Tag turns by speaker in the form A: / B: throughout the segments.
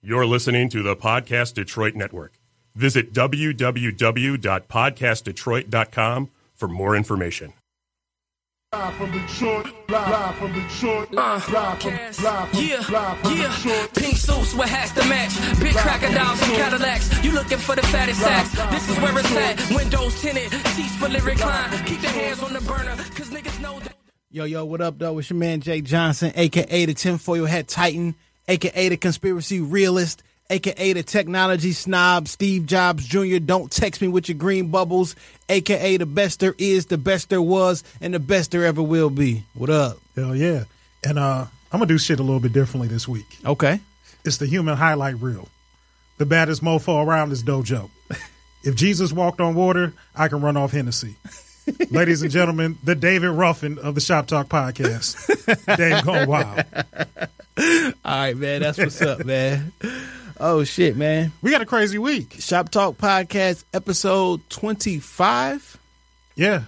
A: You're listening to the Podcast Detroit Network. Visit www.podcastdetroit.com for more information.
B: Live from Detroit, live from Detroit, live from, live from,
C: Uh, Yeah,
B: live from
C: yeah.
B: Detroit.
C: Pink suits with hats to match. Big crocodiles and Cadillacs. You looking for the fattest sacks. This is where it's at. Windows tinted, seats fully reclined. Keep your hands on the burner, cause niggas know that.
D: Yo, yo, what up, though? It's your man Jay Johnson, aka the tinfoil hat titan, aka the conspiracy realist, aka the technology snob, Steve Jobs Jr. Don't text me with your green bubbles, aka the best there is, the best there was, and the best there ever will be. What up?
E: Hell yeah. And uh, I'm going to do shit a little bit differently this week.
D: Okay.
E: It's the human highlight reel. The baddest mofo around is Dojo. If Jesus walked on water, I can run off Hennessy. Ladies and gentlemen, the David Ruffin of the Shop Talk podcast. Dave Gone Wild.
D: All right, man. That's what's up, man. Oh, shit, man.
E: We got a crazy week.
D: Shop Talk Podcast, episode 25.
E: Yeah.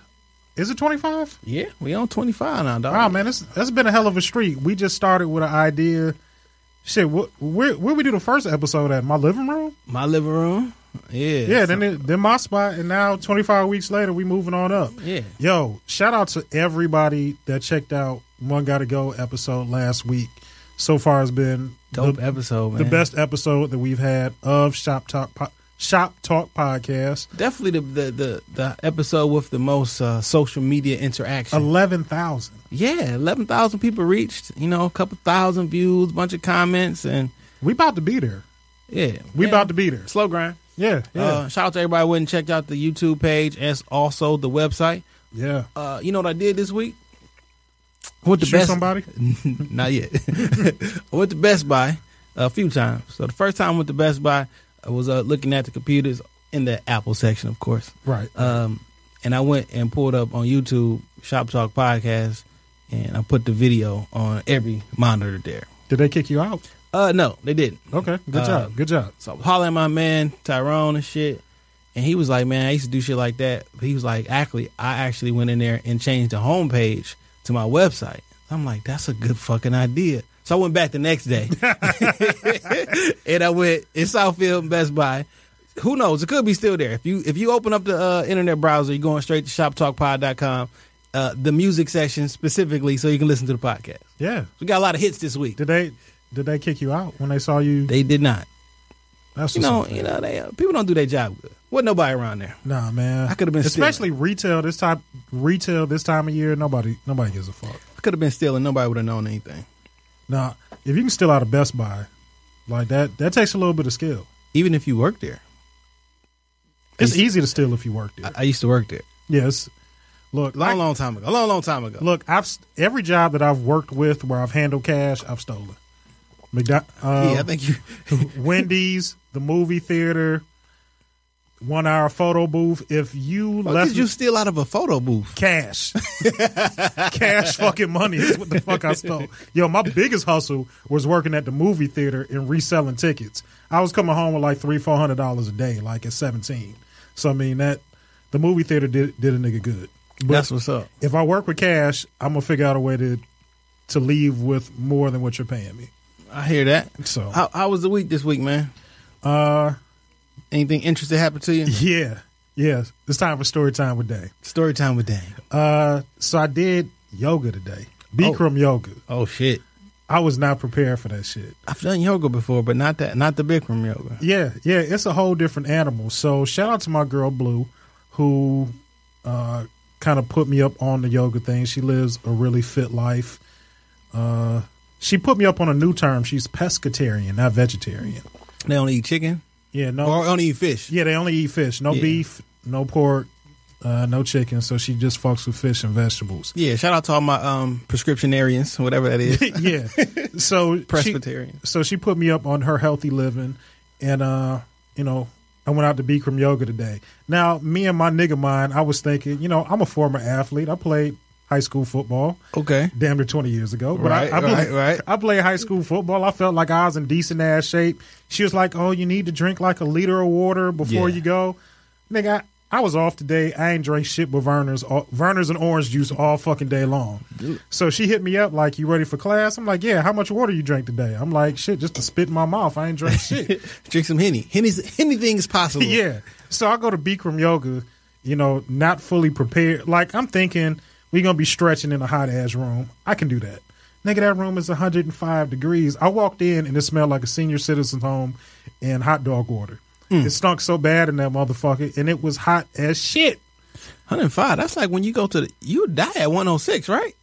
E: Is it 25?
D: Yeah, we on 25 now, dog.
E: Wow, man, it's, that's been a hell of a streak. We just started with an idea. Shit, wh- where where we do the first episode at? My living room?
D: My living room. Yeah.
E: Yeah, then it, then my spot, and now twenty five weeks later, we moving on up.
D: Yeah.
E: Yo, shout out to everybody that checked out One Gotta Go episode last week. So far, has been
D: Dope
E: the,
D: episode, man.
E: the best episode that we've had of Shop Talk po- Shop Talk podcast.
D: Definitely the, the the the episode with the most uh, social media interaction.
E: Eleven thousand.
D: yeah, eleven thousand people reached. You know, a couple thousand views, bunch of comments, and
E: We about to be there.
D: yeah,
E: We
D: yeah.
E: about to be there.
D: slow grind.
E: Yeah, yeah,
D: Uh, shout out to everybody who went and checked out the YouTube page as also the website.
E: yeah.
D: Uh, you know what I did this week? What the
E: Shoot
D: best?
E: somebody.
D: Not yet. I went to Best Buy a few times. So the first time I went to Best Buy, I was uh, looking at the computers in the Apple section, of course.
E: Right.
D: Um, and I went and pulled up on YouTube Shop Talk Podcast, and I put the video on every monitor there.
E: Did they kick you out?
D: Uh, no, they didn't.
E: Okay. Good
D: Uh,
E: job. Good job.
D: So I was hollering at my man Tyrone and shit, and he was like, "Man, I used to do shit like that." But he was like, "Actually, I actually went in there and changed the homepage to my website." I'm like, "That's a good fucking idea." So I went back the next day, and I went in Southfield Best Buy. Who knows? It could be still there. If you if you open up the uh, internet browser, you're going straight to shoptalkpod.com, uh, the music section specifically, so you can listen to the podcast.
E: Yeah.
D: We got a lot of hits this week.
E: Did they did they kick you out when they saw you?
D: They did not.
E: That's
D: You
E: what's
D: know,
E: up.
D: you know, they uh, people don't do their job good. Wasn't nobody around there.
E: Nah, man.
D: I could've been stealing.
E: especially retail this time. Retail this time of year, nobody nobody gives a fuck.
D: I could have been stealing. Nobody would have known anything.
E: Now, if you can steal out of Best Buy, like that, that takes a little bit of skill.
D: Even if you worked there,
E: It's easy to steal if you work there.
D: I used to work there.
E: yes. Look,
D: Long,
E: like,
D: long time ago. Long, long time ago.
E: look. I've s- every job that I've worked with where I've handled cash, I've stolen. McDo- um,
D: yeah, I think you.
E: Wendy's, the movie theater, one hour photo booth. If you
D: What
E: left
D: did you steal out of a photo booth?
E: cash. cash fucking money is what the fuck I stole. Yo, my biggest hustle was working at the movie theater and reselling tickets. I was coming home with like three, four hundred dollars a day, like at seventeen. So I mean that the movie theater did did a nigga good. But
D: That's what's up.
E: if I work with cash, I'm gonna figure out a way to to leave with more than what you're paying me.
D: I hear that.
E: So
D: How, how was the week this week, man?
E: uh
D: Anything interesting happened to you?
E: yeah. Yeah. It's time for story time with Day.
D: Story time with Dan.
E: Uh so I did yoga today. Bikram yoga.
D: Oh shit!
E: I was not prepared for that shit.
D: I've done yoga before, but not that. Not the Bikram yoga.
E: Yeah, yeah, it's a whole different animal. So shout out to my girl Blue, who uh, kind of put me up on the yoga thing. She lives a really fit life. Uh, she put me up on a new term. She's pescatarian, not vegetarian.
D: They only eat chicken
E: Yeah, no.
D: or only eat fish.
E: Oh. yeah, they only eat fish. No
D: Yeah.
E: beef, no pork, uh, no chicken. So she just fucks with fish and vegetables.
D: Yeah. Shout out to all my um prescriptionarians, whatever that is.
E: yeah. So she-
D: Presbyterian.
E: so she put me up on her healthy living, and uh, you know, I went out to Bikram yoga today. Now, me and my nigga mind, I was thinking, you know, I'm a former athlete. I played high school football.
D: Okay.
E: Damn near 20 years ago. But
D: Right,
E: I, I,
D: right,
E: played,
D: right.
E: I played high school football. I felt like I was in decent ass shape. She was like, oh, you need to drink like a liter of water before
D: Yeah.
E: you go. Nigga, I was off today. I ain't drank shit but Verner's all, Verner's and orange juice all fucking day long. So she hit me up like, "You ready for class?" I'm like, "Yeah." How much water you drank today? I'm like, "Shit, just to spit in my mouth. I ain't drank shit."
D: Drink some henny. Henny's anything's possible.
E: yeah. So I go to Bikram yoga, you know, not fully prepared. Like I'm thinking we gonna be stretching in a hot ass room. I can do that. Nigga, that room is 105 degrees. I walked in and it smelled like a senior citizen's home and hot dog water. It stunk so bad in that motherfucker, and it was hot as shit.
D: 105. That's like when you go to the, you die at 106, right?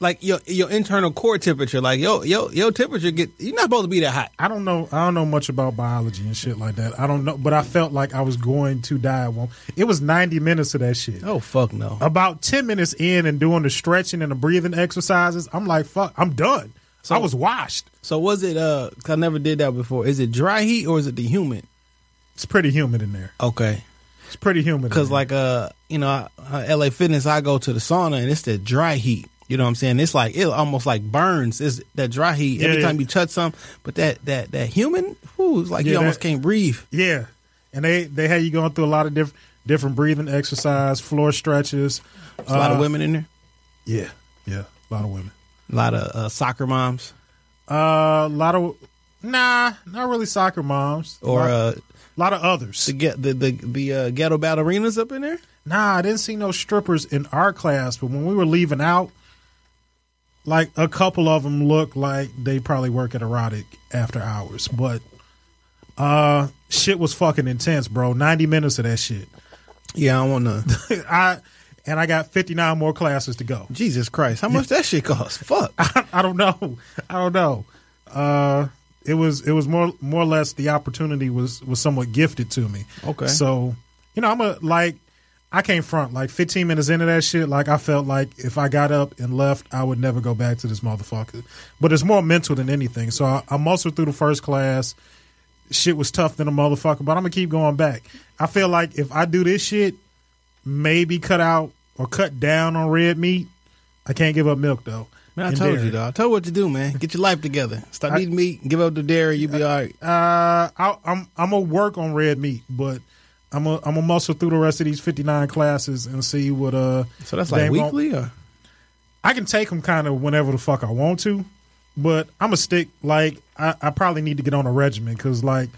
D: Like your your internal core temperature, like yo yo your temperature get you're not supposed to be that hot.
E: I don't know. I don't know much about biology and shit like that. I don't know, but I felt like I was going to die. at one- It was 90 minutes of that shit.
D: Oh fuck no.
E: About 10 minutes in and doing the stretching and the breathing exercises, I'm like, fuck, I'm done. So I was washed.
D: So was it uh 'cause I never did that before. Is it dry heat or is it the humid?
E: It's pretty humid in there.
D: Okay.
E: It's pretty humid. in
D: Cause
E: there.
D: like uh you know I, uh, LA Fitness I go to the sauna and it's the dry heat. You know what I'm saying? It's like it almost like burns. It's that dry heat every
E: yeah.
D: time you touch something. But that that that human, whew, it's like
E: Yeah,
D: you almost
E: that-
D: can't breathe.
E: yeah, and they they had you going through a lot of different different breathing exercise, floor stretches. uh,
D: There's a lot of women in there.
E: Yeah, yeah, a lot of women.
D: A lot of uh, soccer moms
E: Uh, a lot of nah, not really soccer moms
D: or
E: a
D: uh,
E: lot of others.
D: the get the the, the uh, ghetto ballerinas up in there.
E: Nah, I didn't see no strippers in our class, but when we were leaving out, like a couple of them looked like they probably work at erotic after hours. But uh, shit was fucking intense, bro. Ninety minutes of that shit.
D: Yeah, I want none.
E: I and I got fifty nine more classes to go.
D: Jesus Christ, how much that shit cost? Fuck.
E: I don't know. I don't know. Uh, it was it was more more or less the opportunity was was somewhat gifted to me.
D: Okay.
E: So you know I'm a like I came front like 15 minutes into that shit. Like I felt like if I got up and left, I would never go back to this motherfucker. But it's more mental than anything. So I, I muscled through the first class. Shit was tough than a motherfucker, but I'm gonna keep going back. I feel like if I do this shit, maybe cut out or cut down on red meat. I can't give up milk though.
D: Man, I
E: And
D: told
E: dairy.
D: you, though. I told you what to do, man. Get your life together. Stop eating meat. Give up the dairy. You'll be all right.
E: Uh, I, I'm I'm gonna work on red meat, but I'm a, I'm gonna muscle through the rest of these 59 classes and see what uh.
D: So that's like
E: they won't-
D: weekly, or
E: I can take them kind of whenever the fuck I want to, but I'm gonna stick. Like I, I probably need to get on a regimen because like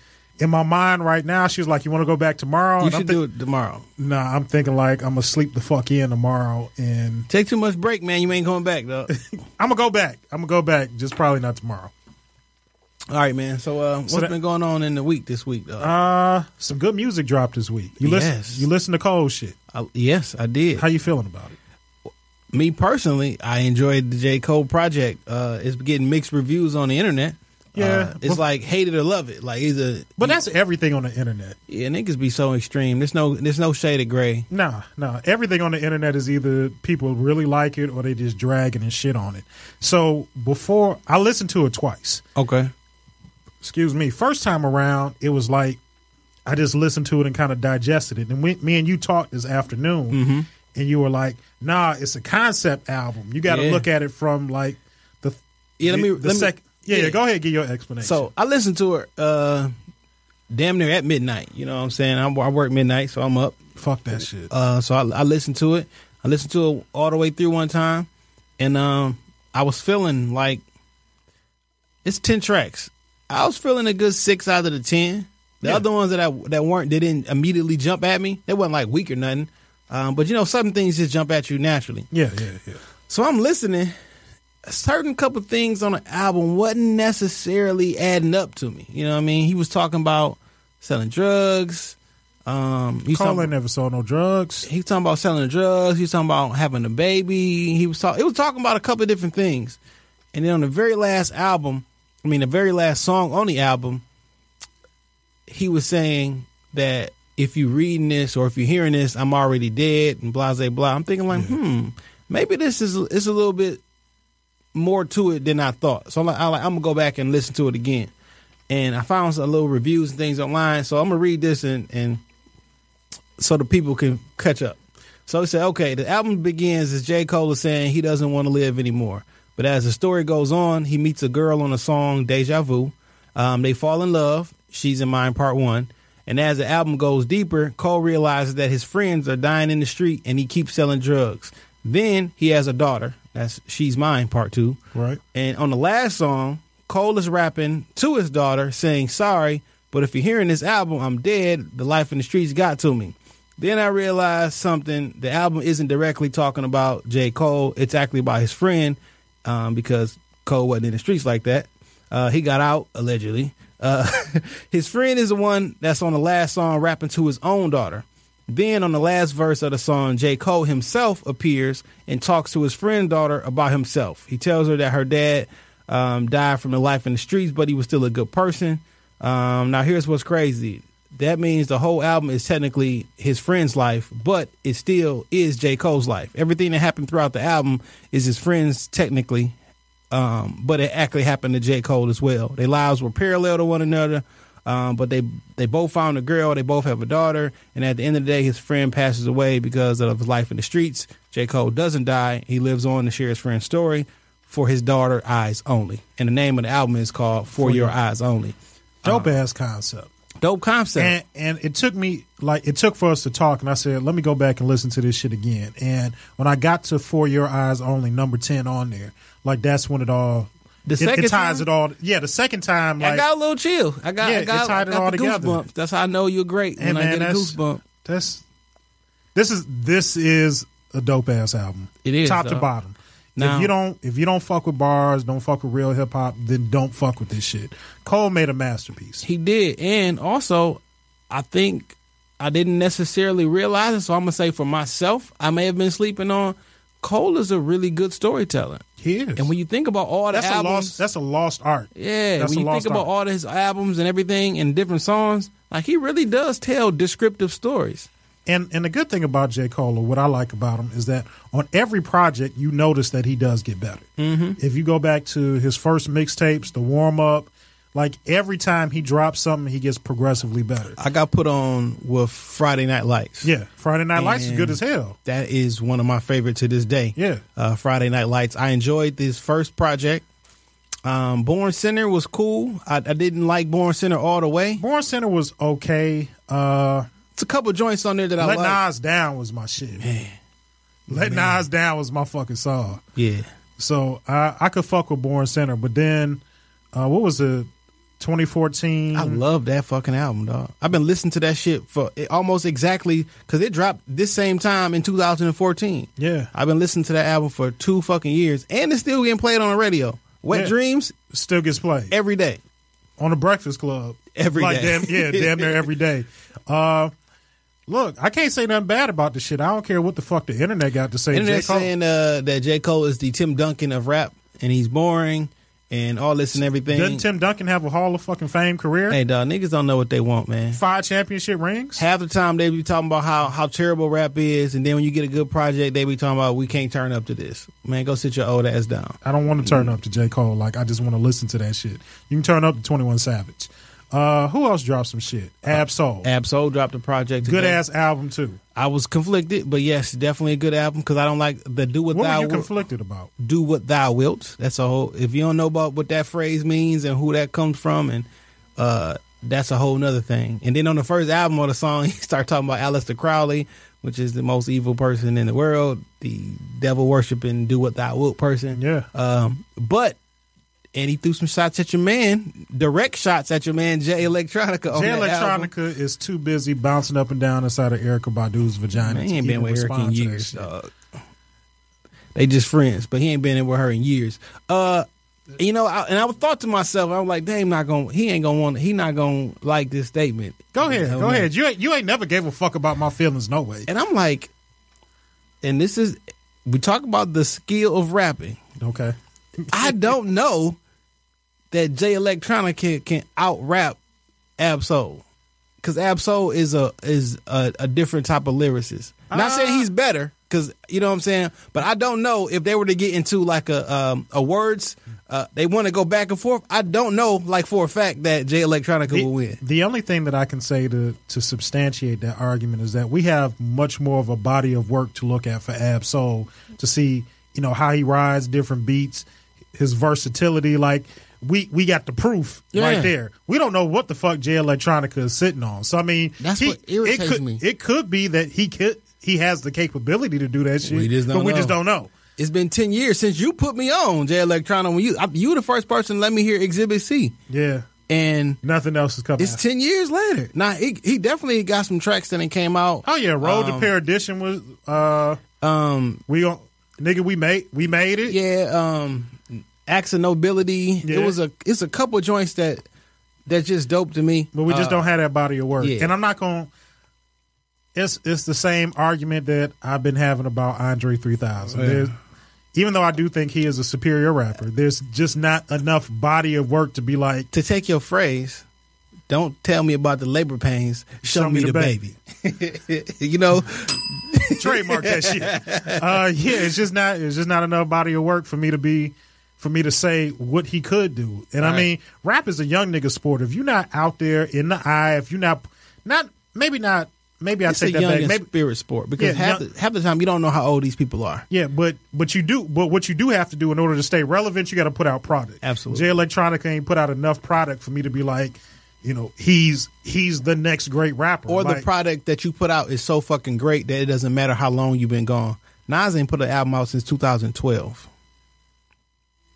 E: in my mind right now, she was like, "You want to go back tomorrow?"
D: you
E: And I'm
D: should
E: thi-
D: do it tomorrow.
E: Nah, I'm thinking like I'm gonna sleep the fuck in tomorrow, and
D: Take too much break, man. You ain't coming back, though.
E: I'm gonna go back. I'm gonna go back, just probably not tomorrow.
D: all right, man. So, uh, what's
E: that-
D: been going on in the week this week, though?
E: Uh, some good music dropped this week. You
D: Yes.
E: listen, you listen to cold shit.
D: I, yes, I did.
E: How you feeling about it?
D: me personally, I enjoyed the J. Cole project. Uh, it's getting mixed reviews on the internet.
E: Yeah.
D: Uh, it's like hate it or love it. Like either,
E: But that's everything on the internet.
D: yeah, niggas be so extreme. There's no, there's no shade of gray.
E: Nah, nah. Everything on the internet is either people really like it or they just dragging and shit on it. So before I listened to it twice.
D: Okay.
E: Excuse me. First time around, it was like I just listened to it and kind of digested it. And we, me and you talked this afternoon,
D: Mm-hmm.
E: and you were like, "Nah, it's a concept album. You got to
D: Yeah.
E: look at it from like the
D: Yeah, let me-
E: the
D: let me-
E: sec- yeah, yeah,
D: yeah.
E: go ahead, give your explanation.
D: So I listened to her, uh, damn near at midnight. You know what I'm saying? I'm, I work midnight, so I'm up.
E: fuck that shit.
D: Uh, so I, I listened to it. I listened to it all the way through one time, and um, I was feeling like it's ten tracks. I was feeling a good six out of the ten. The other ones that I that weren't they didn't immediately jump at me. They wasn't like weak or nothing. Um, but you know, some things just jump at you naturally.
E: yeah, yeah, yeah.
D: So I'm listening. A certain couple things on the album wasn't necessarily adding up to me. You know what I mean? He was talking about selling drugs. Um, he's talking-
E: Colin never saw no drugs.
D: he was talking about selling drugs. He was talking about having a baby. He was talking. It was talking about a couple of different things. And then on the very last album, I mean the very last song on the album, he was saying that if you reading this or if you're hearing this, I'm already dead and blah blah blah. I'm thinking like, hmm, maybe this is it's a little bit more to it than I thought. So I'm like, I like, I'm gonna go back and listen to it again. And I found some little reviews and things online. So I'm gonna read this and and so the people can catch up. So he said, okay, the album begins as J. Cole is saying he doesn't want to live anymore. But as the story goes on, he meets a girl on a song, Deja Vu. Um, they fall in love. She's in mine, part one. And as the album goes deeper, Cole realizes that his friends are dying in the street and he keeps selling drugs. Then he has a daughter. That's She's Mine, part two.
E: Right.
D: And on the last song, Cole is rapping to his daughter, saying, Sorry, but if you're hearing this album, I'm dead. The life in the streets got to me. Then I realized something. The album isn't directly talking about J. Cole, it's actually about his friend um, because Cole wasn't in the streets like that. Uh, he got out, allegedly. Uh, his friend is the one that's on the last song rapping to his own daughter. Then on the last verse of the song, J. Cole himself appears and talks to his friend's daughter about himself. He tells her that her dad um, died from the life in the streets, but he was still a good person. Um, now here's what's crazy. That means the whole album is technically his friend's life, but it still is J. Cole's life. Everything that happened throughout the album is his friend's technically, um, but it actually happened to J. Cole as well. Their lives were parallel to one another, um, but they they both found a girl. They both have a daughter, and at the end of the day, his friend passes away because of his life in the streets. J. Cole doesn't die; he lives on to share his friend's story for his daughter eyes only. And the name of the album is called For, Your Eyes Only.
E: Dope
D: Uh-huh.
E: ass concept.
D: Dope concept.
E: And, and it took me like it took for us to talk, and I said, "Let me go back and listen to this shit again." And when I got to "For Your Eyes Only," number ten on there, like that's when it all
D: The
E: it, it
D: second
E: ties
D: time?
E: it all. Yeah, the second time, like
D: I got a little chill. I got,
E: Yeah,
D: I got,
E: it tied
D: I
E: it
D: got
E: all
D: the
E: together.
D: goosebumps. That's how I know you're great
E: hey,
D: when I
E: man,
D: get a
E: that's-
D: goosebump.
E: That's this is this is a dope ass album.
D: It is,
E: top to
D: dog.
E: bottom.
D: Now-
E: if you don't if you don't fuck with bars, don't fuck with real hip hop, then don't fuck with this shit. Cole made a masterpiece.
D: He did, and also, I think I didn't necessarily realize it. So I'm gonna say for myself, I may have been sleeping on. Cole is a really good storyteller,
E: He is.
D: and when you think about all the
E: that's
D: albums,
E: a lost that's a lost art.
D: Yeah,
E: that's
D: when you think about all his albums and everything and different songs, like he really does tell descriptive stories.
E: And and the good thing about J. Cole, or what I like about him, is that on every project you notice that he does get better. Mm-hmm. If you go back to his first mixtapes, the warm up, like every time he drops something, he gets progressively better.
D: I got put on with Friday Night Lights.
E: Yeah, Friday Night Lights is
D: And
E: good as hell.
D: That is one of my favorite to this day.
E: Yeah.
D: Uh, Friday Night Lights. I enjoyed this first project. Um, Born Center was cool. I, I didn't like Born Center all the way.
E: Born Center was okay. Uh,
D: It's a couple joints on there that I
E: Let
D: like.
E: Nas Down was my shit. Let Nas Down was my fucking song.
D: Yeah.
E: So I, I could fuck with Born Center, but then uh, what was it? 2014.
D: I love that fucking album, dog. I've been listening to that shit for it almost exactly because it dropped this same time in 2014.
E: Yeah.
D: I've been listening to that album for two fucking years, and it's still getting played on the radio. Wet
E: Yeah.
D: Dreams
E: Still gets played
D: every day.
E: on the Breakfast Club
D: Every
E: like,
D: day.
E: Damn, yeah, damn near every day. Uh, look, I can't say nothing bad about this shit. I don't care what the fuck the internet got to say.
D: And they're
E: J. Cole-
D: saying uh, that J Cole is the Tim Duncan of rap, and he's boring and all this and everything.
E: Doesn't Tim Duncan have a Hall of Fucking Fame career?
D: hey, dog, niggas don't know what they want, man.
E: Five championship rings.
D: Half the time they be talking about how how terrible rap is, and then when you get a good project, they be talking about we can't turn up to this. Man, go sit your old ass down.
E: I don't want to turn up to J. Cole. Like I just want to listen to that shit. You can turn up to Twenty One Savage. Uh, who else dropped some shit? Ab Soul.
D: Absol dropped a project.
E: Good
D: today.
E: ass album too.
D: I was conflicted, but yes, definitely a good album because I don't like the do what
E: What
D: thou
E: were you
D: wilt-
E: conflicted about?
D: do what thou wilt. That's a whole. If you don't know about what that phrase means and who that comes from, and uh, that's a whole nother thing. And then on the first album of the song, he start talking about Aleister Crowley, which is the most evil person in the world, the devil worshiping, do what thou wilt person.
E: Yeah.
D: Um, but and he threw some shots at your man, direct shots at your man Jay Electronica. On
E: Jay
D: that Oh, album.
E: Electronica is too busy bouncing up and down inside of Erica Badu's vagina.
D: Man,
E: to
D: he ain't
E: even
D: been with Eric
E: respond
D: in
E: to that
D: years,
E: shit.
D: dog. They just friends, but he ain't been in with her in years. Uh, you know, I, and I thought to myself, I'm like, damn, not gonna, he ain't gonna want, he not gonna like this statement.
E: Go ahead,
D: Hell
E: go
D: no.
E: ahead. You ain't, you ain't never gave a fuck about my feelings, no way.
D: And I'm like, and this is, we talk about the skill of rapping.
E: Okay,
D: I don't know that Jay Electronica can, can out rap Absol. Cause Absol is a is a, a different type of lyricist. Not saying he's better, cause you know what I'm saying. But I don't know if they were to get into like a um, a words, uh, they want to go back and forth. I don't know, like for a fact that Jay Electronica
E: the,
D: will win.
E: the only thing that I can say to to substantiate that argument is that we have much more of a body of work to look at for Ab Soul to see, you know, how he rides different beats, his versatility. Like we we got the proof
F: Yeah.
E: right there. We don't know what the fuck Jay Electronica is sitting on. So I mean,
F: That's what
E: it
F: irritates
E: could,
F: me.
E: It could be that he could he has the capability to do that shit,
D: We just
E: but
D: don't
E: we just
D: know.
E: don't know.
D: It's been ten years since you put me on Jay Electronic. When you I, you were the first person to let me hear Exhibit C,
E: Yeah,
D: and
E: nothing else is coming.
D: it's ten years later. Now he, he definitely got some tracks that it came out.
E: oh yeah, Road to Perdition was uh
D: Um,
E: we gon' nigga we made we made it.
D: yeah, um, Acts of Nobility.
E: Yeah.
D: It was a it's a couple joints that that just dope to me.
E: But we just
D: Uh,
E: don't have that body of work.
D: yeah.
E: And I'm not going to. It's it's the same argument that I've been having about Andre 3000. There's- Even though I do think he is a superior rapper, there's just not enough body of work to be like.
D: to take your phrase. Don't tell me about the labor pains. Show, me, the, baby. you know,
E: trademark that shit. Uh, yeah, it's just not it's just not enough body of work for me to be for me to say what he could do. And I mean, rap is a young nigga sport. If you're not out there in the eye, if you're not not maybe not maybe I
D: it's a
E: take that
D: young
E: back.
D: and
E: Maybe
D: spirit sport because
E: Yeah,
D: half,
E: young-
D: the, half the time you don't know how old these people are.
E: Yeah, but but you do but what you do have to do in order to stay relevant, you got to put out product.
D: Absolutely.
E: Jay Electronica ain't put out enough product for me to be like, you know, he's he's the next great rapper.
D: Or the
E: Like,
D: product that you put out is so fucking great that it doesn't matter how long you've been gone. Nas ain't put an album out since 2012.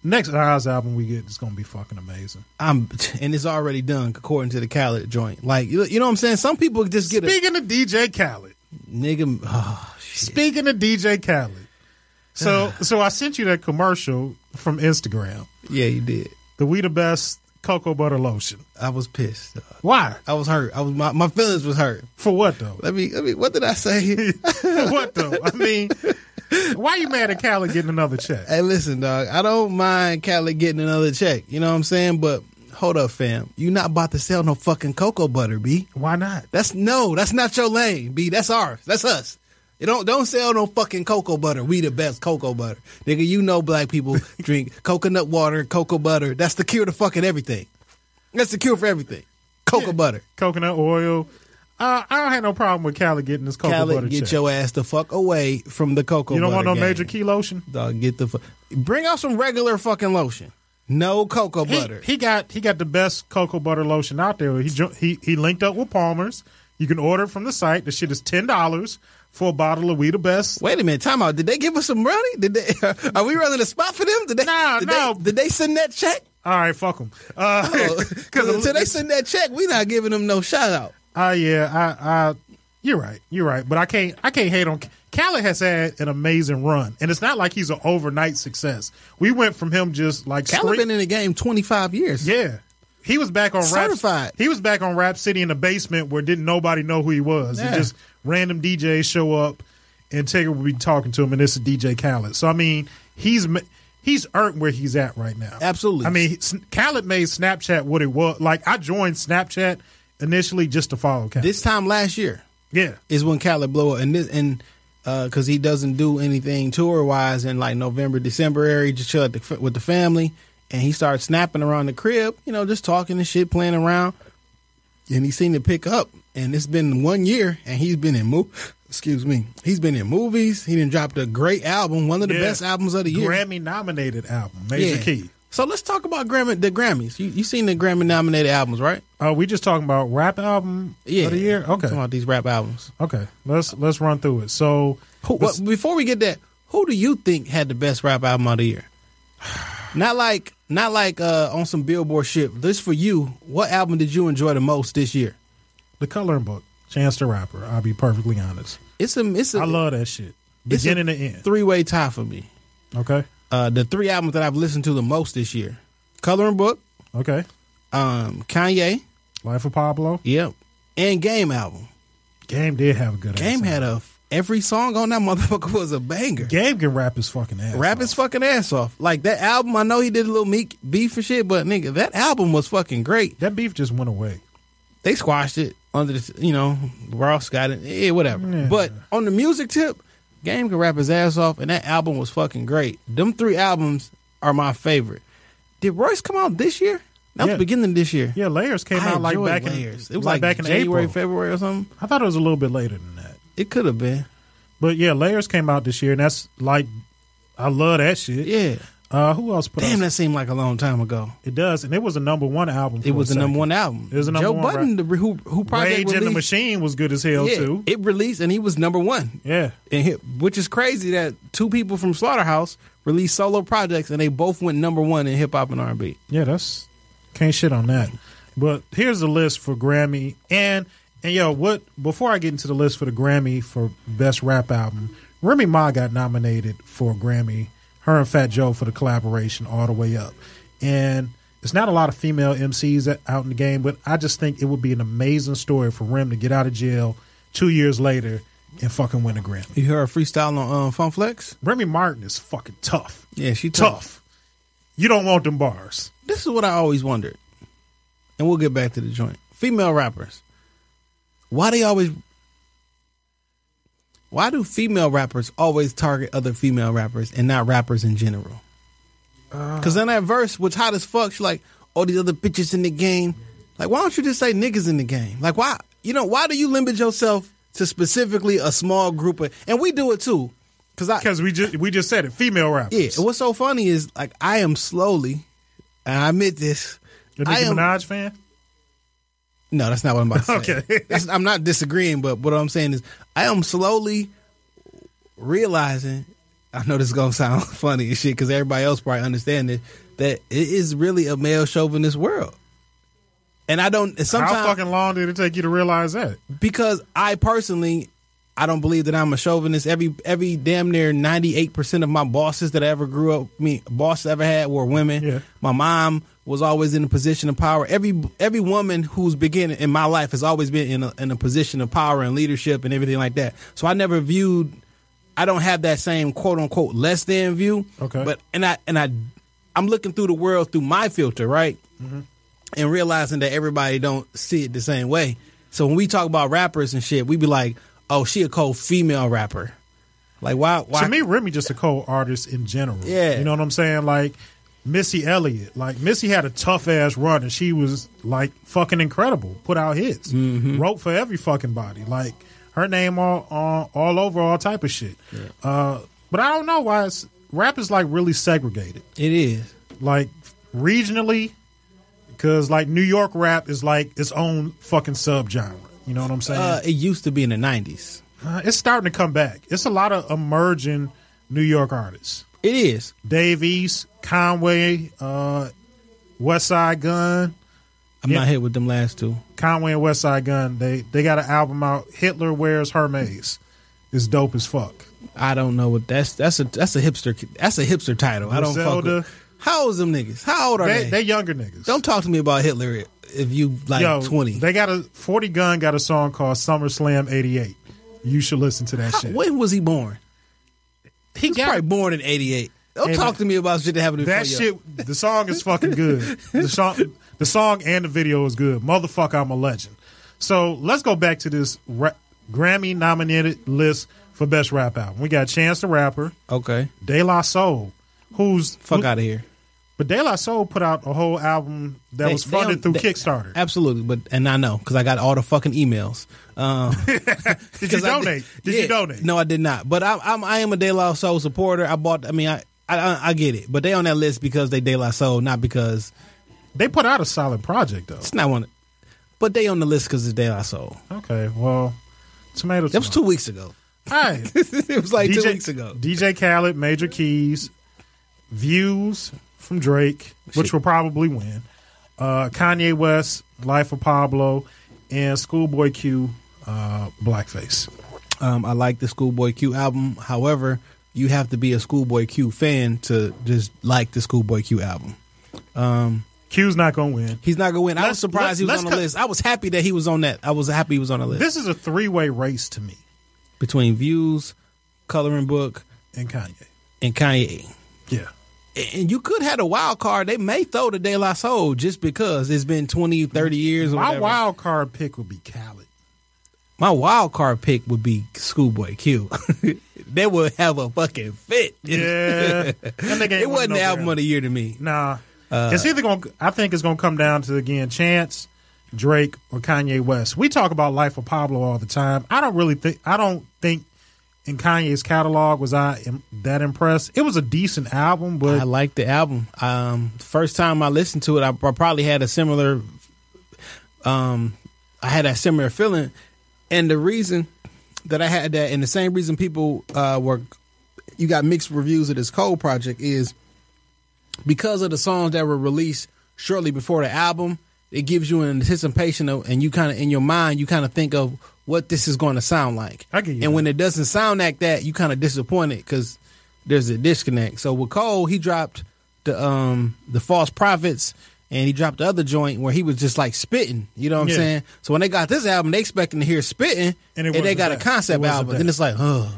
E: next Nas album we get is gonna be fucking amazing.
D: I'm and it's already done according to the Khaled joint. Like you, you know what I'm saying? Some people just get
E: Speaking of DJ Khaled,
D: a nigga. Oh, shit.
E: speaking of DJ Khaled, so so I sent you that commercial from Instagram,
D: Yeah, you did.
E: the We the Best cocoa butter lotion.
D: I was pissed. dog.
E: Why?
D: I was hurt. I was my, my feelings was hurt.
E: For what though?
D: Let me let me. What did I say?
E: For what though? I mean, why you mad at Khaled getting another check?
D: Hey, listen, dog. I don't mind Cali getting another check. You know what I'm saying? But hold up, fam. You not about to sell no fucking cocoa butter, b.
E: Why not?
D: That's no. That's not your lane, b. That's ours. That's us. You don't don't sell no fucking cocoa butter. We the best cocoa butter, nigga. You know black people drink coconut water, cocoa butter. That's the cure to fucking everything. That's the cure for everything. Cocoa butter.
E: coconut oil. Uh, I don't have no problem with Cali getting this cocoa butter
D: Cali, get
E: check.
D: your ass the fuck away from the cocoa.
E: you don't want
D: butter
E: no
D: game.
E: major key lotion.
D: Dog, get the fuck. Bring out some regular fucking lotion. No cocoa
E: He,
D: butter.
E: he got he got the best cocoa butter lotion out there. He jo- he he linked up with Palmer's. You can order it from the site. The shit is ten dollars for a bottle of We the Best.
D: Wait a minute, time out. Did they give us some money? Did they? Are we running a spot for them? Did they?
E: No,
D: did
E: no.
D: They, did they send that check?
E: All right, fuck Uh, them.
D: Because until they send that check, we not giving them no shout out.
E: Uh, yeah, I, I, you're right, you're right. But I can't, I can't hate on. Khaled has had an amazing run, and it's not like he's an overnight success. We went from him just like
D: Cali
E: scree-
D: been in the game twenty five years.
E: Yeah. He was back on
D: Certified.
E: Rap. He was back on Rap City in the basement where didn't nobody know who he was.
D: Yeah.
E: It just random DJs show up, and Tigger would be talking to him, and this is DJ Khaled. So I mean, he's ma- he's earned where he's at right now.
D: Absolutely.
E: I mean, S- Khaled made Snapchat what it was. Like I joined Snapchat initially just to follow Khaled.
D: This time last year
E: yeah,
D: is when Cali blew up, and this and because he doesn't do anything tour wise in like November, December area, just chill at the, f- with the family, and he started snapping around the crib, you know, just talking and shit, playing around, and he seemed to pick up. And it's been one year, and he's been in mo- excuse me, he's been in movies. He done dropped a great album, one of the
E: Yeah.
D: best albums of the year.
E: Grammy nominated album, Major
D: Yeah.
E: Key.
D: So let's talk about Grammy, the Grammys. You you seen the Grammy nominated albums, right?
E: Are Uh, we just talking about rap album of the year?
D: I'm
E: Okay,
D: Talking about these rap albums.
E: okay. Let's let's run through it. So
D: Who,
E: let's-
D: what, before we get that, who do you think had the best rap album of the year? Not like, not like uh, on some Billboard shit. This for you. What album did you enjoy the most this year?
E: The coloring book, Chance the Rapper. I'll be perfectly honest.
D: It's a, it's a,
E: I love that shit.
D: it's a
E: Beginning to end.
D: three way tie for me.
E: Okay.
D: Uh, the three albums that I've listened to the most this year: Coloring Book,
E: Okay.
D: um, Kanye,
E: Life of Pablo.
D: yep, and Game album.
E: Game did have a good
D: Game
E: ass
D: had a every song on that motherfucker was a banger.
E: Game can rap his fucking ass.
D: Rap
E: off.
D: his fucking ass off. Like that album, I know he did a little meek beef and shit, but nigga, that album was fucking great.
E: That beef just went away.
D: they squashed it under the you know Ross got it yeah whatever but on the music tip Game can rap his ass off and that album was fucking great them three albums are my favorite did Royce come out this year that was
E: Yeah.
D: the beginning of this year
E: Yeah, Layers came
D: I
E: out like
D: enjoyed
E: back
D: Layers.
E: in
D: it was
E: like,
D: like
E: back in
D: January
E: April.
D: February or something
E: I thought it was a little bit later than that.
D: it could have been
E: But yeah, Layers came out this year and that's like I love that shit.
D: yeah
E: Uh, who else put
D: Damn,
E: out?
D: that seemed like a long time ago.
E: It does, and it was a number one album.
D: It
E: for
D: was
E: a
D: the number
E: second.
D: one album.
E: It was the number
D: Joe
E: one,
D: Budden,
E: right.
D: the, who who project
E: Rage in
D: released,
E: the Machine was good as hell
D: yeah,
E: too.
D: it released and he was number one.
E: yeah,
D: And hit, which is crazy that two people from Slaughterhouse released solo projects and they both went number one in hip hop and R and B.
E: yeah. That's can't shit on that. But here's the list for Grammy and and yo, what before I get into the list for the Grammy for best rap album, Remy Ma got nominated for a Grammy. Her and Fat Joe for the collaboration all the way up, and it's not a lot of female MCs that- out in the game, but I just think it would be an amazing story for Rem to get out of jail two years later and fucking win a Grammy.
D: You heard her freestyle on um, Fun Flex?
E: Remy Martin is fucking tough.
D: Yeah, she
E: tough. You don't want them bars.
D: This is what I always wondered, and we'll get back to the joint. Female rappers, why they always, why do female rappers always target other female rappers and not rappers in general? Because in that verse, which hot as fuck, she's like, all these other bitches in the game. Like, why don't you just say niggas in the game? Like, why, you know, why do you limit yourself to specifically a small group of, and we do it too. Because I,
E: Because we just we just said it. Female rappers.
D: yeah, and what's so funny is like I am slowly, and I admit this.
E: A
D: I
E: Nicki
D: am,
E: Minaj fan?
D: no, that's not what I'm about to say.
E: Okay.
D: That's- I'm not disagreeing, but what I'm saying is I am slowly realizing. I know this is gonna sound funny and shit because everybody else probably understand it that it is really a male chauvinist world, and I don't. and Sometimes
E: How fucking long did it take you to realize that?
D: because I personally, I don't believe that I'm a chauvinist. Every every damn near ninety eight percent of my bosses that I ever grew up, I mean, bosses I ever had were women.
E: Yeah.
D: My mom was always in a position of power. Every every woman who's beginning in my life has always been in a, in a position of power and leadership and everything like that. So I never viewed. I don't have that same quote unquote less than view.
E: Okay.
D: But and I and I, I'm looking through the world through my filter, right?
E: Mm-hmm.
D: and realizing that everybody don't see it the same way. So when we talk about rappers and shit, we be like, "Oh, she a cold female rapper." Like why? Why?
E: To me, Remy just a cold artist in general.
D: Yeah.
E: You know what I'm saying? Like Missy Elliott. Like Missy had a tough ass run and she was like fucking incredible. Put out hits.
D: Mm-hmm.
E: Wrote for every fucking body. Like her name all all, all over all type of shit. Uh, but I don't know why it's, rap is like really segregated.
D: it is.
E: like regionally because like new york rap is like its own fucking subgenre you know what i'm saying
D: Uh, it used to be in the nineties.
E: Uh, it's starting to come back it's a lot of emerging new york artists
D: It is.
E: dave east conway uh west side gun
D: I'm
E: Yeah.
D: not hit with them last two.
E: conway and west side gun they they got an album out hitler wears hermes it's dope as fuck
D: I don't know what that's. That's a that's a hipster. That's a hipster title. I don't fuck
E: Griselda.
D: with. How old is them niggas? How old are
E: they,
D: they?
E: they younger niggas
D: don't talk to me about Hitler if you like
E: Yo,
D: twenty.
E: they got a 40 gun got a song called summer slam 88 you should listen to that
D: How-
E: shit
D: when was he born? He was
E: got-
D: probably born in '88. Don't
E: Hey,
D: talk
E: but-
D: to me about shit that happened before
E: That
D: your-
E: shit, the song is fucking good. The song, the song and the video is good. Motherfucker, I'm a legend. So let's go back to this ra- Grammy nominated list for best rap album. We got Chance the Rapper,
D: Okay,
E: De La Soul, who's
D: fuck out of here.
E: But De La Soul put out a whole album that
D: They-
E: was
D: they
E: funded through
D: don't- they-
E: Kickstarter.
D: Absolutely, but and I know because I got all the fucking emails. Um,
E: Did you
D: 'cause I
E: donate? Did,
D: yeah.
E: you donate?
D: No, I did not. But I, I'm I am a De La Soul supporter. I bought. I mean, I, I I- I get it, but they on that list because they De La Soul, not because
E: They put out a solid project though.
D: it's not one. But they on the list because it's De La Soul.
E: Okay, well, tomato.
D: That was two weeks ago.
E: All right.
D: it was like two weeks ago.
E: DJ Khaled, Major Keys, Views from Drake, which will probably win. Uh, Kanye West, Life of Pablo, and Schoolboy Q, uh, Blackface.
D: Um, I like the Schoolboy Q album. However, you have to be a Schoolboy Q fan to just like the Schoolboy Q album.
E: Q's not gonna win.
D: He's not gonna win. I was
E: Let's-
D: surprised he was
E: let's
D: on the
E: cut-
D: list. I was happy that he was on that. I was happy he was on the list.
E: This is a three way race to me
D: between views, coloring book,
E: and Kanye.
D: and Kanye.
E: Yeah.
D: And you could have a wild card. They may throw the De La Soul just because it's been 20, 30 years. Or
E: My
D: whatever.
E: wild card pick would be Khaled.
D: my wild card pick would be Schoolboy Q. they would have a fucking fit.
E: Yeah. That nigga
D: it
E: ain't winning
D: wasn't
E: no
D: the album
E: Grammy.
D: of the year to me.
E: Nah.
D: Uh,
E: it's either going to I think it's going to come down to again Chance, Drake or Kanye West. We talk about Life of Pablo all the time. I don't really think I don't think in Kanye's catalog was I im- that impressed. It was a decent album, but
D: I like the album. Um, first time I listened to it, I, I probably had a similar, um, I had a similar feeling, and the reason that I had that, and the same reason people uh, were, you got mixed reviews of this Cold project is because of the songs that were released shortly before the album. It gives you an anticipation of, and you kind of in your mind, you kind of think of what this is going to sound like.
E: I get you
D: and
E: that.
D: when it doesn't sound like that, you kind of disappointed because there's a disconnect. So with Cole, he dropped the um the false prophets and he dropped the other joint where he was just like spitting. You know what I'm
E: Yeah.
D: saying? So when they got this album, they expecting to hear spitting,
E: And
D: and,
E: it
D: they
E: wasn't
D: got a
E: that. It
D: concept
E: wasn't
D: album.
E: that.
D: Then it's like, huh.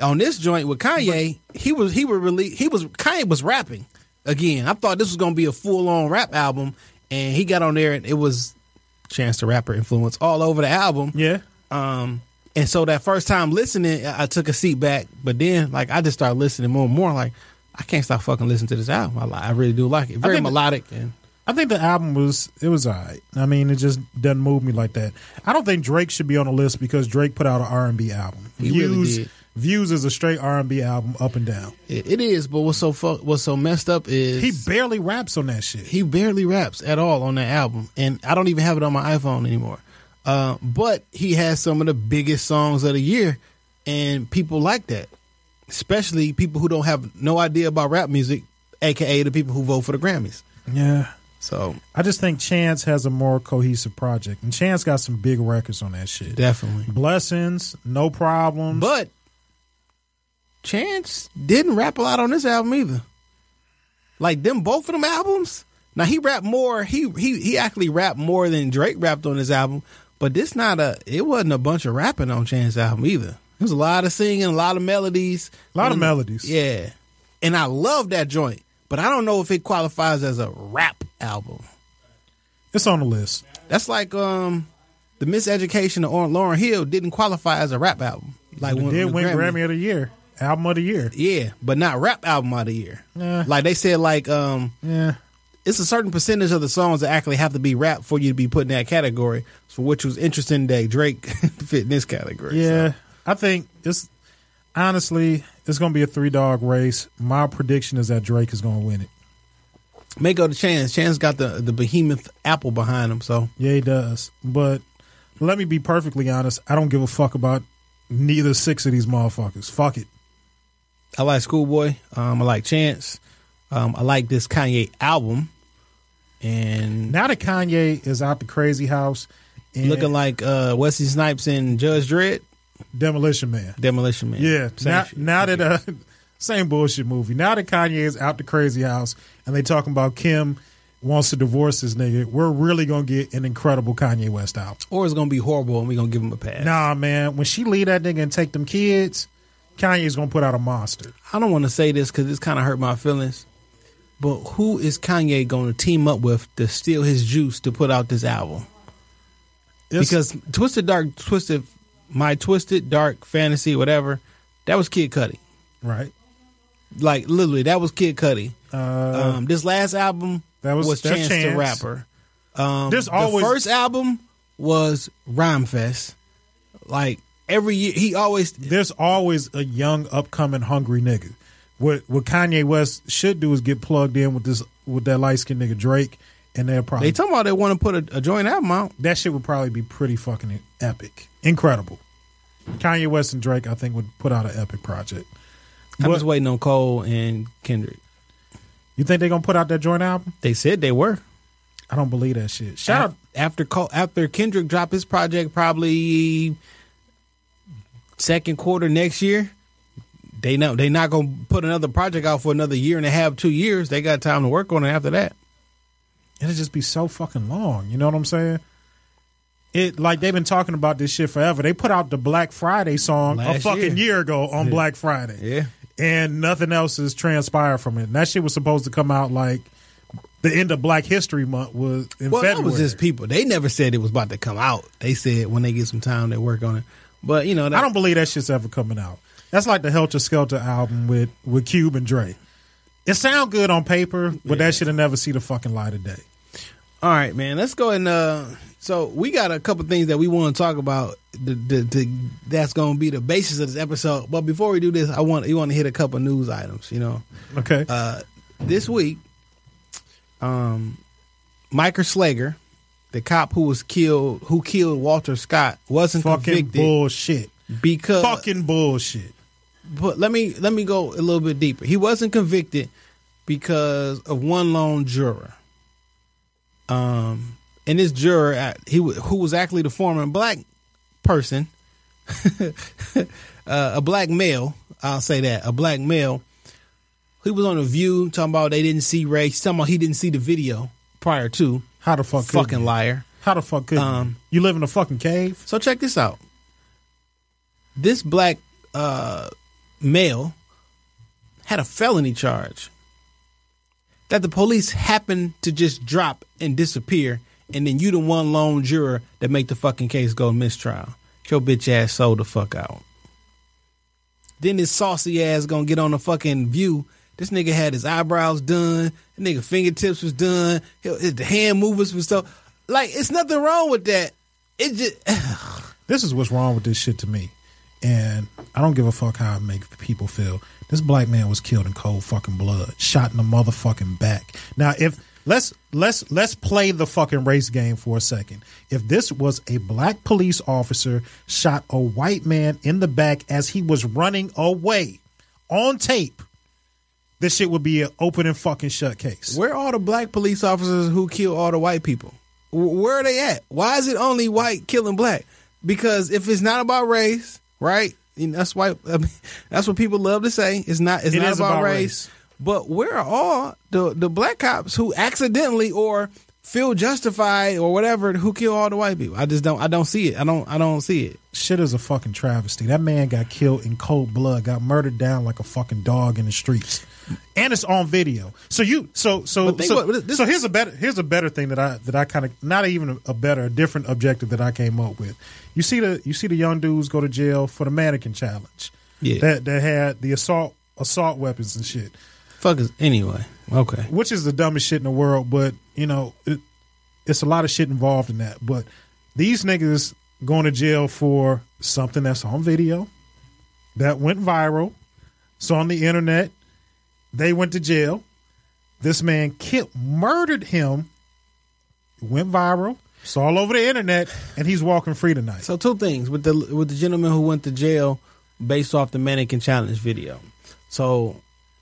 D: On this joint with Kanye, he was he was really he was Kanye was rapping again. I thought this was gonna be a full on rap album, and he got on there and it was Chance the Rapper influence all over the album.
E: yeah,
D: Um, and so that first time listening, I I took a seat back, but then like I just started listening more and more. Like I can't stop fucking listening to this album. I, li- I really do like it. Very
E: think-
D: melodic and
E: I think the album was it was alright. I mean, it just doesn't move me like that. I don't think Drake should be on the list because Drake put out an R and B album.
D: He
E: Views
D: really did.
E: Views is a straight R and B album, up and down.
D: it, it is. But what's so fuck, what's so messed up is
E: He barely raps on that shit.
D: he barely raps at all on that album, and I don't even have it on my iPhone anymore. Uh, but he has some of the biggest songs of the year, and people like that, especially people who don't have no idea about rap music, aka the people who vote for the Grammys.
E: yeah.
D: So
E: I just think Chance has a more cohesive project, and Chance got some big records on that shit.
D: definitely,
E: Blessings, no problems.
D: but Chance didn't rap a lot on this album either. Like them both of them albums. Now he rapped more. He he he actually rapped more than Drake rapped on his album. But this not a. It wasn't a bunch of rapping on Chance's album either. It was a lot of singing, a lot of melodies,
E: a lot of
D: And-
E: melodies.
D: Yeah, and I love that joint. But I don't know if it qualifies as a rap album.
E: It's on the list.
D: That's like um, the Miseducation of Or- Lauren Hill didn't qualify as a rap album. Like
E: It
D: when
E: did
D: the
E: win
D: Grammy-
E: Grammy of the Year, Album of the Year.
D: Yeah, but not rap album of the year.
E: Nah.
D: Like they said, like um,
E: Yeah.
D: it's a certain percentage of the songs that actually have to be rap for you to be put in that category. So which was interesting that Drake fit in this category.
E: Yeah,
D: So,
E: I think it's honestly it's going to be a three dog race. My prediction is that Drake is going to win it.
D: may go to Chance. Chance got the the behemoth apple behind him. So
E: Yeah, he does. But let me be perfectly honest. I don't give a fuck about neither six of these motherfuckers. Fuck it.
D: I like Schoolboy. Um, I like Chance. Um, I like this Kanye album. And
E: Now that Kanye is out the crazy house and
D: looking like uh, Wesley Snipes and Judge Dredd,
E: Demolition Man.
D: Demolition Man.
E: Yeah.
D: Same
E: Now,
D: shit.
E: now that uh, same bullshit movie. Now that Kanye is out the crazy house and they talking about Kim wants to divorce this nigga, we're really gonna get an incredible Kanye West album.
D: or it's gonna be horrible, and we are gonna give him a pass.
E: Nah, man. When she leave that nigga and take them kids, Kanye's gonna put out a monster.
D: I don't want to say this because it's kind of hurt my feelings, but who is Kanye going to team up with to steal his juice to put out this album?
E: It's-
D: because Twisted Dark, Twisted, my Twisted Dark Fantasy, whatever, that was Kid Cudi.
E: right,
D: Like literally, that was Kid Cudi.
E: Uh,
D: um, this last album
E: that was-
D: was
E: that's
D: Chance,
E: Chance.
D: the Rapper. Um,
E: There's always-
D: the first album was Rhyme Fest. Like every year, he always
E: there's always a young, upcoming, hungry nigga. What what Kanye West should do is get plugged in with this with that light skinned nigga Drake, and they'll probably
D: they talking about they want to put a, a joint album out.
E: that shit would probably be pretty fucking epic, incredible. Kanye West and Drake, I think, would put out an epic project.
D: I'm
E: What-
D: just waiting on Cole and Kendrick.
E: You think they're gonna put out that joint album?
D: They said they were.
E: I don't believe that shit. Shout out
D: Af- after Cole, after Kendrick dropped his project, probably second quarter next year. They know they not gonna put another project out for another year and a half, two years. They got time to work on it after that.
E: it'll just be so fucking long. You know what I'm saying? It like they've been talking about this shit forever. They put out the Black Friday song a
D: Last
E: fucking year,
D: year.
E: ago on Black Friday,
D: Yeah.
E: and nothing else has transpired from it. And that shit was supposed to come out like the end of Black History Month was in
D: Well,
E: February.
D: that was just people. They never said it was about to come out. They said when they get some time, they work on it. But you know, that,
E: I don't believe that shit's ever coming out. That's like the Helter Skelter album with with Cube and Dre. It sound good on paper, but that shit'll never see the fucking light of day.
D: All right, man. Let's go and uh so we got a couple things that we want to talk about the, the, the, that's going to be the basis of this episode. But before we do this, I want you want to hit a couple news items. You know,
E: Okay.
D: uh, this week, um, Micah Slager, the cop who was killed, who killed Walter Scott, wasn't
E: fucking
D: convicted Uh,
E: bullshit.
D: because.
E: fucking bullshit.
D: But let me let me go a little bit deeper. He wasn't convicted because of one lone juror. Um, and this juror, uh, he wa- who was actually the former black person, uh, a black male. I'll say that a black male. He was on the View talking about they didn't see race. Talking about he didn't see the video prior to.
E: How the fuck? could
D: Fucking
E: you?
D: liar.
E: How the fuck could
D: Um,
E: you? You live in a fucking cave.
D: So check this out. This black uh, male had a felony charge that the police happened to just drop and disappear, and then you the one lone juror that make the fucking case go mistrial. Get Your bitch ass sold the fuck out. Then this saucy ass gonna get on the fucking view. This nigga had his eyebrows done. The nigga fingertips was done. His his hand movements was so like it's nothing wrong with that. It just
E: This is what's wrong with this shit to me. And I don't give a fuck how I make people feel. This black man was killed in cold fucking blood, shot in the motherfucking back. Now, if let's let's let's play the fucking race game for a second. If this was a black police officer shot a white man in the back as he was running away on tape, this shit would be an open and fucking shut case.
D: Where are the black police officers who kill all the white people? W- Where are they at? Why is it only white killing black? Because if it's not about race, right? And that's why I mean, that's what people love to say. It's not. It's
E: It
D: not
E: is
D: about,
E: about
D: race.
E: race.
D: But where are all the the black cops who accidentally or feel justified or whatever who kill all the white people? I just don't. I don't see it. I don't. I don't see it.
E: shit is a fucking travesty. That man got killed in cold blood, got murdered down like a fucking dog in the streets, and it's on video. So you, so so
D: But think
E: so,
D: what- this-
E: so here's a better here's a better thing that I that I kind of not even a better a different objective that I came up with. You see the you see the young dudes go to jail for the mannequin challenge.
D: Yeah.
E: that that had the assault assault weapons and shit,
D: Fuck is anyway. Okay.
E: which is the dumbest shit in the world. But you know, it, it's a lot of shit involved in that. But these niggas going to jail for something that's on video that went viral. It's on the internet. They went to jail. This man killed, murdered him. It went viral. It's all over the internet, and he's walking free tonight.
D: So two things with the with the gentleman who went to jail based off the mannequin challenge video. So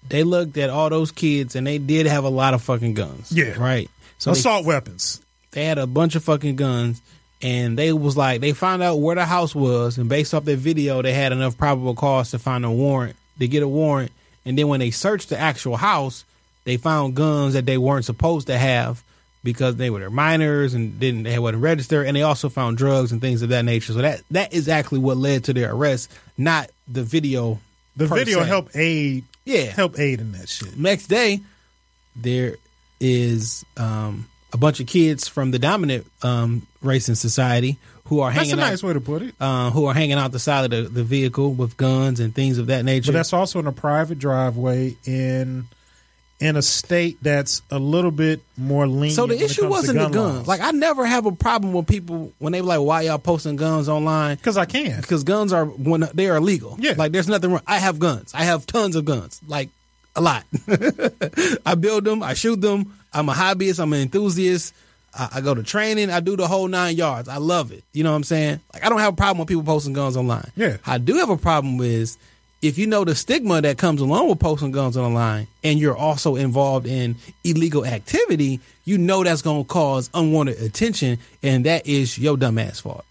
D: they looked at all those kids and they did have a lot of fucking guns.
E: Yeah.
D: Right. So they,
E: Assault weapons.
D: they had a bunch of fucking guns and they was like they found out where the house was and based off their video they had enough probable cause to find a warrant to get a warrant and then when they searched the actual house they found guns that they weren't supposed to have because they were their minors and didn't they wasn't registered and they also found drugs and things of that nature so that that is actually what led to their arrest not the video
E: The
D: per
E: video
D: se.
E: helped aid.
D: Yeah.
E: help aid in that shit.
D: Next day, there is um, a bunch of kids from the dominant um, race in society who are
E: That's
D: hanging
E: a nice
D: out,
E: way to put it.
D: uh, who are hanging out the side of the, the vehicle with guns and things of that nature.
E: But that's also in a private driveway in in a state that's a little bit more lenient.
D: so the
E: when it
D: issue
E: comes to
D: wasn't the
E: gun
D: guns.
E: laws.
D: Like I never have a problem with people when they be like, "Why y'all posting guns online?"
E: because I can.
D: Because guns are when they are illegal.
E: Yeah.
D: like there's nothing wrong. I have guns. I have tons of guns. Like a lot. I build them. I shoot them. I'm a hobbyist. I'm an enthusiast. I, I go to training. I do the whole nine yards. I love it. You know what I'm saying? Like I don't have a problem with people posting guns online.
E: Yeah.
D: I do have a problem is if you know the stigma that comes along with posting guns online, and you're also involved in illegal activity, you know that's gonna cause unwanted attention, and that is your dumbass fault.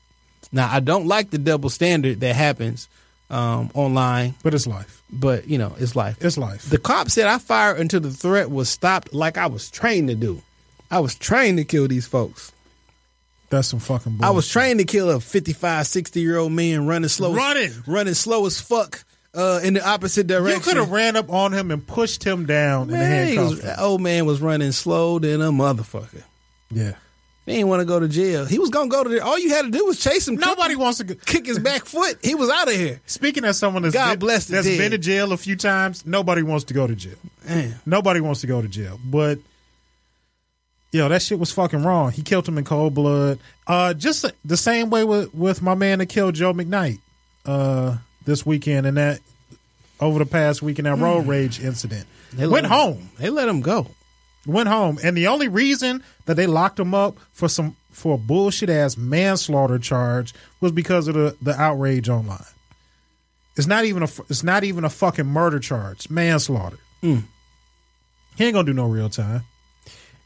D: Now I don't like the double standard that happens um, online,
E: But it's life.
D: but you know it's life.
E: It's life.
D: The cop said I fired until the threat was stopped, like I was trained to do. I was trained to kill these folks.
E: that's some fucking. Bullshit.
D: I was trained to kill a 55, 60 year old man running slow,
E: Running.
D: as, running slow as fuck uh, in the opposite
E: You
D: direction.
E: could have ran up on him and pushed him down
D: man,
E: in
D: he
E: the
D: was, uh,
E: handcuffs.
D: that old man was running slow than a motherfucker.
E: yeah.
D: They didn't want to go to jail. He was gonna go to there. All you had to do was chase him.
E: Nobody
D: kick,
E: wants to. Go.
D: kick his back foot. He was out of here.
E: Speaking as someone that's
D: God
E: been,
D: bless the
E: that's
D: dead.
E: been to jail a few times, nobody wants to go to jail.
D: Man.
E: Nobody wants to go to jail, but Yo, that shit was fucking wrong. He killed him in cold blood. Uh, just the same way with, with my man that killed Joe McKnight uh, this weekend and that over the past week in that road rage incident.
D: Mm. They
E: went
D: let him-
E: home.
D: They let him go.
E: Went home. And the only reason that they locked him up for some for a bullshit ass manslaughter charge was because of the, the outrage online. It's not even a fu- it's not even a fucking murder charge. Manslaughter.
D: Mm.
E: He ain't gonna do no real time.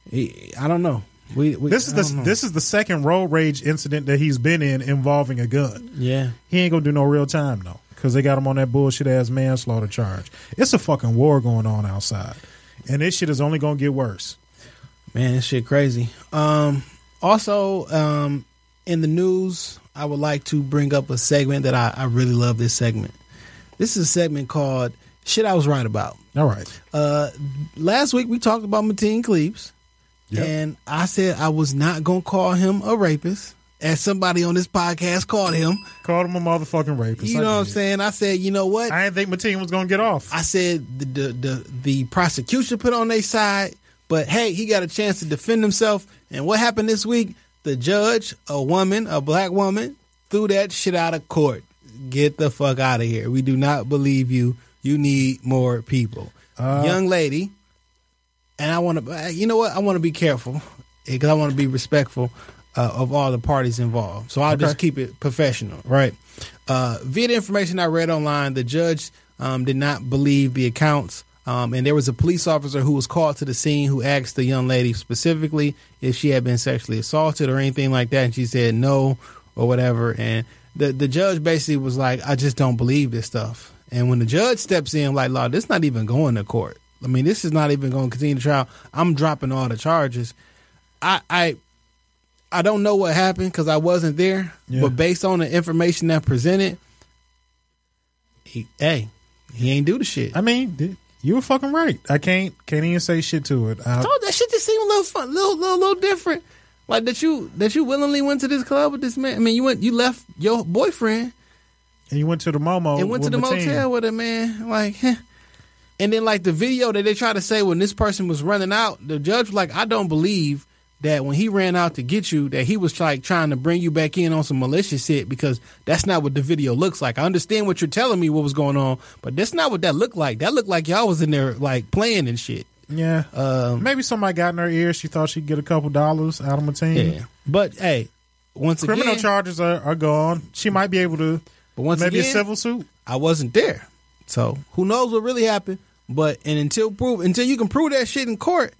D: He, I don't know. We, we
E: This is
D: I
E: the
D: don't know.
E: this is the second road rage incident that he's been in involving a gun.
D: yeah.
E: He ain't gonna do no real time though, because they got him on that bullshit ass manslaughter charge. It's a fucking war going on outside, and this shit is only gonna get worse.
D: Man, this shit crazy. Um, also, um, in the news, I would like to bring up a segment that I, I really love. This segment. This is a segment called "Shit I Was Right About."
E: All right,
D: Uh, last week we talked about Mateen Cleaves, and I said I was not gonna call him a rapist, as somebody on this podcast called him.
E: called him a motherfucking rapist.
D: You
E: I
D: know what I'm
E: did.
D: saying? I said, you know what?
E: I didn't think Mateen was gonna get off.
D: I said the the the, the prosecution put on their side, but hey, he got a chance to defend himself. And what happened this week? The judge, a woman, a black woman, threw that shit out of court. Get the fuck out of here. We do not believe you. You need more people. Young lady, and I want to. You know what? I want to be careful because I want to be respectful uh, of all the parties involved. So I'll just keep it professional, right? Uh, via the information I read online, the judge um, did not believe the accounts, um, and there was a police officer who was called to the scene who asked the young lady specifically if she had been sexually assaulted or anything like that, and she said no or whatever. And the the judge basically was like, "I just don't believe this stuff." And when the judge steps in, like, "Law, this not even going to court. I mean, this is not even going to continue the trial. I'm dropping all the charges." I I I don't know what happened because I wasn't there, but based on the information that presented, he, hey, he ain't do the shit.
E: I mean, dude, you were fucking right. I can't can't even say shit to it. I,
D: Oh, that shit just seemed a little fun, little, little, little different. Like that you that you willingly went to this club with this man. I mean, you went, you left your boyfriend
E: and you went to the Momo.
D: and went to
E: Oh, with
D: the
E: Mateen.
D: motel with a man. Like, heh. and then like the video that they try to say when this person was running out, the judge was like, I don't believe that when he ran out to get you, that he was like trying to bring you back in on some malicious shit because that's not what the video looks like. I understand what you're telling me what was going on, but that's not what that looked like. That looked like y'all was in there like playing and shit.
E: Yeah,
D: Um,
E: maybe somebody got in her ear. She thought she'd get a couple dollars out of Mateen.
D: Yeah, but hey, once
E: Mm-hmm. Criminal
D: again,
E: charges are, are gone. She might be able to.
D: But once
E: maybe
D: again-
E: a civil suit.
D: I wasn't there. So who knows what really happened? But and until prove until you can prove that shit in court,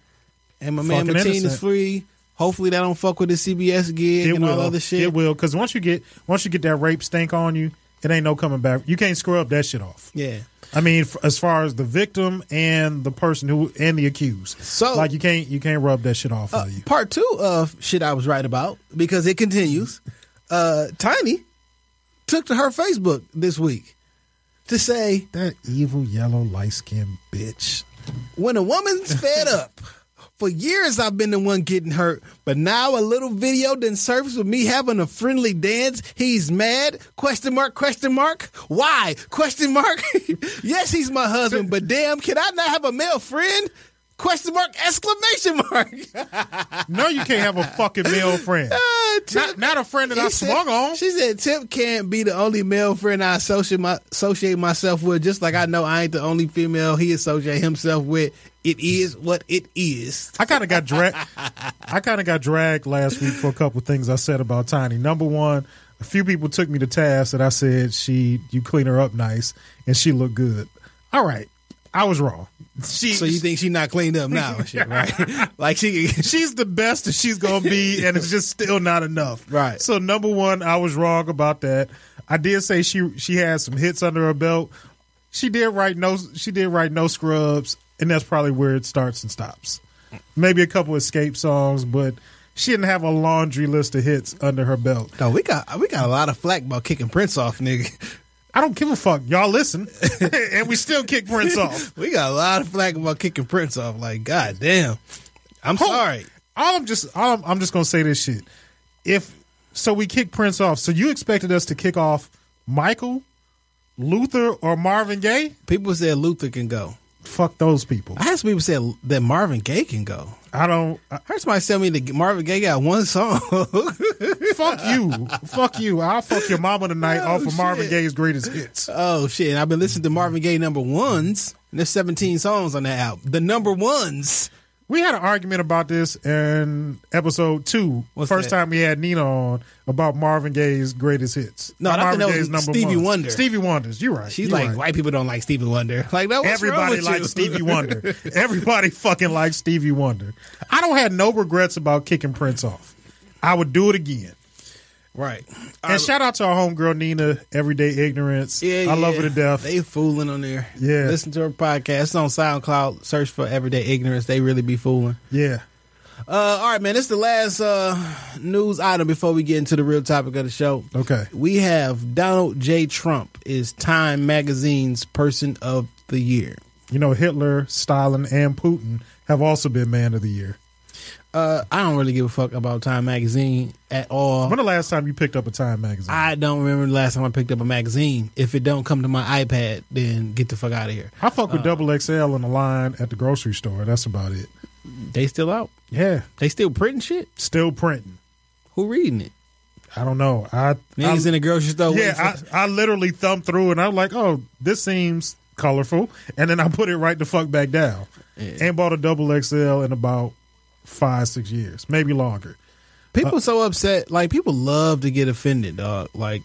D: and my man
E: Fucking
D: Mateen is
E: innocent.
D: free. Hopefully that don't fuck with the CBS gig
E: It
D: and
E: will.
D: all other shit.
E: It will because once you get once you get that rape stink on you, it ain't no coming back. You can't screw up that shit off.
D: Yeah.
E: I mean, f- as far as the victim and the person who and the accused,
D: So-
E: like you can't you can't rub that shit off
D: Uh,
E: of you.
D: part two of shit I was right about because it continues. Uh, Tiny took to her Facebook this week to say
E: That evil yellow light skinned bitch.
D: when a woman's fed up for years i've been the one getting hurt but now a little video then surfaced with me having a friendly dance he's mad question mark question mark why question mark yes he's my husband but damn can i not have a male friend question mark exclamation mark
E: No, you can't have a fucking male friend.
D: Uh, Tip-
E: Not, not a friend that I
D: He said-
E: swung on.
D: She said, "Tip can't be the only male friend I associate my, associate myself with. Just like I know I ain't the only female he associate himself with. It is what it is."
E: I kind of got dragged. I kind of got dragged last week for a couple things I said about Tiny. Number one, a few people took me to task that I said she you clean her up nice and she looked good. All right, I was wrong. She
D: So you think she not cleaned up now and shit, right? like she
E: she's the best that she's gonna be, and it's just still not enough.
D: Right.
E: So number one, I was wrong about that. I did say she she had some hits under her belt. She did write no she did write no scrubs, and that's probably where it starts and stops. Maybe a couple escape songs, but she didn't have a laundry list of hits under her belt.
D: No, we got we got a lot of flack about kicking Prince off, nigga.
E: I don't give a fuck. Y'all listen, and we still kick Prince off.
D: We got a lot of flack about kicking Prince off. Like, god damn. I'm sorry.
E: all I'm just all I'm, I'm just gonna say this shit. If so, we kick Prince off. So you expected us to kick off Michael, Luther, or Marvin Gaye?
D: People said Luther can go.
E: Fuck those people.
D: I had some people say that Marvin Gaye can go.
E: I don't. I,
D: I heard somebody tell me that Marvin Gaye got one song.
E: fuck you. fuck you. I'll fuck your mama tonight off of Marvin
D: Oh, shit.
E: Gaye's greatest hits.
D: oh shit! And I've been listening to Marvin Gaye number ones. And there's 17 songs on that album. The number ones.
E: We had an argument about this in episode two.
D: What's
E: first
D: that?
E: time we had Nina on about Marvin Gaye's greatest hits.
D: No,
E: Not
D: I think
E: Marvin
D: that was Stevie
E: ones.
D: Wonder.
E: Stevie Wonder's. You're right.
D: She's
E: You're
D: like,
E: right.
D: white people don't like Stevie Wonder. Like, no, Oh, what's wrong
E: Everybody
D: with
E: likes
D: you?
E: Stevie Wonder. Everybody fucking likes Stevie Wonder. I don't have no regrets about kicking Prince off. I would do it again.
D: right.
E: And shout out to our homegirl Nina, Everyday Ignorance.
D: Yeah,
E: I love
D: yeah.
E: her to death.
D: They fooling on there.
E: Yeah.
D: Listen to her podcast. It's on SoundCloud. Search for Everyday Ignorance. They really be fooling.
E: yeah.
D: Uh, all right, man. This is the last uh, news item before we get into the real topic of the show.
E: Okay.
D: We have Donald J. Trump is Time Magazine's Person of the Year.
E: You know, Hitler, Stalin, and Putin have also been Man of the Year.
D: Uh, I don't really give a fuck about Time Magazine at all.
E: When the last time you picked up a Time magazine?
D: I don't remember the last time I picked up a magazine. If it don't come to my iPad, then get the fuck out of here.
E: I fuck with double XL in the line at the grocery store. That's about it.
D: They still out.
E: Yeah,
D: They still printing shit.
E: still printing.
D: Who reading it?
E: I don't know. I, I
D: Niggas in the grocery store. waiting for-
E: yeah, I, I literally thumbed through and I'm like, oh, this seems colorful, and then I put it right the fuck back down. And bought a double XL in about five six years, maybe longer.
D: People so upset. Like people love to get offended, dog. Like,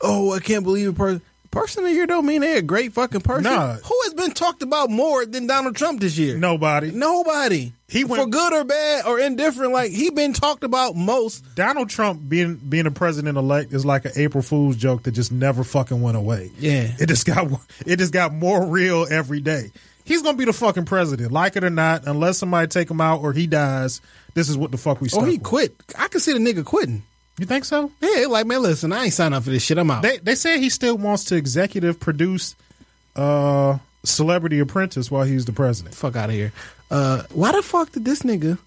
D: oh, I can't believe a person. Person of the year don't mean they're a great fucking person.
E: Nah.
D: Who has been talked about more than Donald Trump this year?
E: Nobody.
D: Nobody.
E: He went-
D: for good or bad or indifferent. Like he been talked about most.
E: Donald Trump being being a president elect is like an April Fool's joke that just never fucking went away.
D: Yeah.
E: it just got it just got more real every day. He's gonna be the fucking president, like it or not, unless somebody take him out or he dies. This is what the fuck we.
D: Or
E: stuck
D: he
E: with.
D: quit. I can see the nigga quitting.
E: Oh, You think so?
D: Yeah, like man, listen, I ain't signing up for this shit. I'm out.
E: They they say he still wants to executive produce, uh, Celebrity Apprentice while he's the president.
D: fuck out of here. Uh, why the fuck did this nigga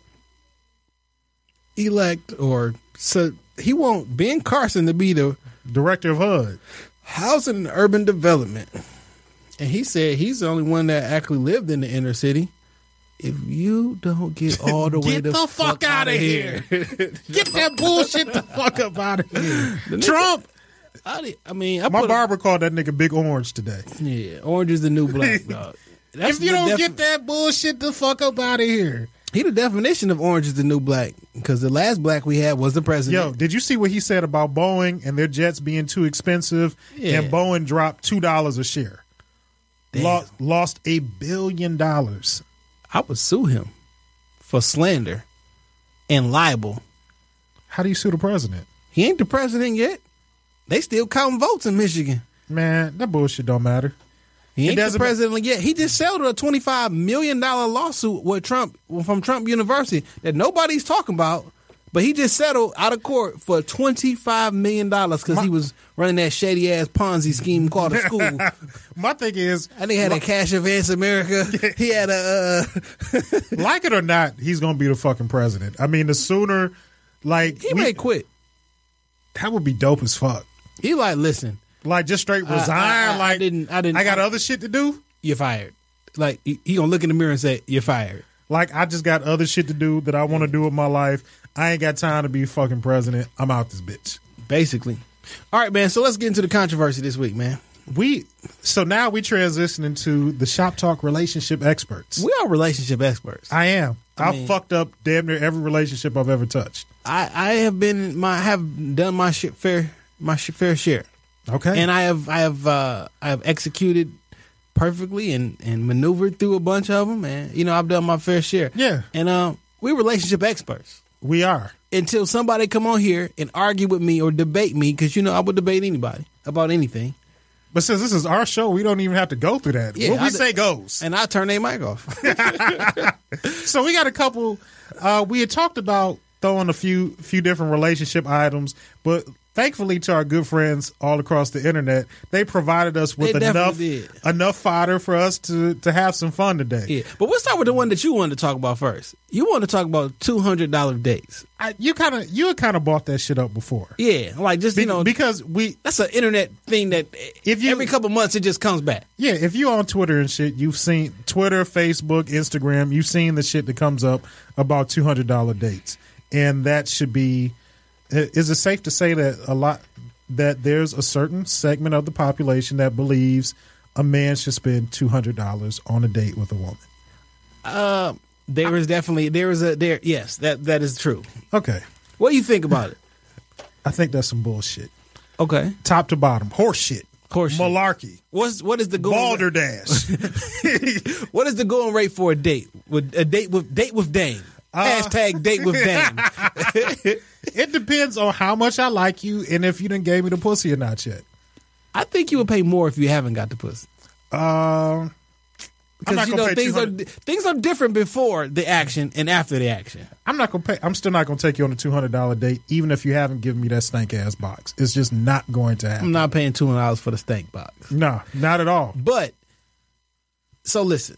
D: elect or so he want Ben Carson to be the
E: Director of HUD.
D: housing and urban development. And he said he's the only one that actually lived in the inner city. If you don't get all the way
E: Get
D: the,
E: the fuck outta
D: outta
E: here. Get that bullshit the fuck up out of here, Trump.
D: I, di- I mean, I
E: My
D: put
E: barber called that nigga Big Orange today.
D: A, yeah, orange is the new black dog. That's
E: if you
D: the
E: don't
D: defi-
E: get that bullshit the fuck up out of here.
D: he the definition of orange is the new black because the last black we had was the president.
E: Yo, did you see what he said about Boeing and their jets being too expensive?
D: Yeah.
E: And Boeing dropped two dollars a share.
D: Damn.
E: Lost lost a billion dollars.
D: I would sue him for slander and libel.
E: How do you sue the president?
D: He ain't the president yet. They still counting votes in Michigan.
E: Man, that bullshit don't matter.
D: He ain't the
E: doesn't ma-
D: president yet. He just settled a twenty-five million dollar lawsuit with Trump from Trump University that nobody's talking about, but he just settled out of court for twenty-five million dollars because he was running that shady ass Ponzi scheme called a school. That
E: My thing is,
D: nigga had a cash advance America. He had a uh,
E: like it or not, he's gonna be the fucking president. I mean, the sooner, like,
D: he
E: we-
D: may quit.
E: that would be dope as fuck.
D: He like, listen,
E: Like, just straight resign.
D: I- I
E: like,
D: didn't- I didn't-
E: I got
D: I-
E: other shit to do.
D: you're fired. Like he, he gonna look in the mirror and say, "You're fired."
E: Like I just got other shit to do that I want to do with my life. I ain't got time to be fucking president. I'm out this bitch.
D: Basically. All right, man. So let's get into the controversy this week, man.
E: We so now we transitioning to the shop talk relationship experts.
D: We are relationship experts.
E: I am. I,
D: mean-
E: fucked up damn near every relationship I've ever touched.
D: I, I have been my have done my shit fair my sh- fair share,
E: Okay,
D: and I have I have uh, I have executed perfectly and and maneuvered through a bunch of them, and you know I've done my fair share.
E: Yeah.
D: and um, we're relationship experts
E: we are.
D: until somebody come on here and argue with me or debate me because you know I would debate anybody about anything,
E: But since this is our show, we don't even have to go through that.
D: Yeah,
E: what we
D: I d-
E: say goes.
D: and I turn their mic off.
E: So we got a couple. Uh, we had talked about throwing a few few different relationship items, but Thankfully, to our good friends all across the internet, they provided us with
D: They
E: enough
D: definitely did.
E: enough fodder for us to to have some fun today.
D: Yeah, but we'll start with the one that you wanted to talk about first. You want to talk about two hundred dollar dates?
E: I, you kind of you kind of bought that shit up before,
D: Yeah, like just
E: Be-
D: you know,
E: because we
D: that's an internet thing that
E: If you-
D: every couple months it just comes back.
E: Yeah, if you on Twitter and shit, you've seen Twitter, Facebook, Instagram, you've seen the shit that comes up about two hundred dollar dates, and that should be. i- Is it safe to say that a lot that there's a certain segment of the population that believes a man should spend two hundred dollars on a date with a woman?
D: There is definitely there is a there yes that that is true.
E: Okay,
D: What do you think about it?
E: I think that's some bullshit,
D: Okay,
E: top to bottom, horse shit,
D: Horse shit.
E: malarkey,
D: what's what is the going
E: balderdash.
D: What is the going rate for a date with a date with date with Dame? Hashtag date with Dame.
E: it depends on how much I like you and if you didn't gave me the pussy or not yet.
D: I think you would pay more if you haven't got the pussy.
E: Um.
D: Because
E: I'm not
D: you
E: gonna
D: know
E: pay
D: things are
E: 200
D: things are different before the action and after the action.
E: I'm not gonna pay. I'm still not gonna take you on a two hundred dollar date, even if you haven't given me that stank ass box. It's just not going to happen.
D: I'm not paying two hundred dollars for the stank box.
E: No, not at all.
D: But so listen,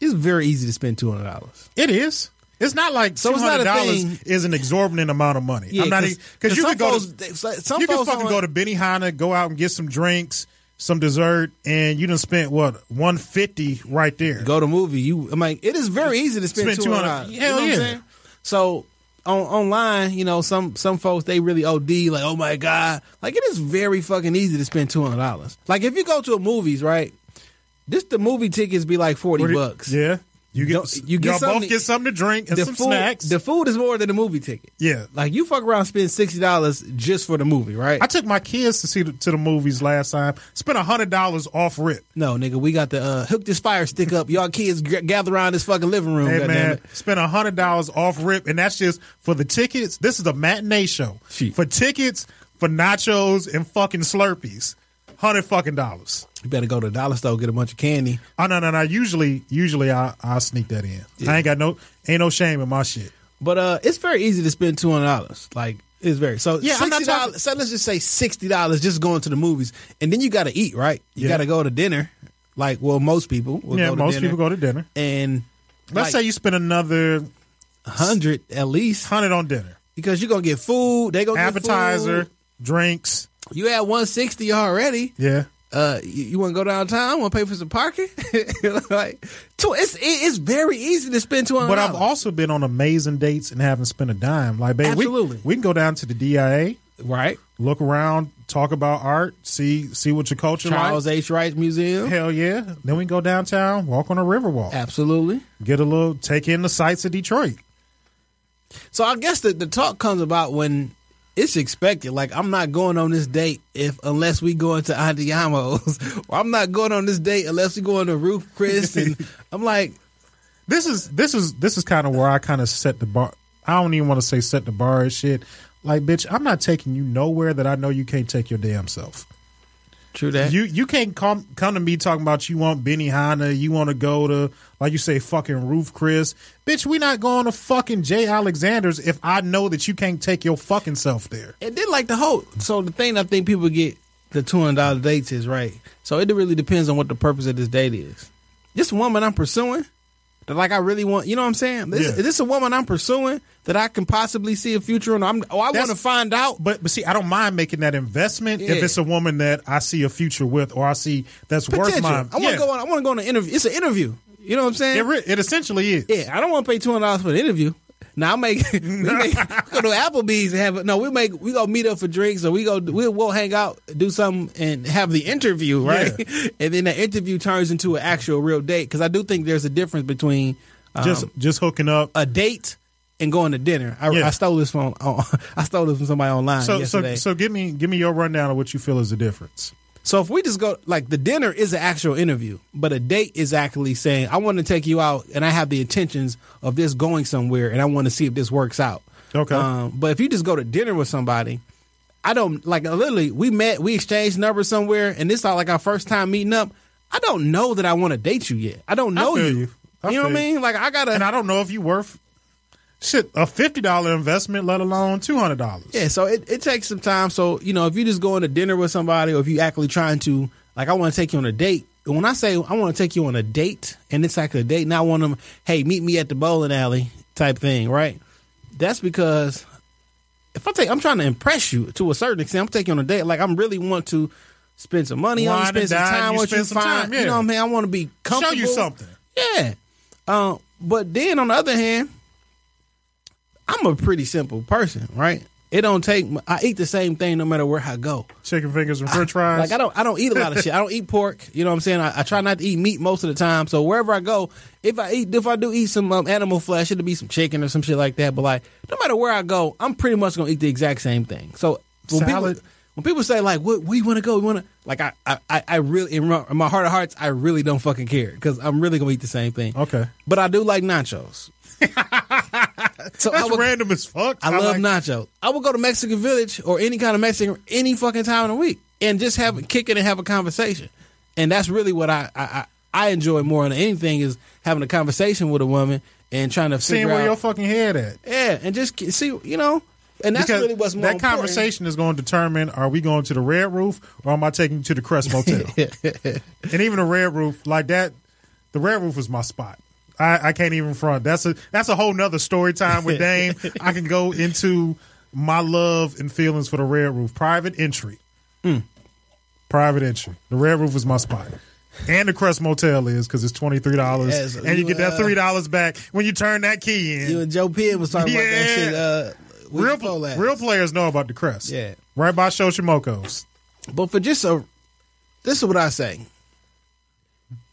D: it's very easy to spend two hundred dollars.
E: It is. It's not like
D: So
E: two
D: it's not
E: hundred
D: a
E: dollars
D: thing-
E: is an exorbitant amount of money. I'm not because you could go. to,
D: some
E: you
D: folks
E: can fucking
D: on-
E: go to Benihana, go out and get some drinks, some dessert, and you done spent what one fifty right there.
D: go to movie. You, I'm like, it is very easy to spend
E: Spend
D: two hundred
E: $200.
D: dollars.
E: Hell
D: you know
E: yeah.
D: What I'm saying? So on online, you know, some some folks they really OD. Like, oh my god, like it is very fucking easy to spend two hundred dollars. Like if you go to a movies, right? This the movie tickets be like forty bucks.
E: Yeah, you get
D: Don't- you get
E: all
D: something-
E: both get something to drink and
D: The
E: some
D: food,
E: snacks.
D: the food is more than the movie ticket.
E: yeah,
D: Like you fuck around, and spend sixty dollars just for the movie, right?
E: I took my kids to see the, to the movies last time. Spent hundred dollars off rip.
D: no, nigga, we got the uh, hook this fire stick up. Y'all kids g- gather around this fucking living room.
E: Hey
D: Oh, goddammit.
E: man, spent hundred dollars off rip, and that's just for the tickets. This is a matinee show.
D: Shit.
E: For tickets, for nachos and fucking Slurpees, hundred fucking dollars.
D: you better go to the dollar store get a bunch of candy.
E: Oh no no no. Usually usually I I sneak that in. I ain't got no ain't no shame in my shit.
D: But uh, it's very easy to spend two hundred dollars. Like it's very so
E: Yeah, I'm not
D: sixty
E: talking-
D: dollars. So let's just say sixty dollars just going to the movies, and then you got to eat, right? You
E: Yeah.
D: got to go to dinner. Like, well, most people. Will
E: yeah,
D: go to
E: most
D: dinner.
E: people go to dinner.
D: And
E: Let's say you spend another
D: hundred at least
E: hundred on dinner,
D: because you're gonna get food. They gonna
E: appetizer,
D: Get
E: drinks.
D: food. You had one sixty already.
E: Yeah.
D: Uh, you, you want to go downtown? Want to pay for some parking? like, two, it's it, it's very easy to spend two hundred.
E: But I've also been on amazing dates and haven't spent a dime. Like, babe, we-
D: Absolutely.
E: we can go down to the DIA.
D: right
E: look around, talk about art, see see what your culture
D: Charles
E: like.
D: H. Wright Museum.
E: Hell yeah! Then we go downtown, walk on the Riverwalk,
D: Absolutely.
E: get a little, take in the sights of Detroit.
D: So I guess the, the talk comes about when it's expected. Like I'm not going on this date if unless we go into Andiamo's, or I'm not going on this date unless we go on the roof, Chris. And I'm like,
E: This is this is this is kind of where I kind of set the bar. I don't even want to say set the bar and shit. Like, bitch, I'm not taking you nowhere that I know you can't take your damn self.
D: true that.
E: You you can't come come to me talking about you want Benny Hanna, you want to go to like you say fucking Roof Chris, bitch. We not going to fucking Jay Alexander's if I know that you can't take your fucking self there.
D: and then like the whole. So the thing I think people get the two hundred dollar dates is right. So it really depends on what the purpose of this date is. This woman I'm pursuing. That like I really want, you know what I'm saying? This,
E: Yeah.
D: Is this a woman I'm pursuing that I can possibly see a future in? I'm, oh, I
E: That's-
D: want to find out.
E: But but see, I don't mind making that investment if
D: Yeah.
E: it's a woman that I see a future with, or I see that's worth
D: potential.
E: my.
D: I want to go on. I want to go on an interview. It's an interview. You know what I'm saying?
E: It, re- it essentially is.
D: yeah, I don't want to pay two hundred dollars for an interview. Now I make, we make we go to Applebee's and have a, no. We make we go meet up for drinks or we go we'll, we'll hang out, do something, and have the interview right. and then the interview turns into an actual real date because I do think there's a difference between um, uh,
E: just just hooking up.
D: a date and going to dinner. I,
E: Yeah.
D: I stole this from I stole this from somebody online
E: so so
D: yesterday.
E: so give me give me your rundown of what you feel is the difference.
D: So if we just go like the dinner is an actual interview, but a date is actually saying I want to take you out and I have the intentions of this going somewhere and I want to see if this works out.
E: Okay.
D: Um, but if you just go to dinner with somebody, I don't like literally we met, we exchanged numbers somewhere, and this is like our first time meeting up. I don't know that I want to date you yet. I don't know
E: feel
D: you.
E: you. I
D: you know what I
E: feel you.
D: mean? Like I gotta.
E: And I don't know if you worth. Shit, a fifty dollar investment, let alone two hundred dollars.
D: Yeah, so it, it takes some time. So, you know, if you just going to dinner with somebody or if you actually trying to, like, I want to take you on a date. When I say I want to take you on a date and it's like a date, not one of them, hey, meet me at the bowling alley type thing, right? That's because if I take, I'm trying to impress you to a certain extent. I'm taking you on a date. Like, I'm really want to spend some money on you,
E: Wine
D: spend
E: and
D: some
E: dine,
D: time
E: you
D: with you,
E: spend some
D: find-
E: time,
D: you
E: yeah.
D: know what I mean? I want to be
E: Show
D: comfortable.
E: you something.
D: Yeah. Um, but then on the other hand, I'm a pretty simple person, right? It don't take. m- I eat the same thing no matter where I go.
E: Chicken fingers and French fries.
D: Like I don't. I don't eat a lot of shit. I don't eat pork. You know what I'm saying? I, I try not to eat meat most of the time. So wherever I go, if I eat, if I do eat some um, animal flesh, it'll be some chicken or some shit like that. But like, no matter where I go, I'm pretty much gonna eat the exact same thing. So when
E: Salad.
D: people when people say like, "What? Where you want to go? You want to?" Like I, I, I- I really in my, in my heart of hearts, I really don't fucking care because I'm really gonna eat the same thing.
E: Okay.
D: But I do like nachos. so I
E: That's
D: would,
E: random as fuck.
D: I, love
E: like-
D: nachos. I would go to Mexican Village or any kind of Mexican any fucking time in the week and just have kick it and have a conversation. And that's really what I I, I, I enjoy more than anything is having a conversation with a woman and trying to
E: seeing
D: figure
E: where your
D: out
E: fucking head at.
D: yeah, and just ki- see you know. And that's
E: because
D: really what's more
E: that
D: important.
E: conversation is going to determine are we going to the Red Roof or am I taking you to the Crest Motel? and even the Red Roof like that, the Red Roof was my spot. I, I can't even front. That's a that's a whole nother story time with Dame. I can go into my love and feelings for the Red Roof. Private entry,
D: Hmm.
E: private entry. The Red Roof was my spot. And the Crest Motel is because it's twenty three dollars,
D: Yeah, so
E: and you
D: you,
E: get that
D: uh,
E: three dollars back when you turn that key in.
D: You and Joe Penn was talking about that
E: Yeah.
D: shit. Uh, with
E: real,
D: Flo last.
E: real players know about the crest.
D: Yeah.
E: Right by Shoshimoko's.
D: But for just a, this is what I say.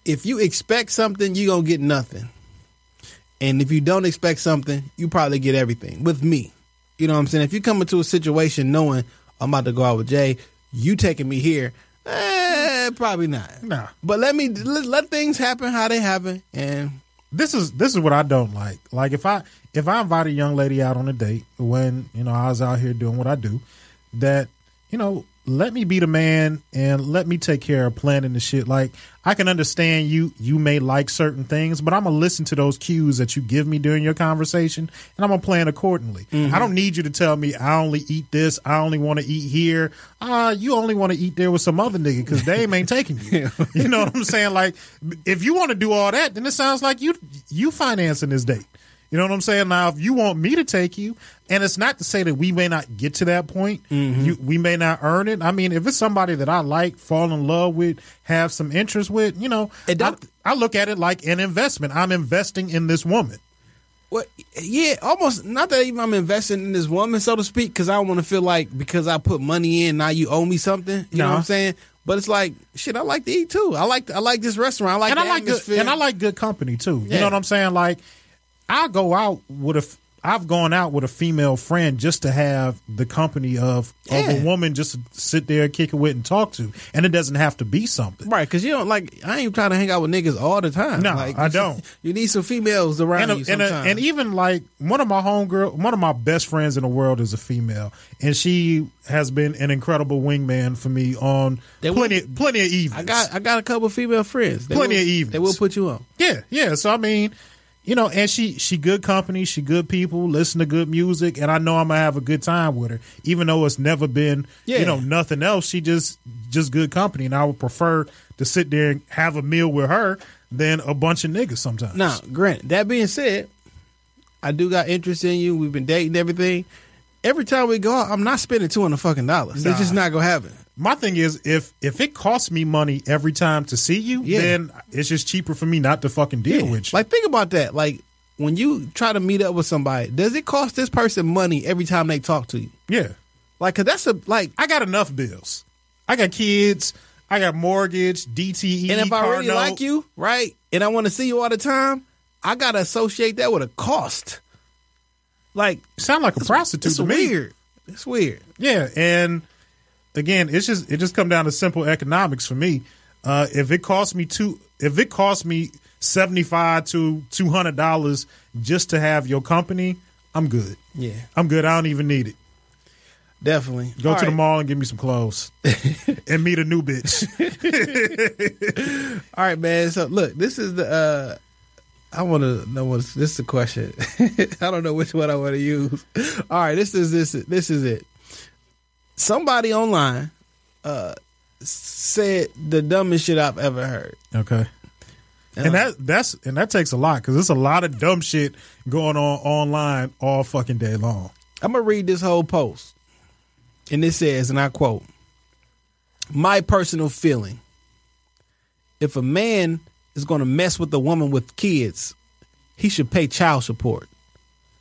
D: If you expect something, you gonna get nothing. And if you don't expect something, you probably get everything. With me, you know what I'm saying. If you come into a situation knowing I'm about to go out with Jay, you taking me here, eh, probably not.
E: Nah.
D: But let me let, let things happen how they happen, and
E: This is this is what I don't like. Like if I if I invite a young lady out on a date when, you know, I was out here doing what I do, that, you know, let me be the man and let me take care of planning the shit. Like I can understand you you may like certain things, but I'm gonna listen to those cues that you give me during your conversation and I'm gonna plan accordingly. I don't need you to tell me I only eat this, I only want to eat here. Uh, you only want to eat there with some other nigga because they ain't taking you. you know what I'm saying? Like, if you want to do all that, then it sounds like you you financing this date. You know what I'm saying? Now, if you want me to take you, and it's not to say that we may not get to that point,
D: Mm-hmm.
E: you, we may not earn it. I mean, if it's somebody that I like, fall in love with, have some interest with, you know,
D: It
E: I,
D: don't-
E: I look at it like an investment. I'm investing in this woman.
D: Well, yeah, almost not that even I'm investing in this woman, so to speak, because I don't want to feel like because I put money in now you owe me something. You know what
E: Nah.
D: I'm saying? But it's like shit. I like to eat too. I like I like this restaurant. I like
E: and
D: the
E: I like good,
D: atmosphere.
E: and I like good company too. You
D: Yeah.
E: know what I'm saying? Like I go out with a f- I've gone out with a female friend just to have the company of, of
D: Yeah.
E: a woman just to sit there kick it with and talk to, and it doesn't have to be something.
D: right because you don't like. I ain't trying to hang out with niggas all the time.
E: No,
D: like,
E: I don't.
D: You need some females around
E: And, a-
D: you
E: and, a-
D: sometimes.
E: and even like one of my homegirl, one of my best friends in the world is a female, and she has been an incredible wingman for me on
D: They will-
E: plenty plenty of evenings.
D: I got I got a couple female friends. They
E: Plenty
D: will,
E: of evenings.
D: They will put you on.
E: Yeah, yeah. So I mean, you know, and she she good company, she good people, listen to good music, and I know I'm gonna have a good time with her, even though it's never been
D: Yeah.
E: you know nothing else. She just just good company, and I would prefer to sit there and have a meal with her than a bunch of niggas sometimes.
D: Now, Grant, that being said, I do got interest in you. We've been dating and everything. Every time we go out, I'm not spending two hundred fucking dollars. It's just not gonna happen.
E: my thing is if if it costs me money every time to see you,
D: Yeah.
E: then it's just cheaper for me not to fucking deal with you.
D: Like, think about that. Like, when you try to meet up with somebody, does it cost this person money every time they talk to you?
E: yeah.
D: Like, cause that's a like.
E: I got enough bills. I got kids. I got mortgage, DTE.
D: And if I
E: car
D: really
E: note.
D: like you, right, and I want to see you all the time, I gotta associate that with a cost. Like,
E: sound like a prostitute
D: it's
E: to me.
D: weird. It's weird.
E: Yeah, and again, it's just it just come down to simple economics for me. Uh, if it costs me two, if it costs me seventy five to two hundred dollars just to have your company, I'm good.
D: Yeah,
E: I'm good. I don't even need it.
D: definitely.
E: Go
D: All
E: to
D: right.
E: the mall and give me some clothes, and meet a new bitch.
D: All right, man. So look, this is the uh I want to know what's this is a question. I don't know which one I want to use. All right, this is this this is it. Somebody online uh said the dumbest shit I've ever heard.
E: Okay. And
D: I-
E: that that's and that takes a lot because there's a lot of dumb shit going on online all fucking day long.
D: I'm gonna read this whole post, and it says, and I quote: "My personal feeling: If a man is gonna mess with a woman with kids, he should pay child support.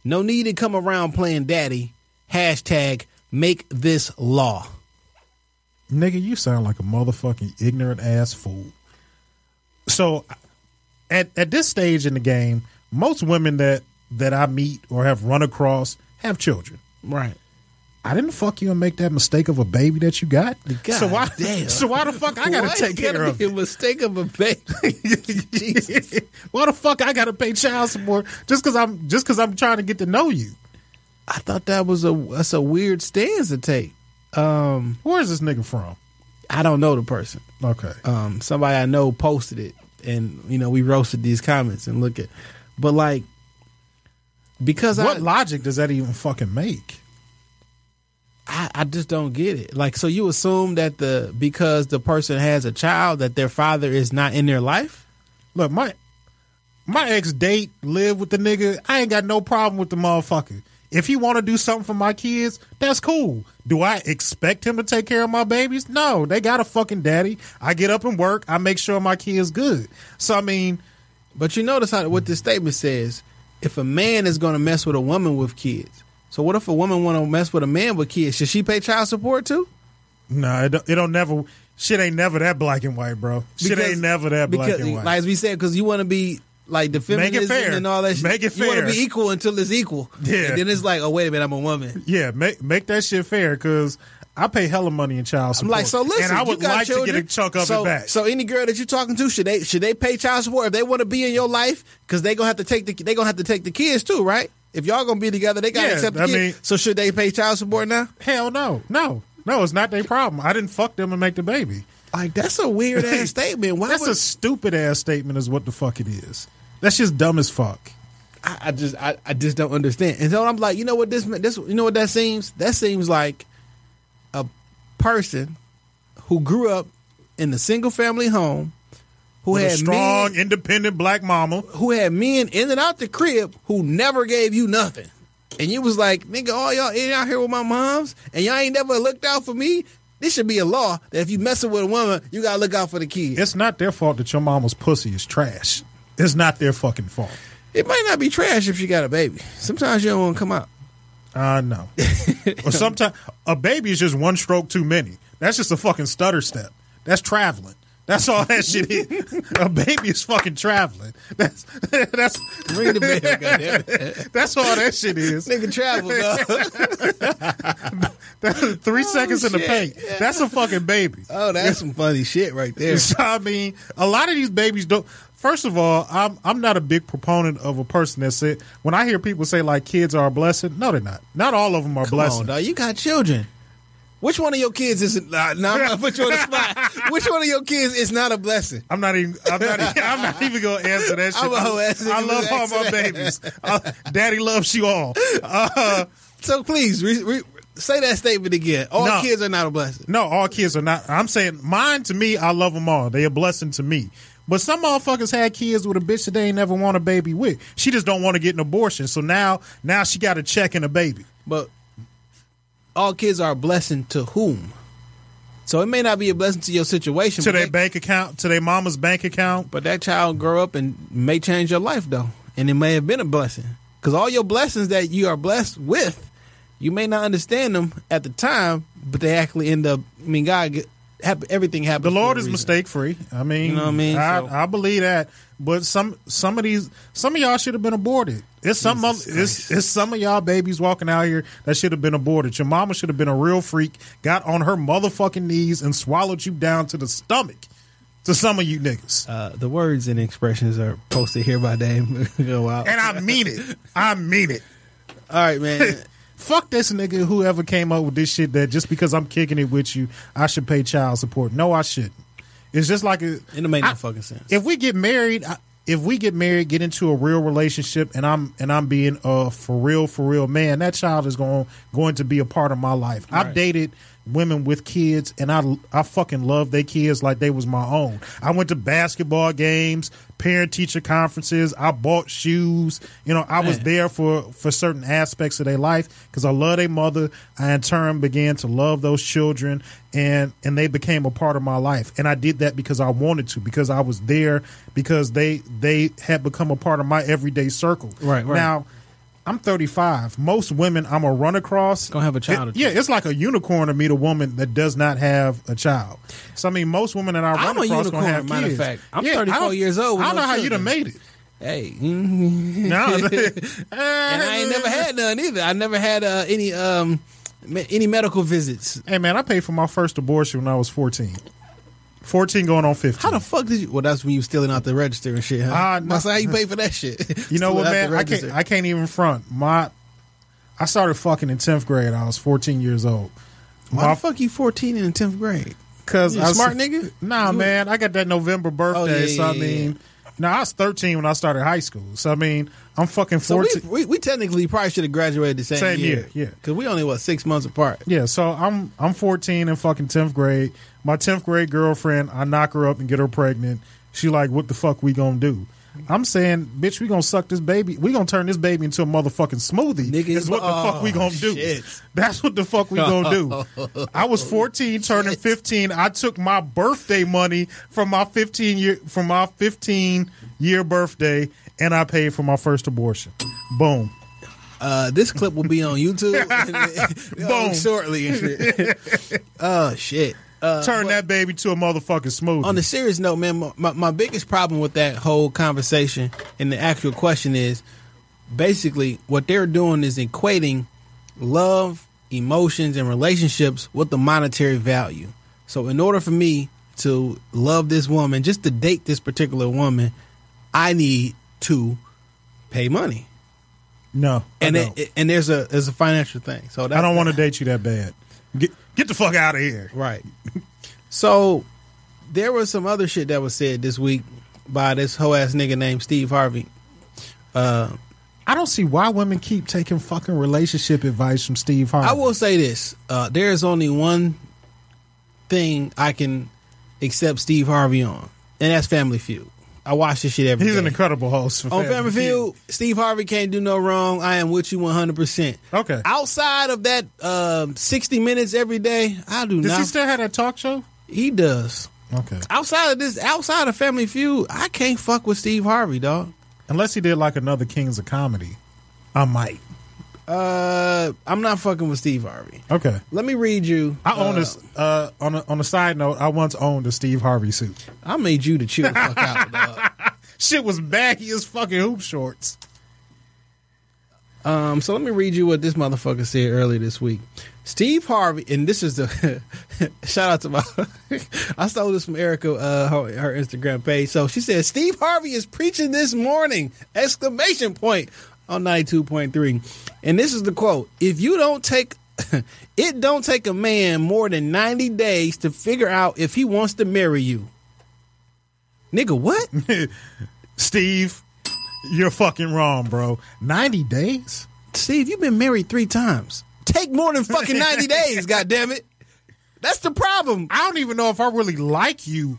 D: No need to come around playing daddy. Hashtag make this law.
E: Nigga, you sound like a motherfucking ignorant ass fool. So at at this stage in the game, most women that that I meet or have run across have children.
D: Right?
E: I didn't fuck you and make that mistake of a baby that you got.
D: God
E: so why
D: damn.
E: so why the fuck I gotta take care of
D: a
E: it?
D: mistake of a baby. Jesus.
E: why the fuck I gotta pay child support just cause I'm just cause I'm trying to get to know you?
D: I thought that was a that's a weird stance to take. Um,
E: Where is this nigga from?
D: I don't know the person.
E: Okay.
D: um, somebody I know posted it, and you know we roasted these comments and look at, but like because I,
E: what logic does that even fucking make?
D: I I just don't get it. Like so you assume that the because the person has a child that their father is not in their life.
E: Look, my my ex date live with the nigga. I ain't got no problem with the motherfucker. If he want to do something for my kids, that's cool. Do I expect him to take care of my babies? No, they got a fucking daddy. I get up and work. I make sure my kids good. So I mean,
D: But you notice how what this statement says: if a man is going to mess with a woman with kids, so what if a woman want to mess with a man with kids? Should she pay child support too?
E: nah, it don't, it don't never. Shit ain't never that black and white, bro. Shit
D: Because-
E: ain't never that black
D: because,
E: and white.
D: Like as we said, because you want to be like the feminism
E: fair.
D: and all that. shit.
E: Make it
D: You want
E: fair.
D: to be equal until it's equal.
E: Yeah.
D: And then it's like, oh wait a minute, I'm a woman.
E: Yeah, make make that shit fair because I pay hella money in child
D: I'm
E: support.
D: like, so listen,
E: and I would
D: you got
E: like
D: children,
E: to get a chunk of
D: so,
E: it back.
D: So any girl that you're talking to, should they should they pay child support if they want to be in your life? Because they gonna have to take the they gonna have to take the kids too, right? If y'all gonna be together, they gotta
E: Yeah,
D: accept the
E: I
D: kids.
E: mean-
D: so should they pay child support now?
E: hell no, no, no, it's not their problem. I didn't fuck them and make the baby.
D: Like that's a weird ass statement. Why
E: That's
D: would
E: a stupid ass statement, is what the fuck it is. That's just dumb as fuck.
D: I, I just I, I just don't understand. And so I'm like, you know what this this you know what that seems? That seems like a person who grew up in a single family home who
E: With a
D: had
E: strong,
D: men,
E: independent black mama.
D: who had men in and out the crib who never gave you nothing. And you was like, nigga, all y'all in out here with my moms and y'all ain't never looked out for me. This should be a law that if you messing with a woman, you gotta look out for the kids.
E: It's not their fault that your mama's pussy is trash. It's not their fucking fault.
D: It might not be trash if she got a baby. Sometimes you don't want to come out.
E: I know. Uh, or sometimes a baby is just one stroke too many. That's just a fucking stutter step. That's traveling. That's all that shit is. a baby is fucking traveling. That's that's
D: Ring the bell, goddamn it.
E: that's all that shit is.
D: Nigga travel, dog.
E: That's three seconds in the
D: Oh, shit.
E: paint. That's a fucking baby.
D: Oh, that's some funny shit right there.
E: So, I mean, a lot of these babies don't. First of all, I'm I'm not a big proponent of a person that said when I hear people say like kids are a blessing. No, they're not. Not all of them are
D: Come
E: blessings.
D: on, dog. You got children. Which one of your kids isn't? Nah, nah, I'm gonna put you on the spot. Which one of your kids is not a blessing?
E: I'm not even. I'm not. Even, I'm not even gonna answer that shit.
D: I'm a whole ass
E: I
D: nigga
E: love
D: who
E: all
D: asked
E: my
D: that.
E: babies. I- Daddy loves you all. Uh,
D: So please re- re- say that statement again. All
E: No.
D: kids are not a blessing.
E: no, all kids are not. I'm saying mine to me. I love them all. They a blessing to me. But some motherfuckers had kids with a bitch that they ain't never want a baby with. She just don't want to get an abortion. So now, now she got a check and a baby.
D: But all kids are a blessing to whom? So it may not be a blessing to your situation,
E: to
D: but,
E: their
D: that,
E: bank account, to their mama's bank account.
D: but that child grow up and may change your life though, and it may have been a blessing because all your blessings that you are blessed with, you may not understand them at the time, but they actually end up. I mean, God, get- hap- everything happens.
E: The Lord
D: for a
E: is
D: reason.
E: mistake free. I mean,
D: You know what I mean?
E: I,
D: So-
E: I believe that. But some some of these some of y'all should have been aborted. It's some of, it's, it's some of y'all babies walking out here that should have been aborted. Your mama should have been a real freak, got on her motherfucking knees and swallowed you down to the stomach. To some of you niggas.
D: Uh, the words and expressions are posted here by name. Go out.
E: and I mean it. I mean it.
D: All right, man.
E: Fuck this nigga whoever came up with this shit that just because I'm kicking it with you, I should pay child support. No, I shouldn't. It's just like a,
D: It don't make no
E: I-
D: fucking sense.
E: If we get married, I, if we get married, get into a real relationship, and I'm and I'm being a for real, for real man, that child is going going to be a part of my life. I've dated women with kids, and I I fucking love their kids like they was my own. I went to basketball games, parent teacher conferences. I bought shoes. You know, I was there for for certain aspects of their life because I love their mother. I in turn began to love those children, and and they became a part of my life. And I did that because I wanted to, because I was there, because they they had become a part of my everyday circle.
D: Right, right.
E: now. I'm 35. Most women I'm gonna run across
D: Gonna have a child
E: It-
D: or
E: yeah, it's like a unicorn to meet a woman that does not have a child. So I mean, most women that I run
D: I'm a
E: across gonna
D: unicorn,
E: have
D: matter of
E: kids.
D: fact. I'm
E: I
D: 34
E: don't-
D: years old with
E: I don't
D: no
E: know how you done
D: children.
E: made it.
D: Hey, mm,
E: No,
D: and I ain't never had none either. I never had uh, any um me- any medical visits.
E: Hey man, I paid for my first abortion when I was 14. 14 going on 15.
D: How the fuck did you? Well, that's when you was stealing out the register and shit. Huh?
E: Ah, no.
D: That's how you pay for that shit.
E: you know
D: Stealing out
E: what,
D: the
E: man? I can't.
D: register.
E: I can't even front my. I started fucking in 10th grade. I was 14 years old.
D: Why
E: My
D: the fuck you 14 in the 10th grade?
E: Cause
D: You a
E: I was-
D: smart nigga? Oh,
E: Nah, man, I got that November birthday.
D: yeah,
E: so I
D: yeah,
E: mean, now I was thirteen when I started high school. So I mean, I'm fucking
D: So we,
E: fourteen.
D: we, we technically probably should have graduated the same,
E: Same
D: year.
E: year, yeah.
D: Because we only, what, six months apart?
E: yeah, so I'm I'm fourteen in fucking tenth grade. My tenth grade girlfriend, I knock her up and get her pregnant. She like, what the fuck we gonna do? I'm saying, bitch, we gonna suck this baby. We gonna turn this baby into a motherfucking smoothie.
D: Nigga,
E: is what the
D: oh,
E: fuck we gonna do?
D: shit.
E: That's what the fuck we gonna do. I was 14, turning 15. I took my birthday money from my 15 year from my 15 year birthday, and I paid for my first abortion. Boom.
D: Uh, this clip will be on YouTube
E: Boom.
D: Boom. shortly. and shit. oh, shit. Uh,
E: Turn that baby to a motherfucking smoothie.
D: on a serious note, man, my- my, my biggest problem with that whole conversation and the actual question is basically what they're doing is equating love, emotions, and relationships with the monetary value. So, in order for me to love this woman, just to date this particular woman, I need to pay money.
E: no, I
D: And
E: don't.
D: it, and there's a there's a financial thing. So that,
E: I don't want to date you that bad. Get get the fuck out of here.
D: Right. So there was some other shit that was said this week by this hoe ass nigga named Steve Harvey.
E: I don't see why women keep taking fucking relationship advice from Steve Harvey.
D: I will say this: uh, there is only one thing I can accept Steve Harvey on, and that's Family Feud. I watch this shit every
E: He's
D: day.
E: an incredible host. For
D: on Family Feud, Steve Harvey can't do no wrong. I am with you one hundred percent.
E: Okay.
D: Outside of that, um, sixty minutes every day, I do
E: Does
D: not.
E: he still have that talk show?
D: he does.
E: Okay.
D: Outside of this, outside of Family Feud, I can't fuck with Steve Harvey, dog.
E: Unless he did like another Kings of Comedy, I might.
D: Uh, I'm not fucking with Steve Harvey.
E: Okay.
D: Let me read you.
E: I own
D: uh,
E: this. Uh, on a, on a side note, I once owned a Steve Harvey suit.
D: I made you to chill the fuck out, dog.
E: Shit was baggy as fucking hoop shorts.
D: Um, so let me read you what this motherfucker said earlier this week. Steve Harvey, and this is the shout out to my. I stole this from Erica, uh, her, her Instagram page. So she said, "Steve Harvey is preaching this morning!" Exclamation point on ninety two point three, and this is the quote: "If you don't take." it don't take a man more than 90 days to figure out if he wants to marry you. Nigga, what?
E: Steve, you're fucking wrong, bro. Ninety days.
D: Steve, you've been married three times. Take more than fucking 90 days, goddammit. That's the problem.
E: I don't even know if I really like you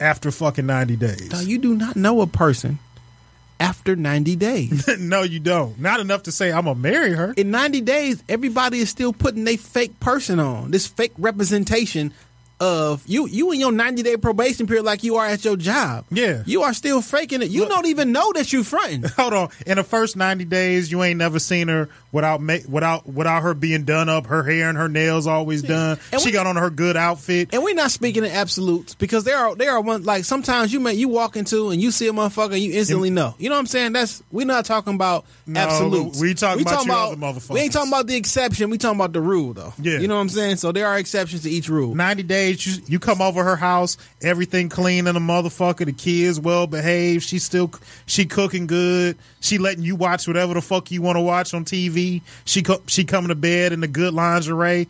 E: after fucking ninety days.
D: No, you do not know a person after 90 days.
E: no, you don't. Not enough to say I'm gonna marry her.
D: In 90 days, everybody is still putting a fake person on, this fake representation of you you in your 90 day probation period like you are at your job.
E: Yeah.
D: You are still faking it. You don't even know that you fronting.
E: Hold on. In the first ninety days, you ain't never seen her without ma- without without her being done up, her hair and her nails always done.
D: And
E: she
D: we-
E: got on her good outfit.
D: And we're not speaking in absolutes because there are there are one like sometimes you may you walk into and you see a motherfucker and you instantly know. You know what I'm saying? That's we're not talking about absolutes.
E: we talking about your other
D: We ain't talking
E: motherfuckers.
D: about the exception. We talking about the rule though.
E: Yeah.
D: You know what I'm saying? So there are exceptions to each rule.
E: 90 days, you, you come over her house, everything clean and the motherfucker, the kids well behaved, she still, she cooking good, she letting you watch whatever the fuck you want to watch on TV, she, co- she coming to bed in the good lingerie.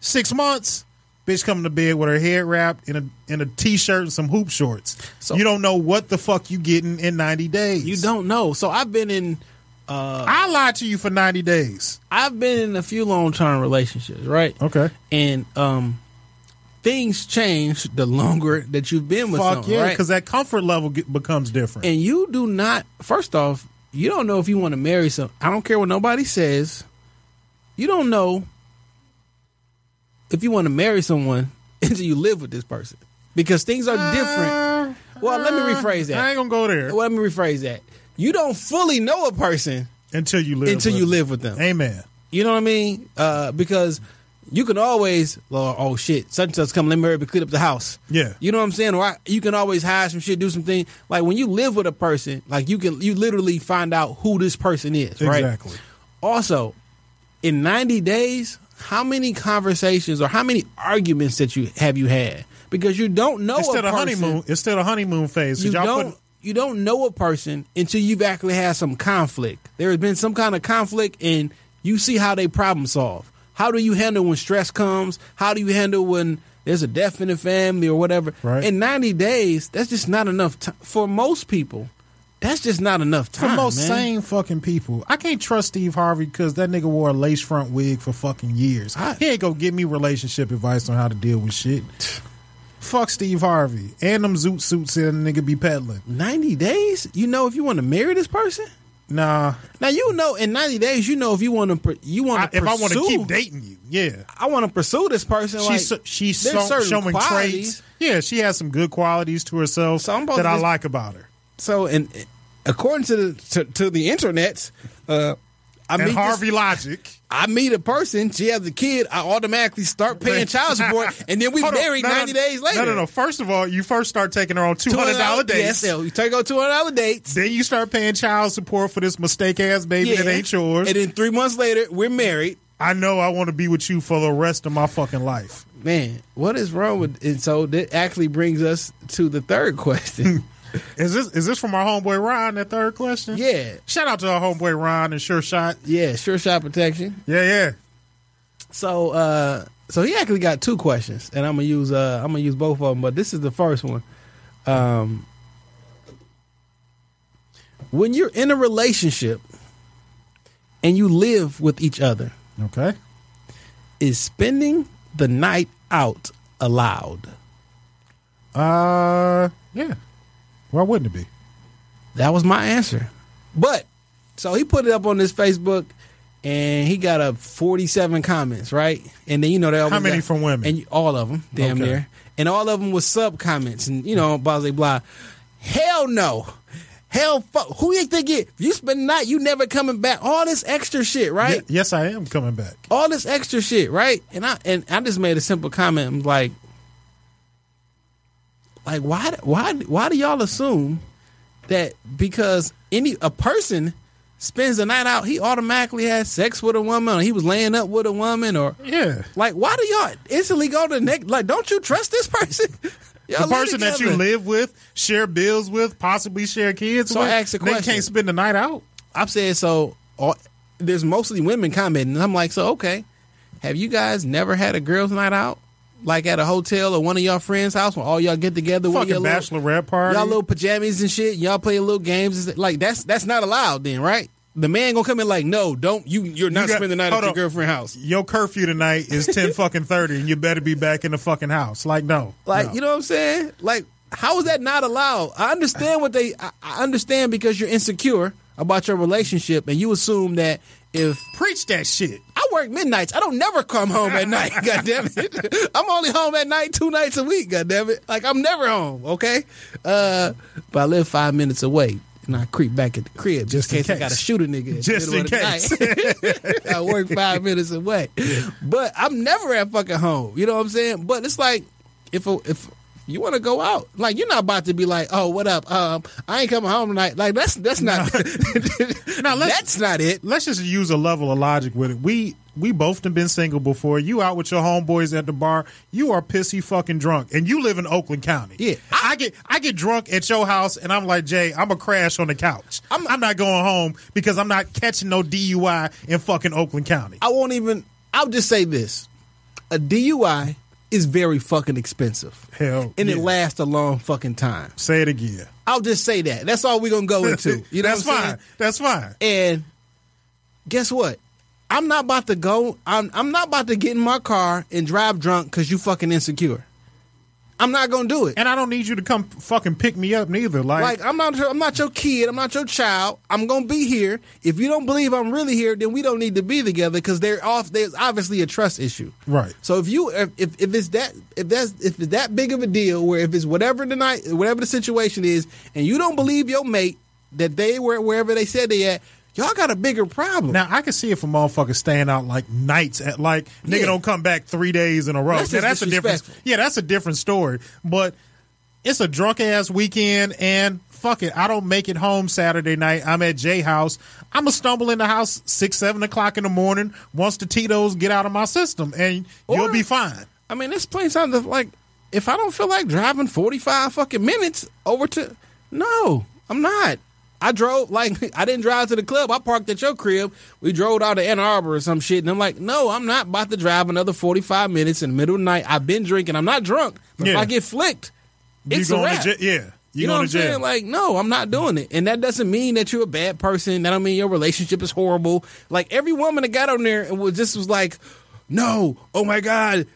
E: Six months, Bitch coming to bed with her head wrapped in a in a t shirt and some hoop shorts.
D: So-
E: you don't know what the fuck you getting in ninety days.
D: You don't know. So I've been in
E: I lied to you for ninety days.
D: I've been in a few long term relationships, right?
E: Okay.
D: And um things change the longer that you've been with
E: Fuck
D: someone,
E: yeah,
D: right?
E: because that comfort level get, becomes different.
D: and you do not first off you don't know if you want to marry some i don't care what nobody says you don't know if you want to marry someone until you live with this person because things are different well let me rephrase
E: Uh, I
D: that
E: ain't gonna go there
D: well, let me rephrase that you don't fully know a person
E: until you live.
D: until
E: with
D: you
E: it.
D: live with them
E: Amen.
D: you know what i mean uh, because you can always well, oh shit such and such coming let me hurry up and clean up the house
E: Yeah.
D: you know what I'm saying? Or I, you can always hide some shit, do some thing. Like when you live with a person, like you can you literally find out who this person is, right?
E: Exactly.
D: Also, in 90 days, how many conversations or how many arguments that you have you had? Because you don't know
E: Instead
D: a
E: Oh, of
D: person,
E: honeymoon, instead of honeymoon phase,
D: You
E: y'all
D: don't
E: put,
D: you don't know a person until you've actually had some conflict. There has been some kind of conflict, and you see how they problem solve. How do you handle when stress comes? How do you handle when there's a death in the family or whatever?
E: Right.
D: In 90 days, that's just not enough time for most people. That's just not enough
E: for
D: time.
E: most
D: man.
E: sane fucking people. I can't trust Steve Harvey because that nigga wore a lace front wig for fucking years.
D: I-
E: he ain't gonna give me relationship advice on how to deal with shit. Fuck Steve Harvey and them zoot suits that nigga be peddling.
D: 90 days? You know if you want to marry this person?
E: Nah,
D: Now you know in 90 days you know if you want to you
E: I,
D: want to
E: if I
D: want
E: want to keep dating you, yeah.
D: I want to pursue this person like
E: She's so, she's
D: there's
E: so,
D: certain
E: showing
D: qualities.
E: traits. Yeah, she has some good qualities to herself
D: So I'm about
E: that
D: to
E: I
D: just-
E: like about her.
D: So, and according to the to, to the internet, uh, I
E: And
D: meet this-
E: Harvey Logic.
D: I meet a person. She has a kid. I automatically start paying child support, and then we
E: Hold on.
D: married
E: No, no,
D: ninety days later.
E: No, no, no. First of all, you first start taking her on two hundred dollar dates.
D: Yes, you take on two hundred dollar dates.
E: Then you start paying child support for this mistake ass baby that
D: Yeah.
E: ain't yours.
D: And then three months later, we're married.
E: I know I want to be with you for the rest of my fucking life.
D: Man, what is wrong with? And so that actually brings us to the third question.
E: Is this is this from our homeboy Ron? That third question.
D: yeah,
E: Shout out to our homeboy Ron and Sure Shot.
D: yeah, sure shot protection.
E: Yeah, yeah.
D: So uh so he actually got two questions and I'm gonna use uh I'm gonna use both of them, but this is the first one. Um when you're in a relationship and you live with each other,
E: Okay.
D: is spending the night out allowed?
E: Uh, yeah. Why wouldn't it be?
D: That was my answer. But so he put it up on his Facebook and he got a 47 comments, right? And then you know they always
E: How many
D: got-
E: from women?
D: And you- all of them, damn
E: Okay.
D: near. And all of them was sub comments and you know blah blah blah. Hell no. Hell fuck. Who you think it? You spend the night, you never coming back. All this extra shit, right?
E: Ye- yes, I am coming back.
D: all this extra shit, right? And I and I just made a simple comment I'm like like why why why do y'all assume that because any a person spends the night out, he automatically has sex with a woman or he was laying up with a woman or
E: Yeah.
D: like why do y'all instantly go to the next like don't you trust this person?
E: The
D: Y'all live
E: person that you
D: together.
E: live with, share bills with, possibly share kids
D: So I
E: with,
D: asked the
E: they
D: question.
E: can't spend the night out.
D: I'm saying so. All, there's mostly women commenting. And I'm like, so okay. Have you guys never had a girls' night out, like at a hotel or one of y'all friends' house, where all y'all get together? with
E: Fucking
D: your little-
E: bachelorette party.
D: Y'all little pajamas and shit. Y'all play little games. and shit. Like that's that's not allowed then, right? The man gonna come in like, no, don't you. You're not
E: got-
D: spending the night at
E: hold
D: your
E: on.
D: girlfriend house.
E: Your curfew tonight is ten fucking thirty, and you better be back in the fucking house. Like no,
D: Like
E: no.
D: you know what I'm saying? Like how is that not allowed? I understand what they. I, I understand because you're insecure about your relationship and you assume that if
E: preach that shit.
D: I work midnights. I don't never come home at night. God damn it! I'm only home at night two nights a week. God damn it! Like I'm never home. Okay, uh, but I live five minutes away, and I creep back at the crib just,
E: in
D: in case, I
E: case.
D: got to shoot a nigga. at the
E: Just
D: middle
E: in
D: of the night. I work five minutes away, but I'm never at fucking home. You know what I'm saying? But it's like if a, if you want to go out, like you're not about to be like, oh, what up? Um, I ain't coming home tonight. Like that's that's not
E: Now let's
D: that's not it.
E: let's just use a level of logic with it. We we both have been single before. You out with your homeboys at the bar. You are pissy fucking drunk, and you live in Oakland County.
D: Yeah.
E: I, get I get drunk at your house, and I'm like Jay, I'm a crash on the couch. I'm, I'm not going home because I'm not catching no DUI in fucking Oakland County.
D: I won't even. I'll just say this: a DUI is very fucking expensive.
E: Hell,
D: And it
E: yeah.
D: lasts a long fucking time.
E: Say it again.
D: I'll just say that. That's all we're gonna go into. You know
E: That's
D: what I'm
E: fine.
D: saying?
E: That's fine.
D: And guess what? I'm not about to go. I'm I'm not about to get in my car and drive drunk because you fucking insecure. I'm not gonna do it.
E: And I don't need you to come fucking pick me up neither. Like,
D: Like I'm not I'm not your kid. I'm not your child. I'm gonna be here. If you don't believe I'm really here, then we don't need to be together because they're off. There's obviously a trust issue.
E: Right.
D: So if you if if if it's that if that's if it's that big of a deal where if it's whatever the night whatever the situation is and you don't believe your mate that they were wherever they said they at, y'all got a bigger problem.
E: now I can see if a motherfucker staying out like nights at like nigga
D: Yeah.
E: don't come back three days in a row.
D: That's
E: Now,
D: just
E: that's a different.
D: disrespectful.
E: Yeah, that's a different story. But it's a drunk ass weekend and. Fuck it. I don't make it home Saturday night. I'm at J House. I'm going to stumble in the house six, seven o'clock in the morning once the Tito's get out of my system and
D: Or-
E: you'll be fine.
D: I mean, this plain sounds like if I don't feel like driving 45 fucking minutes over to. No, I'm not. I drove, like, I didn't drive to the club. I parked at your crib. We drove out to Ann Arbor or some shit. And I'm like, no, I'm not about to drive another 45 minutes in the middle of the night. I've been drinking. I'm not drunk. But if
E: Yeah.
D: I get flicked, it's
E: you
D: a
E: going
D: wrap.
E: to jail. Yeah. You,
D: You know
E: going
D: what I'm
E: to jail.
D: saying? Like, no, I'm not doing it. And that doesn't mean that you're a bad person. That don't mean your relationship is horrible. Like every woman that got on there and was just was like, no, oh my god,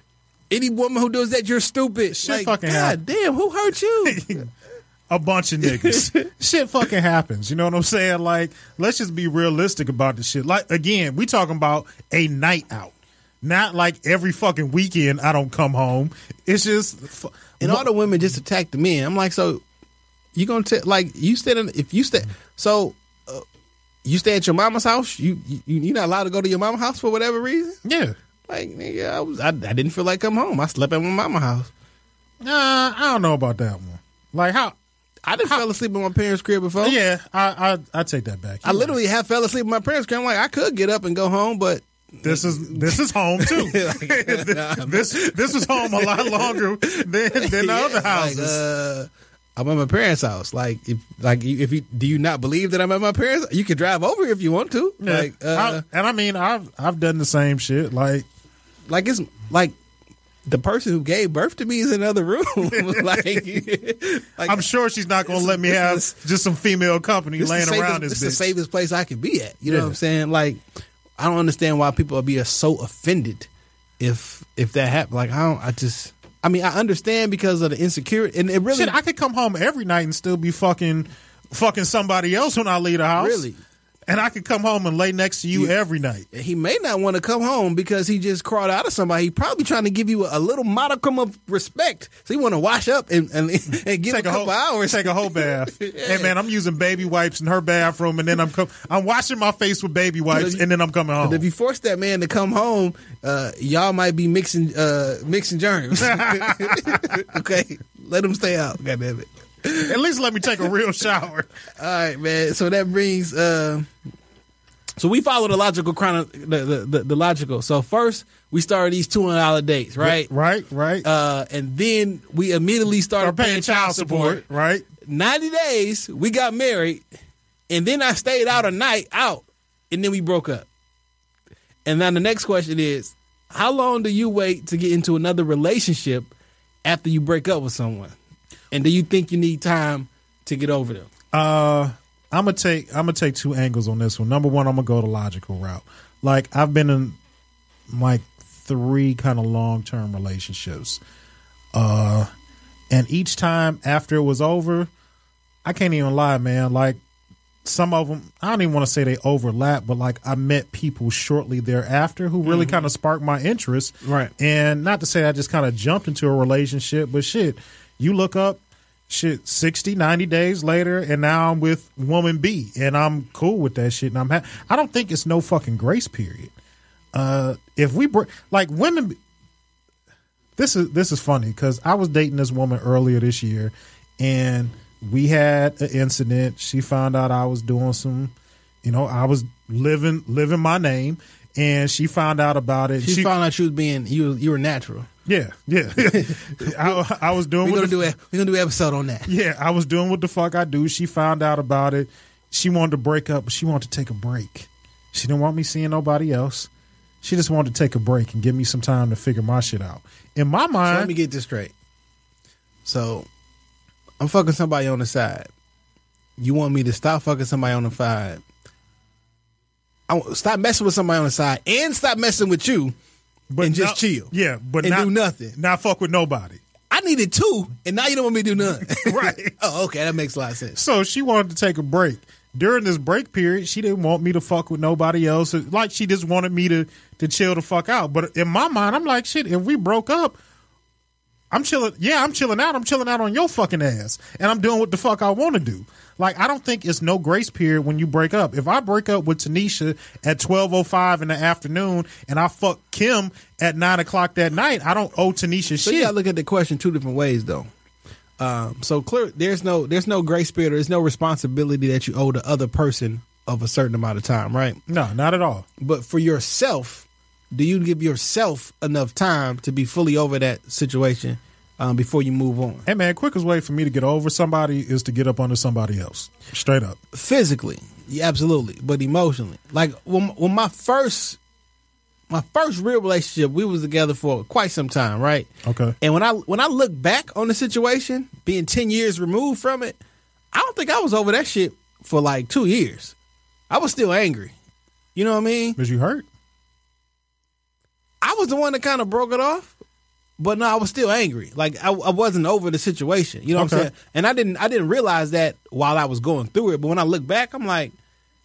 D: any woman who does that, you're stupid.
E: Shit
D: like,
E: fucking
D: god
E: happen.
D: damn, who hurt you?
E: a bunch of niggas. shit fucking happens. You know what I'm saying? Like, let's just be realistic about this shit. Like, again, we talking about a night out. Not like every fucking weekend I don't come home. It's just fu-
D: and all the women just attacked the men. I'm like, so you gonna tell like you stay in, if you stay so. Uh, you stay at your mama's house. You you you're not allowed to go to your mama's house for whatever reason.
E: yeah.
D: Like nigga, I was I, I didn't feel like coming home. I slept at my mama's house.
E: Nah, I don't know about that one. Like how?
D: I didn't fell asleep in my parents' crib before.
E: Yeah, I I, I take that back.
D: Oh. I literally have fell asleep in my parents' crib. I'm like, I could get up and go home, but
E: this is this is home too.
D: uh,
E: this this was home a lot longer than than the
D: Yeah,
E: other houses.
D: Like, uh, I'm at my parents' house. Like, if like you- if you do you not believe that I'm at my parents, you can drive over if you want to.
E: Yeah.
D: Like, uh,
E: I- and I mean, I've I've done the same shit. Like,
D: like it's like the person who gave birth to me is in another room. like, like
E: I'm sure she's not going to let me
D: this
E: have
D: is-
E: just some female company
D: This
E: laying
D: the safest,
E: around
D: this
E: this,
D: the
E: bitch.
D: safest place I could be at. You know
E: Yeah.
D: what I'm saying? Like, I don't understand why people be so offended if if that happened. Like, I don't. I just. I mean, I understand because of the insecurity, and it really,
E: Shit, I could come home every night and still be fucking fucking somebody else when I leave the house.
D: Really?
E: And I could come home and lay next to you every night.
D: he may not want to come home because he just crawled out of somebody. He probably trying to give you a, a little modicum of respect, so he want to wash up and and, and give
E: Take
D: a
E: a whole
D: couple hours.
E: Take a whole bath. Hey man, I'm using baby wipes in her bathroom, and then I'm com- I'm washing my face with baby wipes,
D: you-
E: and then I'm coming home.
D: But if you force that man to come home, uh, y'all might be mixing uh, mixing germs. okay, let him stay out. God damn it.
E: At least let me take a real shower.
D: All right, man. So that brings. Uh, so we follow the logical chrono, the, the, the, the logical. So first we started these two hundred dollar dates, right?
E: right, right.
D: Uh, and then we immediately started
E: Or paying child support, right?
D: Ninety days. We got married, and then I stayed out a night out, and then we broke up. And then the next question is, how long do you wait to get into another relationship after you break up with someone? And do you think you need time to get over them?
E: Uh, I'm gonna take I'm gonna take two angles on this one. Number one, I'm gonna go the logical route. Like I've been in like three kind of long term relationships, uh, and each time after it was over, I can't even lie, man. Like some of them, I don't even want to say they overlap, but like I met people shortly thereafter who really kind of sparked my interest.
D: Right.
E: And not to say I just kind of jumped into a relationship, but shit, you look up shit 60 90 days later and now i'm with woman b and i'm cool with that shit and i'm ha- i don't think it's no fucking grace period uh if we br- like women this is this is funny because I was dating this woman earlier this year, and we had an incident. She found out I was doing some, you know, I was living living my name, and she found out about it.
D: She, found out she was being you. You were natural.
E: yeah, yeah. I, I was doing
D: We're
E: what
D: gonna do
E: the-
D: a, we're gonna do an episode on that.
E: yeah, I was doing what the fuck I do. She found out about it. She wanted to break up, but she wanted to take a break. She didn't want me seeing nobody else. She just wanted to take a break and give me some time to figure my shit out. In my
D: So
E: mind,
D: let me get this straight. So I'm fucking somebody on the side. You want me to stop fucking somebody on the side? I want, stop messing with somebody on the side and stop messing with you and just
E: not-
D: chill.
E: Yeah, but
D: and
E: not,
D: do nothing.
E: Not fuck with nobody.
D: I needed two, and now you don't want me to do nothing.
E: Right.
D: oh, okay, that makes a lot of sense.
E: So she wanted to take a break. During this break period, she didn't want me to fuck with nobody else. Like she just wanted me to to chill the fuck out. But in my mind, I'm like, shit, if we broke up, I'm chilling. Yeah, I'm chilling out. I'm chilling out on your fucking ass, and I'm doing what the fuck I want to do. Like I don't think it's no grace period when you break up. If I break up with Tanisha at twelve oh five in the afternoon, and I fuck Kim at nine o'clock that night, I don't owe
D: So
E: Tanisha shit.
D: you gotta look at the question two different ways though. Um, so clear, there's no there's no gray spirit. There's no responsibility that you owe the other person of a certain amount of time, right?
E: no, not at all.
D: But for yourself, do you give yourself enough time to be fully over that situation um, before you move on?
E: Hey man, quickest way for me to get over somebody is to get up under somebody else. Straight up.
D: Physically, yeah, absolutely, but emotionally, like when when my first my first real relationship, we was together for quite some time, right?
E: Okay.
D: And when I when I look back on the situation, being ten years removed from it, I don't think I was over that shit for like two years. I was still angry. You know what I mean?
E: Was you hurt?
D: I was the one that kind of broke it off, but no, I was still angry. Like I, I wasn't over the situation. You know what I'm
E: Okay.
D: saying? And I didn't I didn't realize that while I was going through it. But when I look back, I'm like,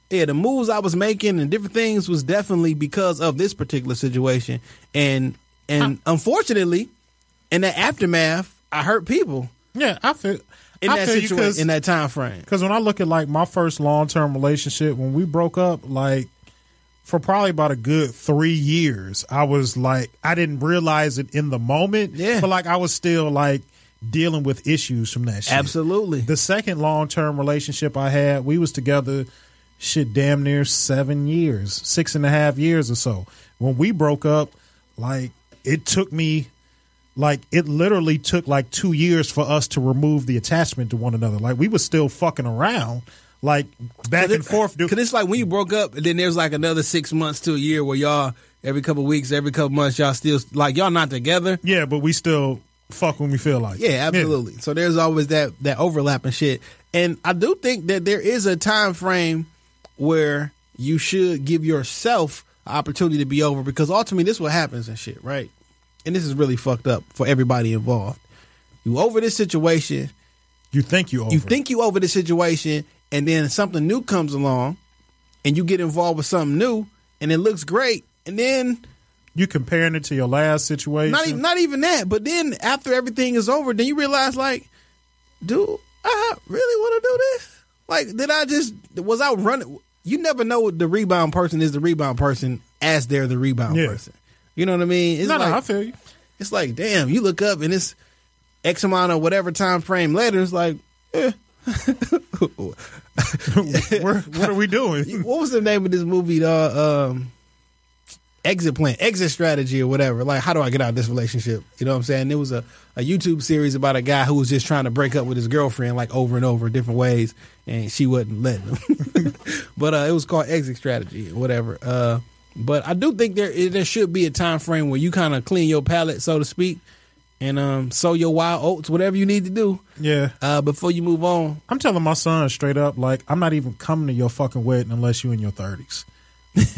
D: yeah, the moves I was making and different things was definitely because of this particular situation. And and unfortunately, in the aftermath, I hurt people
E: Yeah, I feel
D: in
E: I
D: that
E: feel you
D: situation
E: 'cause-
D: in that time frame.
E: Because when I look at like my first long term relationship, when we broke up, like for probably about a good three years, I was like, I didn't realize it in the moment.
D: Yeah.
E: But like, I was still like dealing with issues from that shit.
D: Absolutely.
E: The second long term relationship I had, we was together shit damn near seven years, six and a half years or so. When we broke up, like it took me like it literally took like two years for us to remove the attachment to one another. Like we was still fucking around, like back and forth. Dude.
D: Because it's like when you broke up, and then there's like another six months to a year where y'all every couple weeks, every couple months, y'all still like y'all not together.
E: Yeah, but we still fuck when we feel like. it.
D: Yeah, absolutely. So there's always that that overlap and shit. And I do think that there is a time frame where you should give yourself an opportunity to be over because ultimately this is what happens and shit, right? And this is really fucked up for everybody involved. You over this situation,
E: You think you over?
D: you think you over the situation, and then something new comes along, and you get involved with something new, and it looks great, and then
E: you comparing it to your last situation?
D: not even not even that. But then after everything is over, then you realize like, do I really want to do this? Like, did I just was I running? You never know the rebound person is the rebound person as they're the rebound
E: Yeah.
D: person. You know what I mean? It's
E: No,
D: like,
E: no, I feel you.
D: It's like, damn, you look up and it's X amount of whatever time frame later. It's like, eh.
E: Where, what are we doing?
D: what was the name of this movie? dawg? um, exit plan, exit strategy, or whatever. Like, how do I get out of this relationship? You know what I'm saying? There was a, a YouTube series about a guy who was just trying to break up with his girlfriend, like over and over, different ways, and she wasn't letting him. but uh, it was called exit strategy, or whatever. Uh, but I do think there there should be a time frame where you kind of clean your palate, so to speak, and um, sow your wild oats, whatever you need to do.
E: yeah.
D: Uh, before you move on,
E: I'm telling my son straight up, like I'm not even coming to your fucking wedding unless you in your 30s.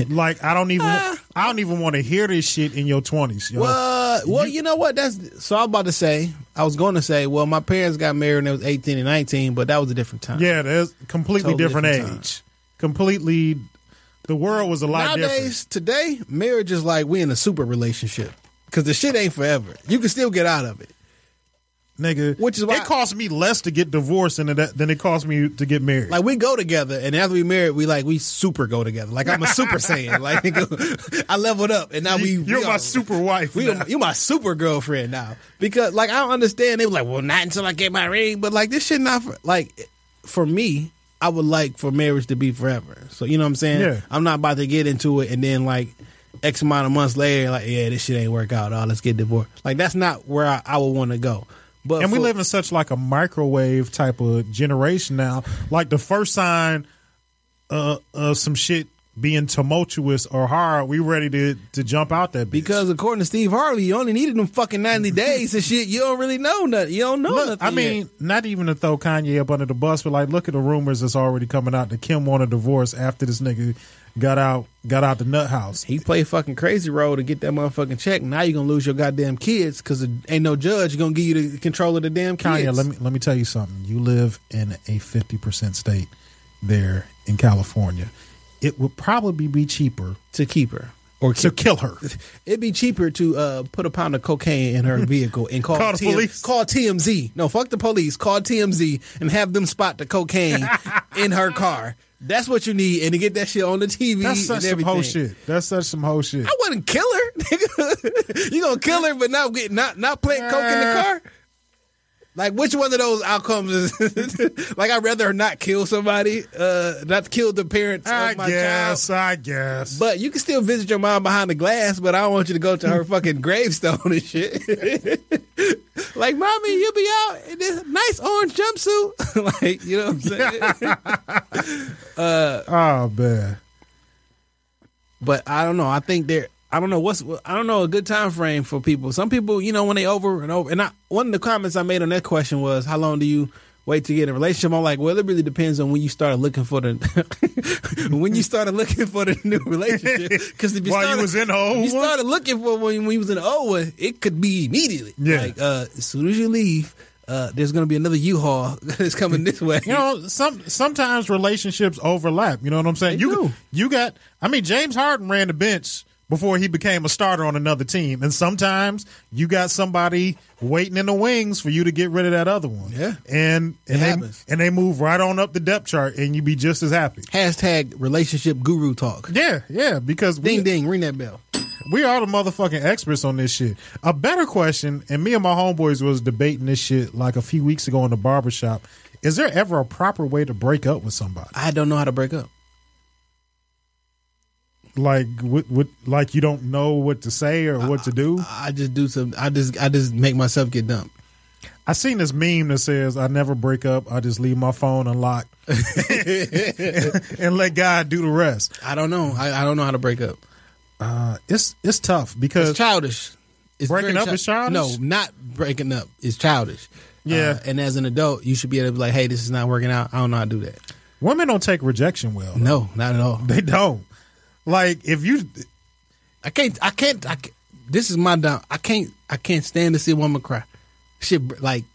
E: like I don't even, I don't even want to hear this shit in your 20s. Yo.
D: Ah. Well, well, you, know what? That's so. I'm about to say. I was going to say. Well, my parents got married when they was 18 and 19, but that was a different time.
E: Yeah, that's completely
D: Totally
E: different,
D: different
E: age. Completely, the world was a lot different.
D: Nowadays, today, marriage is like we in a super relationship because the shit ain't forever. You can still get out of it.
E: nigga.
D: Which is why-
E: it cost me less to get divorced than it, than it cost me to get married.
D: Like we go together, and after we married, we like we super go together. Like I'm a super saiyan. Like nigga, I leveled up, and now we
E: You- you're
D: we
E: my
D: are-
E: super wife.
D: We,
E: now.
D: you my super girlfriend now because like I don't understand. They were like, well, not until I get my ring, but like this shit not for like for me. I would like for marriage to be forever. So you know what I'm saying.
E: Yeah.
D: I'm not about to get into it and then like X amount of months later, like yeah, this shit ain't work out. Oh, let's get divorced. Like that's not where I, I would want to go. But
E: and we
D: for-
E: live in such like a microwave type of generation now. Like the first sign uh, of some shit being tumultuous or hard, we ready to to jump out that bitch.
D: Because according to Steve Harvey, you only needed them fucking 90 days and shit. You don't really know nothing. You don't know
E: Look,
D: nothing.
E: I mean,
D: yet.
E: not even to throw Kanye up under the bus, but like, look at the rumors that's already coming out that Kim want a divorce after this nigga got out got out the nut house.
D: he played fucking crazy role to get that motherfucking check. Now you're going to lose your goddamn kids because ain't no judge going to give you the control of the damn kids.
E: Kanye, let me let me tell you something. You live in a fifty percent state there in California. It would probably be cheaper
D: to keep her. Or
E: to
D: keep
E: kill her.
D: It'd be cheaper to uh, put a pound of cocaine in her vehicle and call,
E: Call the
D: TM
E: police.
D: Call TMZ. No, fuck the police. Call TMZ and have them spot the cocaine in her car. That's what you need, and to get that shit on the TV.
E: That's such
D: and
E: some
D: everything.
E: whole shit. That's such some whole shit.
D: I wouldn't kill her. nigga. you gonna kill her, but not get not not plant coke in the car. Like which one of those outcomes is? like I'd rather not kill somebody, uh, not kill the parents
E: I
D: of my child.
E: guess. I guess.
D: But you can still visit your mom behind the glass, but I don't want you to go to her fucking gravestone and shit. like, mommy, you'll be out in this nice orange jumpsuit. like, you know what I'm saying?
E: oh man.
D: But I don't know. I think there. I don't know what's. I don't know a good time frame for people. Some people, you know, when they over and over. And I, one of the comments I made on that question was, "How long do you wait to get in a relationship?" I'm like, well, it really depends on when you started looking for the when you started looking for the new relationship. Because if you
E: While you
D: started,
E: was in the old
D: if you
E: one?
D: started looking for when, when you was in the old one, it could be immediately.
E: Yeah.
D: Like uh, as soon as you leave, uh, there's gonna be another U-Haul that's coming this way.
E: You know, some sometimes relationships overlap. You know what I'm saying?
D: They
E: you
D: do.
E: you got. I mean, James Harden ran the bench before he became a starter on another team, and sometimes you got somebody waiting in the wings for you to get rid of that other one.
D: Yeah.
E: and and they
D: happens.
E: and they move right on up the depth chart, and you be just as happy.
D: Hashtag relationship guru talk.
E: Yeah, yeah, because we,
D: Ding ding, ring that bell.
E: we are the motherfucking experts on this shit. A better question, and me and my homeboys was debating this shit like a few weeks ago in the barbershop. Is there ever a proper way to break up with somebody?
D: I don't know how to break up.
E: like what, what like you don't know what to say or what to do.
D: I just do some. I just I just make myself get dumped.
E: I seen this meme that says, "I never break up. I just leave my phone unlocked and let God do the rest."
D: I don't know. I, I don't know how to break up.
E: Uh, it's it's tough
D: It's
E: because
D: childish. It's
E: Breaking
D: very
E: up is childish?
D: No, not breaking up is childish. Uh,
E: Yeah.
D: and as an adult, you should be able to be like, "Hey, this is not working out. I don't know how to do that."
E: women don't take rejection well.
D: No, not at all.
E: They don't. Like if you
D: I can't. I can't. I can't this is my down. I can't. I can't stand to see a woman cry. Shit, br- like,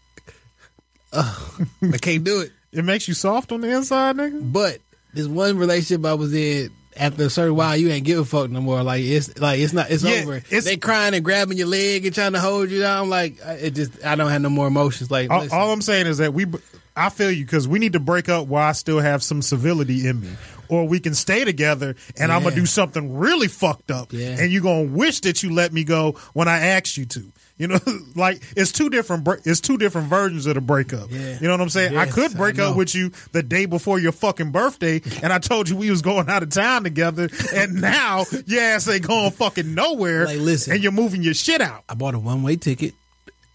D: ugh, I can't do it.
E: it makes you soft on the inside, nigga.
D: But this one relationship I was in, after a certain while, you ain't give a fuck no more. Like it's like it's not it's
E: Yeah,
D: over.
E: it's-
D: they crying and grabbing your leg and trying to hold you down. Like I- it just I don't have no more emotions. Like
E: All,
D: listen,
E: all I'm saying is that we I feel you cuz we need to break up while I still have some civility in me. Or we can stay together and I'm going to
D: Yeah.
E: do something really fucked up
D: Yeah.
E: and you're going to wish that you let me go when I asked you to. You know, like it's two different bre- it's two different versions of the breakup.
D: Yeah.
E: You know what I'm saying? I
D: Yes,
E: could
D: I
E: break up
D: know.
E: with you the day before your fucking birthday and I told you we was going out of town together and now your ass ain't going fucking nowhere
D: Like, listen.
E: and you're moving your shit out.
D: I bought a one way ticket,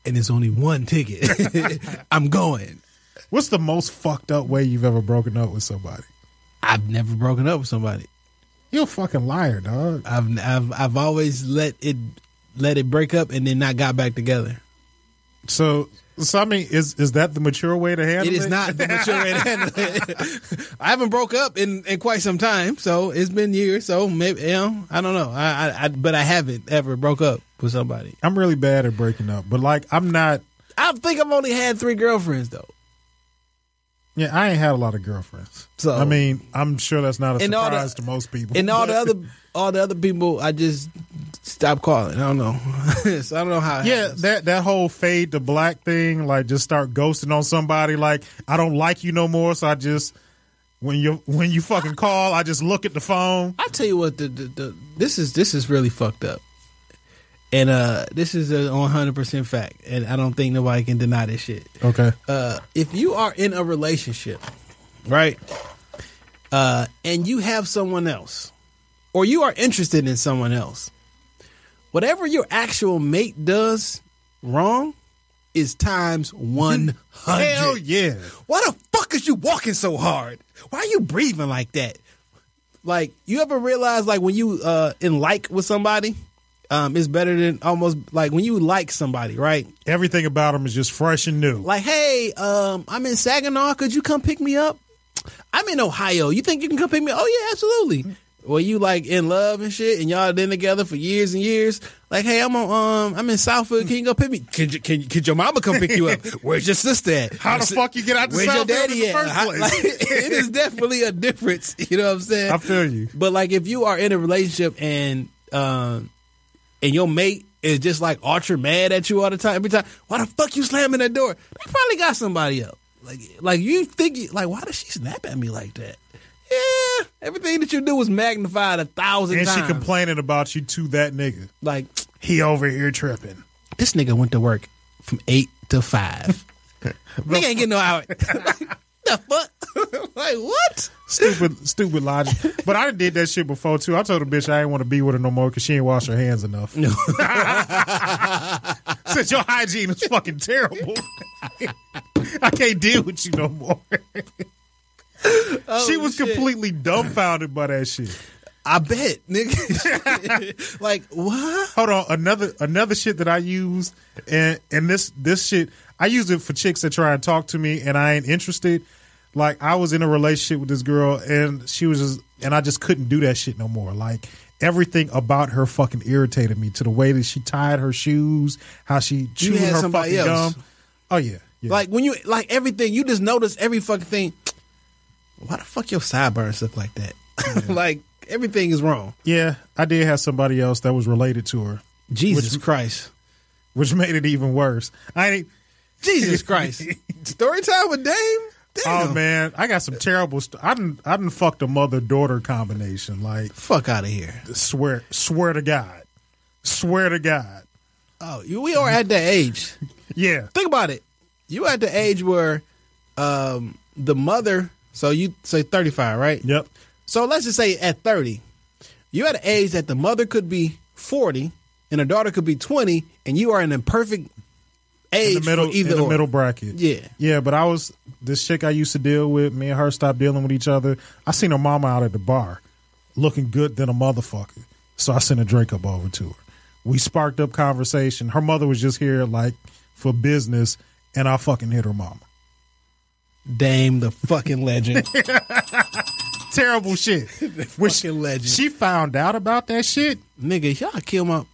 D: and it's only one ticket. I'm going.
E: What's the most fucked up way you've ever broken up with somebody?
D: I've never broken up with somebody.
E: You're a fucking liar, dog.
D: I've I've I've always let it let it break up and then not got back together.
E: So, so I mean, is is that the mature way to handle
D: It
E: it?
D: is not the mature way to handle it. I haven't broke up in, in quite some time, so it's been years. So maybe you know, I don't know. I, I, I but I haven't ever broke up with somebody.
E: I'm really bad at breaking up, but like, I'm not.
D: I think I've only had three girlfriends though.
E: Yeah, I ain't had a lot of girlfriends.
D: So-
E: I mean, I'm sure that's not a
D: And all the-
E: surprise to most people.
D: And all the
E: but-
D: other all the other people, I just stopped calling. I don't know. so I don't know how. it
E: Yeah,
D: happens.
E: that that whole fade to black thing, like just start ghosting on somebody. Like I don't like you no more, so I just when you when you fucking call, I just look at the phone.
D: I tell you what, the, the, the this is this is really fucked up, and uh, this is a one hundred percent fact, and I don't think nobody can deny this shit.
E: Okay,
D: uh, if you are in a relationship, right, uh, and you have someone else, or you are interested in someone else, whatever your actual mate does wrong is times one hundred.
E: hell yeah.
D: Why the fuck is you walking so hard? Why are you breathing like that? Like you ever realize like when you uh in like with somebody, um, it's better than almost like when you like somebody, right?
E: Everything about them is just fresh and new.
D: Like, hey, um, I'm in Saginaw. Could you come pick me up? I'm in Ohio. You think you can come pick me? up? Oh yeah, absolutely. Well, you like in love and shit, and y'all been together for years and years. Like, hey, I'm on, um, I'm in Southfield. Can you go pick me? Could you, can, you- could your mama come pick you up? Where's your sister at?
E: How the fuck you get out the
D: Where's your
E: Southfield in
D: daddy
E: the
D: at?
E: first
D: How-
E: place?
D: like, it is definitely a difference. You know what I'm saying?
E: I feel you.
D: But like, if you are in a relationship and um, and your mate is just like ultra mad at you all the time, every time, why the fuck you slamming that door? They probably got somebody else. Like, like you think, like, why does she snap at me like that? Yeah, everything that you do was magnified a thousand
E: and she
D: times.
E: complaining about you to that nigga.
D: like,
E: He over here tripping.
D: this nigga went to work from eight to five. nigga ain't getting no hour. the fuck? like what?
E: Stupid, stupid logic. But I did that shit before too. I told a bitch I didn't want to be with her no more because she didn't wash her hands enough. Since your hygiene is fucking terrible, I can't deal with you no more. she was
D: shit.
E: completely dumbfounded by that shit.
D: I bet, nigga. like what?
E: Hold on, another another shit that I use, and and this this shit I use it for chicks that try and talk to me, and I ain't interested. Like I was in a relationship with this girl, and she was just, and I just couldn't do that shit no more. Like everything about her fucking irritated me to the way that she tied her shoes, how she chewed
D: had
E: her
D: somebody
E: fucking
D: else.
E: gum. Oh yeah, yeah.
D: Like when you like everything, you just notice every fucking thing. Why the fuck your sideburns look like that? like everything is wrong.
E: yeah, I did have somebody else that was related to her,
D: Jesus Christ.
E: which made it even worse. I ain't.
D: Jesus Christ. Story time with Dame? Damn.
E: Oh man, I got some terrible. St- I didn't. I didn't fuck the mother daughter combination. Like
D: Fuck out of here.
E: swear, swear to God, swear to God.
D: Oh, you, we are at that age.
E: Yeah,
D: Think about it. You at the age where um the mother so you say thirty five, right?
E: yep.
D: So let's just say at 30, you're at an age that the mother could be 40 and the daughter could be 20, and you are in a perfect age
E: In the middle,
D: for either
E: in the
D: or.
E: middle bracket.
D: Yeah.
E: yeah. But I was this chick I used to deal with. Me and her stopped dealing with each other. I seen her mama out at the bar, looking good than a motherfucker. So I sent a drink up over to her. We sparked up conversation. Her mother was just here like for business, and I fucking hit her mama.
D: Dame the fucking legend.
E: Terrible shit. Which
D: fucking legend.
E: she found out about that shit.
D: Nigga, y'all kill my.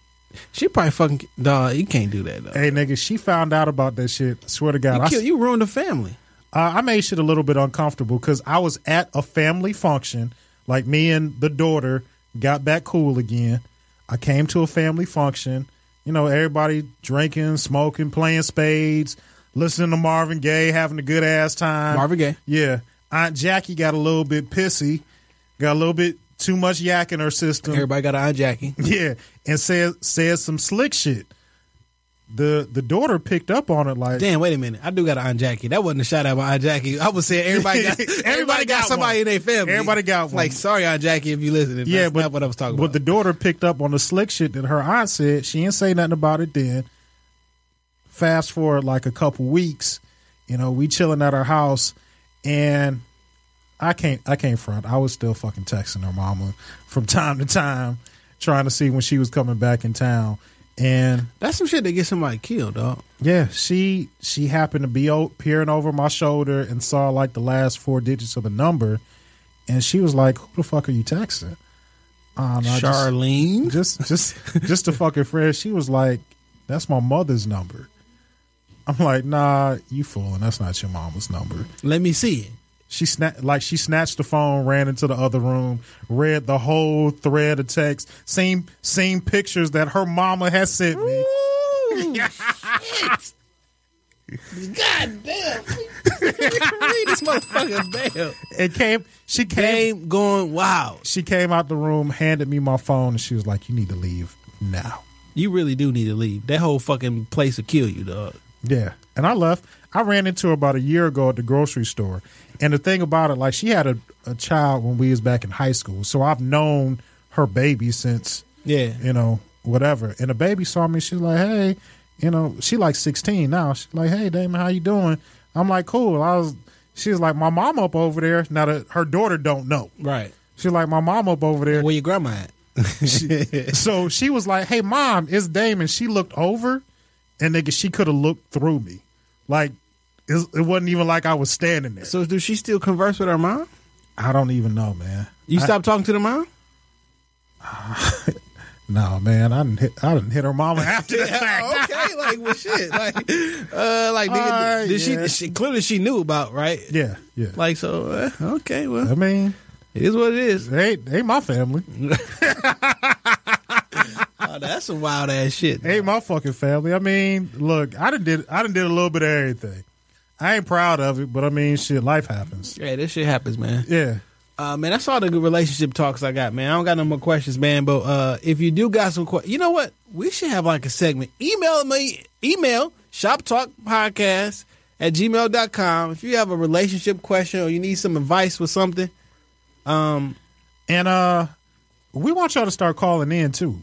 D: She probably fucking. Dog, you can't do that, though.
E: Hey, nigga, she found out about that shit. I swear to God,
D: You,
E: I,
D: kill, you ruined the family.
E: uh, I made shit a little bit uncomfortable because I was at a family function. Like me and the daughter got back cool again. I came to a family function. You know, everybody drinking, smoking, playing spades, listening to Marvin Gaye, having a good ass time.
D: Marvin Gaye.
E: Yeah. Aunt Jackie got a little bit pissy, got a little bit too much yak in her system.
D: Everybody got an eye Jackie.
E: Yeah, and said said some slick shit. The the daughter picked up on it like
D: Damn, wait a minute. I do got an Aunt Jackie. That wasn't a shout out by Aunt Jackie. I was saying everybody got, everybody got,
E: got
D: somebody
E: one.
D: in their family.
E: Everybody got one.
D: Like, sorry, Aunt Jackie, if you listening.
E: yeah,
D: That's
E: but
D: not what I was talking
E: But
D: about.
E: the daughter picked up on the slick shit that her aunt said. She didn't say nothing about it then. Fast forward like a couple weeks, you know, we chilling at her house, and I can't I can't front. I was still fucking texting her mama from time to time, trying to see when she was coming back in town, and.
D: That's some shit that gets somebody killed, dog.
E: Yeah, she she happened to be o- peering over my shoulder and saw like the last four digits of the number, and she was like, "Who the fuck are you texting?" Um, I just-
D: Charlene.
E: just just just a fucking friend. She was like, "That's my mother's number." I'm like, "Nah, you fooling. That's not your mama's number."
D: Let me see it.
E: She sna- like she snatched the phone, ran into the other room, read the whole thread of text, same same pictures that her mama has sent me.
D: God damn. Read this motherfucking mail.
E: It came. She came.
D: Game going wild.
E: she came out the room, handed me my phone, and she was like, "You need to leave now."
D: You really do need to leave. That whole fucking place will kill you, dog.
E: Yeah, and I left. I ran into her about a year ago at the grocery store, and the thing about it, like, she had a, a child when we was back in high school, so I've known her baby since,
D: Yeah.
E: you know, whatever. And the baby saw me. She's like, "Hey," you know, she like sixteen now. She's like, "Hey, Damon, how you doing?" I'm like, "Cool." I was. She's like, "My mom up over there." Now that her daughter don't know.
D: Right.
E: She's like, my mom up over there.
D: Where your grandma at?
E: so she was like, "Hey, mom, it's Damon." She looked over, and nigga, she could have looked through me. Like it, it wasn't even like I was standing there.
D: So does she still converse with her mom?
E: I don't even know, man.
D: You stopped talking to the mom?
E: No, man, I didn't hit, I didn't hit her mama after the fact.
D: Oh, okay, like well, shit, like, uh, like nigga,
E: Uh,
D: did
E: yeah.
D: she, she clearly she knew about right?
E: Yeah, yeah.
D: Like so, uh, okay,
E: I
D: well,
E: mean,
D: it is what it is.
E: they they ain't my family.
D: Oh, that's some wild ass shit.
E: They ain't my fucking family. I mean, look, I done did I done did a little bit of everything. I ain't proud of it, but I mean, shit, life happens.
D: Yeah, this shit happens, man.
E: Yeah.
D: Uh, man, that's all the good relationship talks I got, man. I don't got no more questions, man. But uh, if you do got some questions, you know what? We should have like a segment. Email me, email shop talk podcast at gmail.com. If you have a relationship question or you need some advice with something, um,
E: And uh we want y'all to start calling in too.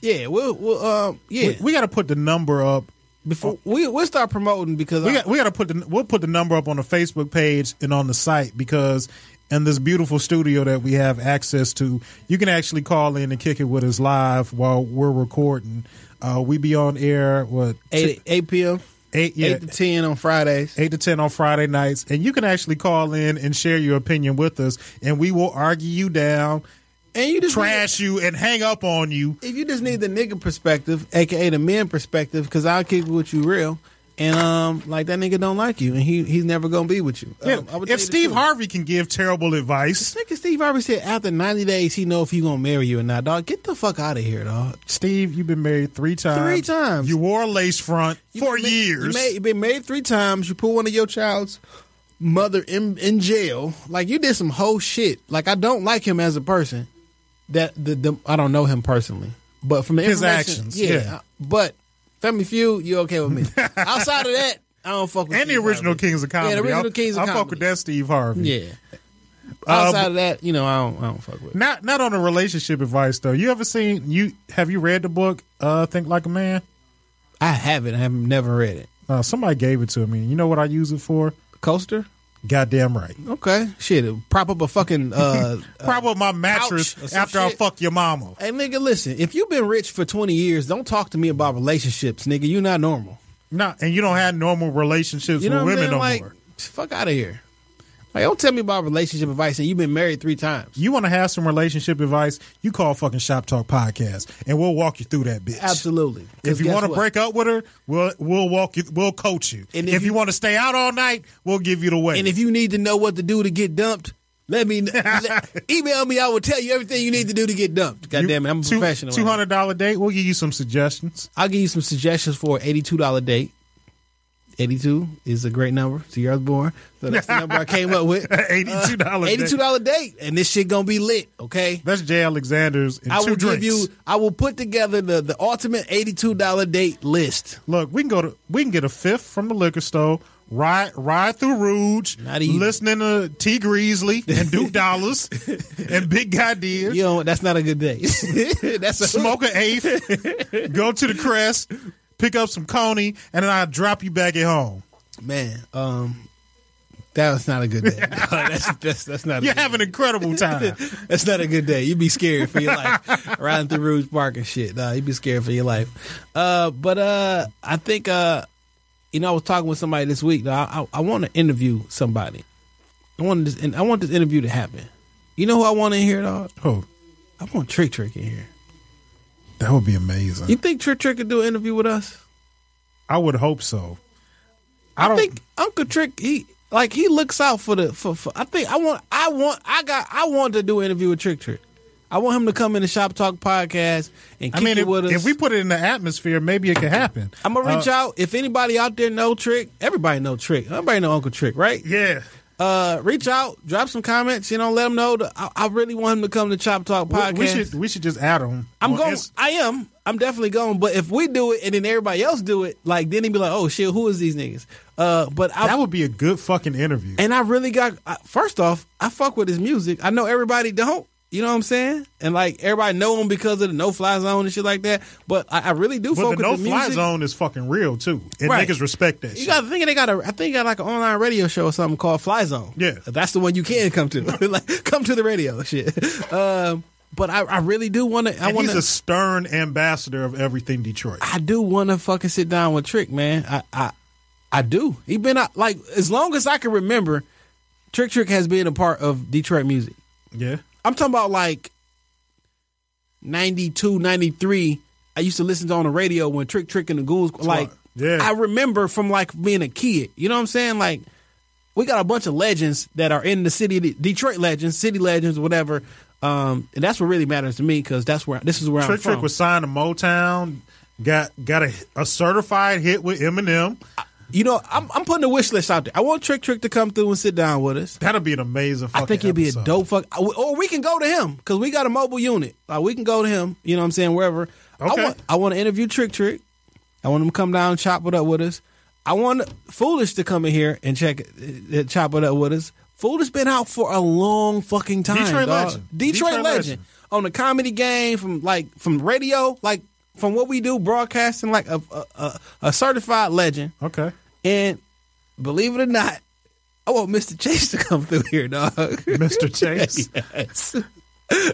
D: yeah, we'll, we'll um, yeah,
E: We, we got to put the number up.
D: before we we'll start promoting because
E: We
D: I-
E: got we got to put the we'll put the number up on the Facebook page and on the site because in this beautiful studio that we have access to, you can actually call in and kick it with us live while we're recording. Uh, we be on air what
D: eight eight p.m.
E: eight yeah,
D: eight to ten on Fridays.
E: 8 to 10 on Friday nights. And you can actually call in and share your opinion with us, and we will argue you down,
D: And you just
E: trash you, and hang up on you.
D: Need, if you just need the nigga perspective, aka the man perspective, because I'll keep it with you real. And um, like that nigga don't like you, and he he's never gonna be with you. Um, I would tell you
E: if
D: the
E: Steve
D: truth.
E: Harvey can give terrible advice,
D: nigga Steve Harvey said after ninety days he know if he gonna marry you or not, dog. Get the fuck out of here, dog.
E: Steve, you've been married three times.
D: Three times.
E: You wore a lace front
D: You
E: for
D: been ma-
E: years.
D: You, may, you been married three times. You put one of your child's mother in in jail. Like you did some whole shit. Like I don't like him as a person. That the, the I don't know him personally, but from the
E: His
D: information-
E: actions,
D: yeah.
E: yeah.
D: But Family Feud, you okay with me? Outside of that, I don't fuck with.
E: and the
D: Steve
E: original
D: Harvey.
E: Kings of Comedy.
D: Yeah, the original
E: I-
D: Kings of
E: I
D: Comedy.
E: fuck with that Uh, Steve Harvey.
D: Yeah. Outside of that, you know, I don't, I don't fuck with.
E: Not not on the relationship advice though. You ever seen you have you read the book uh Think Like a Man?
D: I haven't. I have never read it.
E: Uh, somebody gave it to me. You know what I use it for?
D: Coaster.
E: Goddamn right.
D: Okay, shit. Prop up a fucking uh,
E: Probably my mattress
D: couch or some
E: after I
D: shit.
E: fuck your mama.
D: Hey, nigga, listen. If you've been rich for twenty years, don't talk to me about relationships, nigga. You're not normal.
E: No, and you don't have normal relationships
D: You know
E: with
D: what I'm
E: women
D: saying?
E: no
D: like,
E: more.
D: fuck out of here. Like, don't tell me about relationship advice and you've been married three times.
E: You want to have some relationship advice? You call fucking Shop Talk Podcast, and we'll walk you through that bitch.
D: Absolutely. 'Cause
E: If you
D: guess
E: want to
D: what?
E: break up with her, we'll we'll walk you, we'll coach you.
D: And
E: And
D: if
E: if,
D: you-
E: you, want to stay out all night, we'll give you the way.
D: and if you need to know what to do to get dumped, let me let- email me. I will tell you everything you need to do to get dumped. God damn it, I'm a professional.
E: Two hundred dollar date. We'll give you some suggestions.
D: I'll give you some suggestions for an eighty-two dollar date. Eighty-two is a great number. It's the year I was born, so that's the number I came up with. Uh,
E: Eighty two dollars.
D: Eighty-two dollar date, and this shit gonna be lit. Okay.
E: That's Jay Alexander's. And
D: I
E: two
D: will give
E: drinks.
D: you. I will put together the the ultimate eighty-two dollar date list.
E: Look, we can go to we can get a fifth from the liquor store. Ride ride through Rouge,
D: Not even.
E: listening to T Greasley and Duke Dollars and Big Guy Deer.
D: You know that's not a good day. that's a
E: Smoke an eighth, go to the crest, pick up some coney, and then I drop you back at home.
D: man. Um, that was not a good day. that's that's that's not.
E: You
D: a good
E: have an incredible time.
D: That's not a good day. You'd be scared for your life riding through Rouge Park and shit. Nah, you'd be scared for your life. Uh, but uh, I think uh, you know, I was talking with somebody this week. though. I I, I want to interview somebody. I want this. And I want this interview to happen. You know who I want in here, dog?
E: Oh,
D: I want Trick Trick in here.
E: that would be amazing.
D: You think Trick Trick could do an interview with us?
E: I would hope so. I
D: I
E: don't.
D: think Uncle Trick he like he looks out for the for, for I think I want I want I got I want to do an interview with Trick Trick. I want him to come in the Shop Talk podcast and
E: I
D: kick
E: mean,
D: it
E: if,
D: with us.
E: if we put it in the atmosphere, maybe it could happen.
D: I'm gonna reach
E: Uh,
D: out if anybody out there know Trick. Everybody know Trick. Everybody know Uncle Trick, right?
E: Yeah,
D: Uh, reach out, drop some comments. You know, let him know. That I, I really want him to come to Chop Talk
E: we,
D: podcast.
E: we should we should just add them.
D: I'm going. I am. I'm definitely going. But if we do it and then everybody else do it, like then he'd be like, "Oh shit, who is these niggas?" Uh, but I
E: That would be a good fucking interview.
D: and I really got. I, first off, I fuck with his music. I know everybody don't, You know what I'm saying? And like everybody know him because of the no fly zone and shit like that. But I, I really do
E: But the
D: focus
E: no
D: the
E: fly
D: music.
E: zone is fucking real too, and
D: Right.
E: niggas respect that.
D: You
E: shit.
D: got to think they got a. I think they got like an online radio show or something called Fly Zone.
E: Yeah.
D: that's the one you can come to. like come to the radio shit. Um, but I, I really do want to. I
E: and
D: want
E: he's a
D: to.
E: stern ambassador of everything Detroit.
D: I do want to fucking sit down with Trick, man. I I, I do. He been out, like as long as I can remember. Trick Trick has been a part of Detroit music.
E: yeah,
D: I'm talking about like 92, 93. I used to listen to on the radio when Trick Trick and the Ghouls, like,
E: Yeah.
D: I remember from like being a kid. You know what I'm saying? Like, we got a bunch of legends that are in the city, Detroit legends, city legends, whatever. Um, and that's what really matters to me because that's where this is where I'm
E: Trick
D: from.
E: Trick was signed to Motown. Got got a, a certified hit with Eminem.
D: you know, I'm, I'm putting a wish list out there. I want Trick Trick to come through and sit down with us.
E: That'll be an amazing. Fucking
D: I think it'd be a
E: episode.
D: dope fuck. I- Or we can go to him because we got a mobile unit. Like we can go to him. You know what I'm saying? Wherever.
E: Okay.
D: I want. I want to interview Trick Trick. I want him to come down and chop it up with us. I want Foolish to come in here and check it- uh, chop it up with us. Foolish been out for a long fucking time.
E: Detroit
D: dog.
E: legend.
D: Detroit,
E: Detroit
D: legend.
E: legend.
D: on the comedy game from like from radio like from what we do broadcasting like a a, a, a certified legend.
E: Okay.
D: And believe it or not, I want Mr. Chase to come through here, dog.
E: Mr. Chase,
D: Yes. Oh.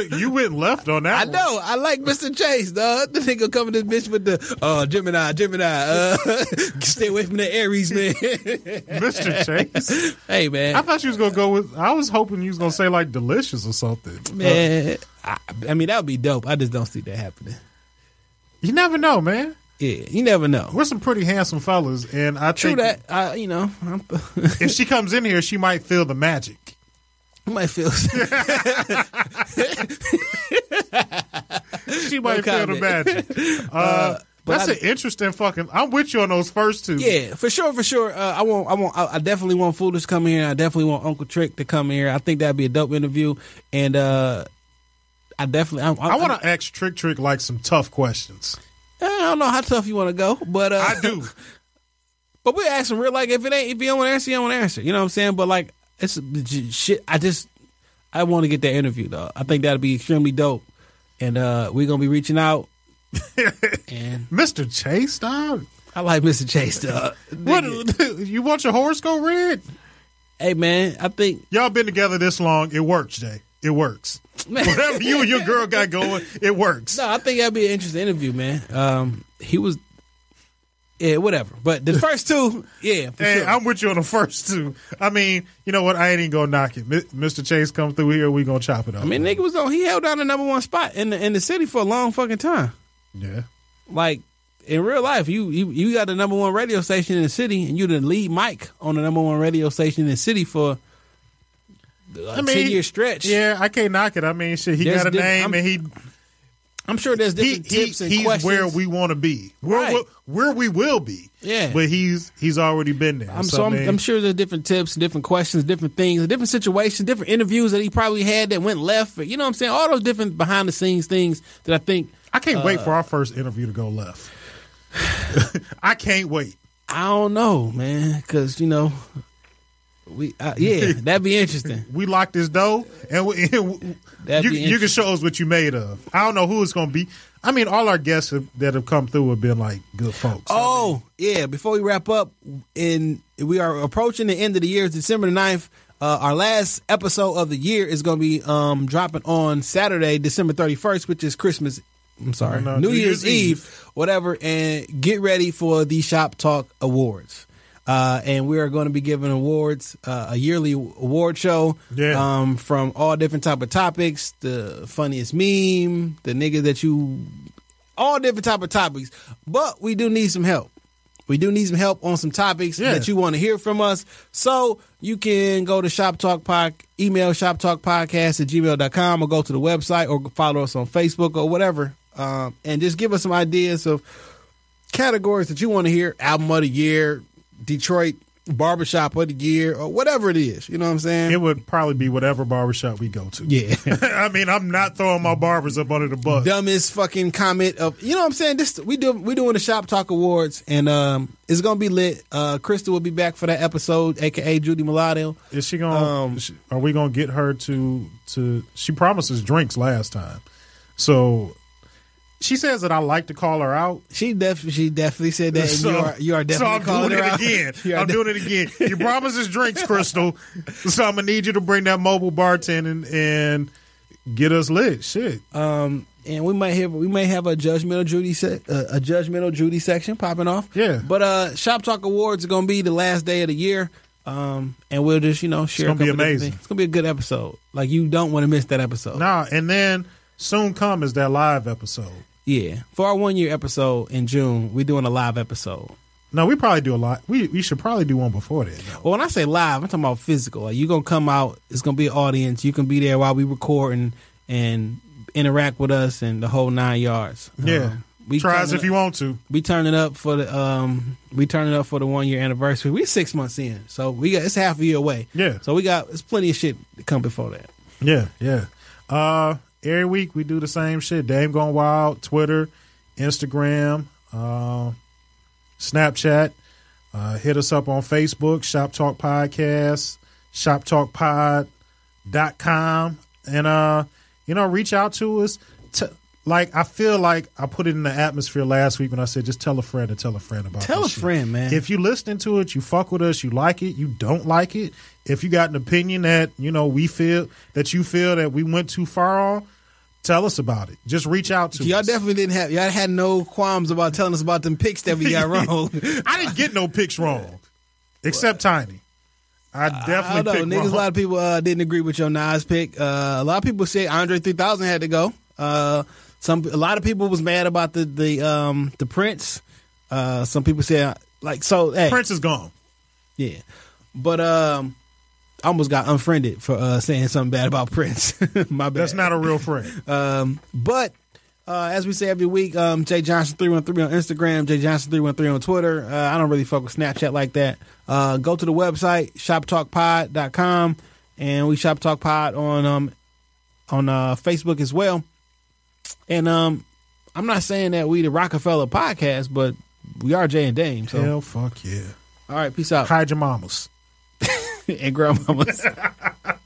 E: you took, you went left on that.
D: I
E: one.
D: know. I like Mr. Chase, dog. The nigga coming this bitch with the uh Gemini, Gemini, uh stay away from the Aries, man.
E: Mr. Chase.
D: hey man.
E: I thought you was gonna go with. I was hoping you was gonna say like delicious or something.
D: man. I, I mean that would be dope. I just don't see that happening.
E: You never know, man.
D: Yeah, you never know.
E: We're some pretty handsome fellas, and I
D: True
E: think
D: that. I you know, I'm,
E: if she comes in here, she might feel the magic.
D: I might feel
E: She might feel the
D: comment.
E: magic. Uh,
D: but
E: that's
D: I-
E: an interesting fucking. I'm with you on those first two.
D: Yeah, for sure, for sure. Uh, I want, I want, I, I definitely want Foolish to come here. I definitely want Uncle Trick to come here. I think that'd be a dope interview, and uh I definitely, I,
E: I want to ask Trick Trick like some tough questions.
D: eh, I, I don't know how tough you want to go, but uh,
E: I do.
D: But we ask him real like if it ain't if you don't want to answer, you don't want to answer. You know what I'm saying? But like it's j- shit. I just I want to get that interview though. I think that'd be extremely dope, and uh we're gonna be reaching out. and
E: Mr. Chase, dog.
D: I like Mr. Chase though.
E: What you want your horoscope read?
D: hey man, I think
E: Y'all been together this long. It works, Jay. It works.
D: Man.
E: Whatever you and your girl got going, it works.
D: no, I think that'd be an interesting interview, man. Um, he was. Yeah, whatever. But the first two, yeah, for
E: Hey,
D: sure.
E: I'm with you on the first two. I mean, you know what? I ain't even gonna knock it. Mi- Mr. Chase come through here. We gonna chop it up.
D: I mean, nigga was on. He held down the number one spot in the in the city for a long fucking time.
E: yeah.
D: like in real life, you you, you got the number one radio station in the city, and you the lead mic on the number one radio station in the city for a
E: I mean,
D: ten year stretch.
E: Yeah, I can't knock it. I mean, shit. He
D: There's
E: got a
D: diff-
E: name,
D: I'm-
E: and he
D: I'm sure there's
E: he,
D: different
E: he
D: tips and
E: he's
D: questions.
E: where we want to be. Where,
D: Right.
E: we- where we will be.
D: Yeah.
E: but he's he's already been there.
D: I'm,
E: so,
D: so
E: I
D: I'm,
E: mean,
D: I'm sure there's different tips, different questions, different things, different situations, different interviews that he probably had that went left. But you know what I'm saying? All those different behind the scenes things that I think
E: I can't wait
D: uh,
E: for our first interview to go left. I can't wait.
D: I don't know, man, because you know we uh, yeah that'd be interesting.
E: We locked this dough, and, we, and
D: That'd
E: you,
D: be
E: you can show us what you made of. I don't know who it's going to be. I mean, all our guests have, that have come through have been like good folks.
D: Oh, yeah. Before we wrap up, in we are approaching the end of the year. It's December the 9th. Uh, our last episode of the year is going to be um, dropping on Saturday, December 31st, which is Christmas. I'm sorry,
E: No, no,
D: New,
E: New
D: Year's,
E: Year's
D: Eve,
E: Eve.
D: whatever. And get ready for the Shop Talk Awards. Uh, and we are going to be giving awards, uh, a yearly award show
E: Yeah.
D: um, from all different type of topics, the funniest meme, the nigga that you all different type of topics. But we do need some help. We do need some help on some topics
E: Yeah.
D: that you want to hear from us. So you can go to Shop Talk Pod, email shoptalkpodcast at gmail.com or go to the website or follow us on Facebook or whatever. Um, and just give us some ideas of categories that you want to hear album of the year, Detroit barbershop of the year or whatever it is. You know what I'm saying?
E: It would probably be whatever barbershop we go to.
D: yeah.
E: I mean, I'm not throwing my barbers up under the bus.
D: Dumbest fucking comment of you know what I'm saying? This we do we doing the Shop Talk Awards and um it's gonna be lit. Uh Crystal will be back for that episode, aka Judy Mulatto.
E: Is she gonna?
D: Um,
E: is she- are we gonna get her to to? She promises drinks last time, so she says that I like to call her out.
D: She def she definitely said that and
E: so
D: you are you are definitely
E: so I'm
D: calling
E: doing
D: her
E: it
D: out.
E: again.
D: You are
E: I'm
D: de-
E: doing it again. You promises drinks, Crystal. So I'm gonna need you to bring that mobile bartending and get us lit. Shit.
D: Um, and we might have we may have a judgmental Judy se- uh, a judgmental Judy section popping off.
E: Yeah.
D: But uh, Shop Talk Awards are going to be the last day of the year. Um, and we'll just you know share.
E: gonna
D: a
E: be
D: couple different
E: amazing.
D: things. It's going to be a good episode. Like you don't want to miss that episode.
E: Nah. And then soon come is that live episode.
D: Yeah. For our one year episode in June, we're doing a live episode.
E: No, we probably do a lot. We we should probably do one before that. though.
D: Well, when I say live, I'm talking about physical. Like you gonna come out, it's gonna be an audience. You can be there while we record and and interact with us and the whole nine yards.
E: Yeah.
D: Um, we
E: Try us
D: turning
E: if you
D: up-
E: want to.
D: we turn it up for the um we turn it up for the one year anniversary. We're six months in, so we got it's half a year away.
E: Yeah.
D: So we got it's plenty of shit to come before that.
E: Yeah, yeah. Uh, every week we do the same shit. Dame Gone Wild, Twitter, Instagram, uh, Snapchat. Uh, hit us up on Facebook, Shop Talk Podcast, shoptalkpod.com. And, uh, you know, reach out to us. T- like, I feel like I put it in the atmosphere last week when I said, just tell a friend and tell a friend about
D: Tell
E: this
D: a
E: shit.
D: friend, man.
E: If you listening to it, you fuck with us, you like it, you don't like it. If you got an opinion that you know we feel that you feel that we went too far on, tell us about it. Just reach out to
D: Y'all
E: us.
D: definitely didn't have y'all had no qualms about telling us about them picks that we got wrong.
E: I didn't get no picks wrong, except Tiny. I
D: I
E: definitely
D: don't
E: picked
D: know, niggas.
E: wrong.
D: A lot of people uh, didn't agree with your Nas pick. Uh, a lot of people said Andre 3000 had to go. Uh, some a lot of people was mad about the the um the Prince. Uh, some people said like so. Hey,
E: Prince is gone.
D: Yeah. But um I almost got unfriended for uh saying something bad about Prince. My bad.
E: That's not a real friend.
D: um but uh, as we say every week, um, Jay Johnson three one three on Instagram, Jay Johnson three one three on Twitter. Uh, I don't really fuck with Snapchat like that. Uh, go to the website shoptalkpod.com and we shop talk pod on um on uh, Facebook as well. And um, I'm not saying that we the Rockefeller podcast, but we are Jay and Dame. So
E: Hell, fuck yeah.
D: all right, peace out
E: Hide your mamas.
D: and grandmamas.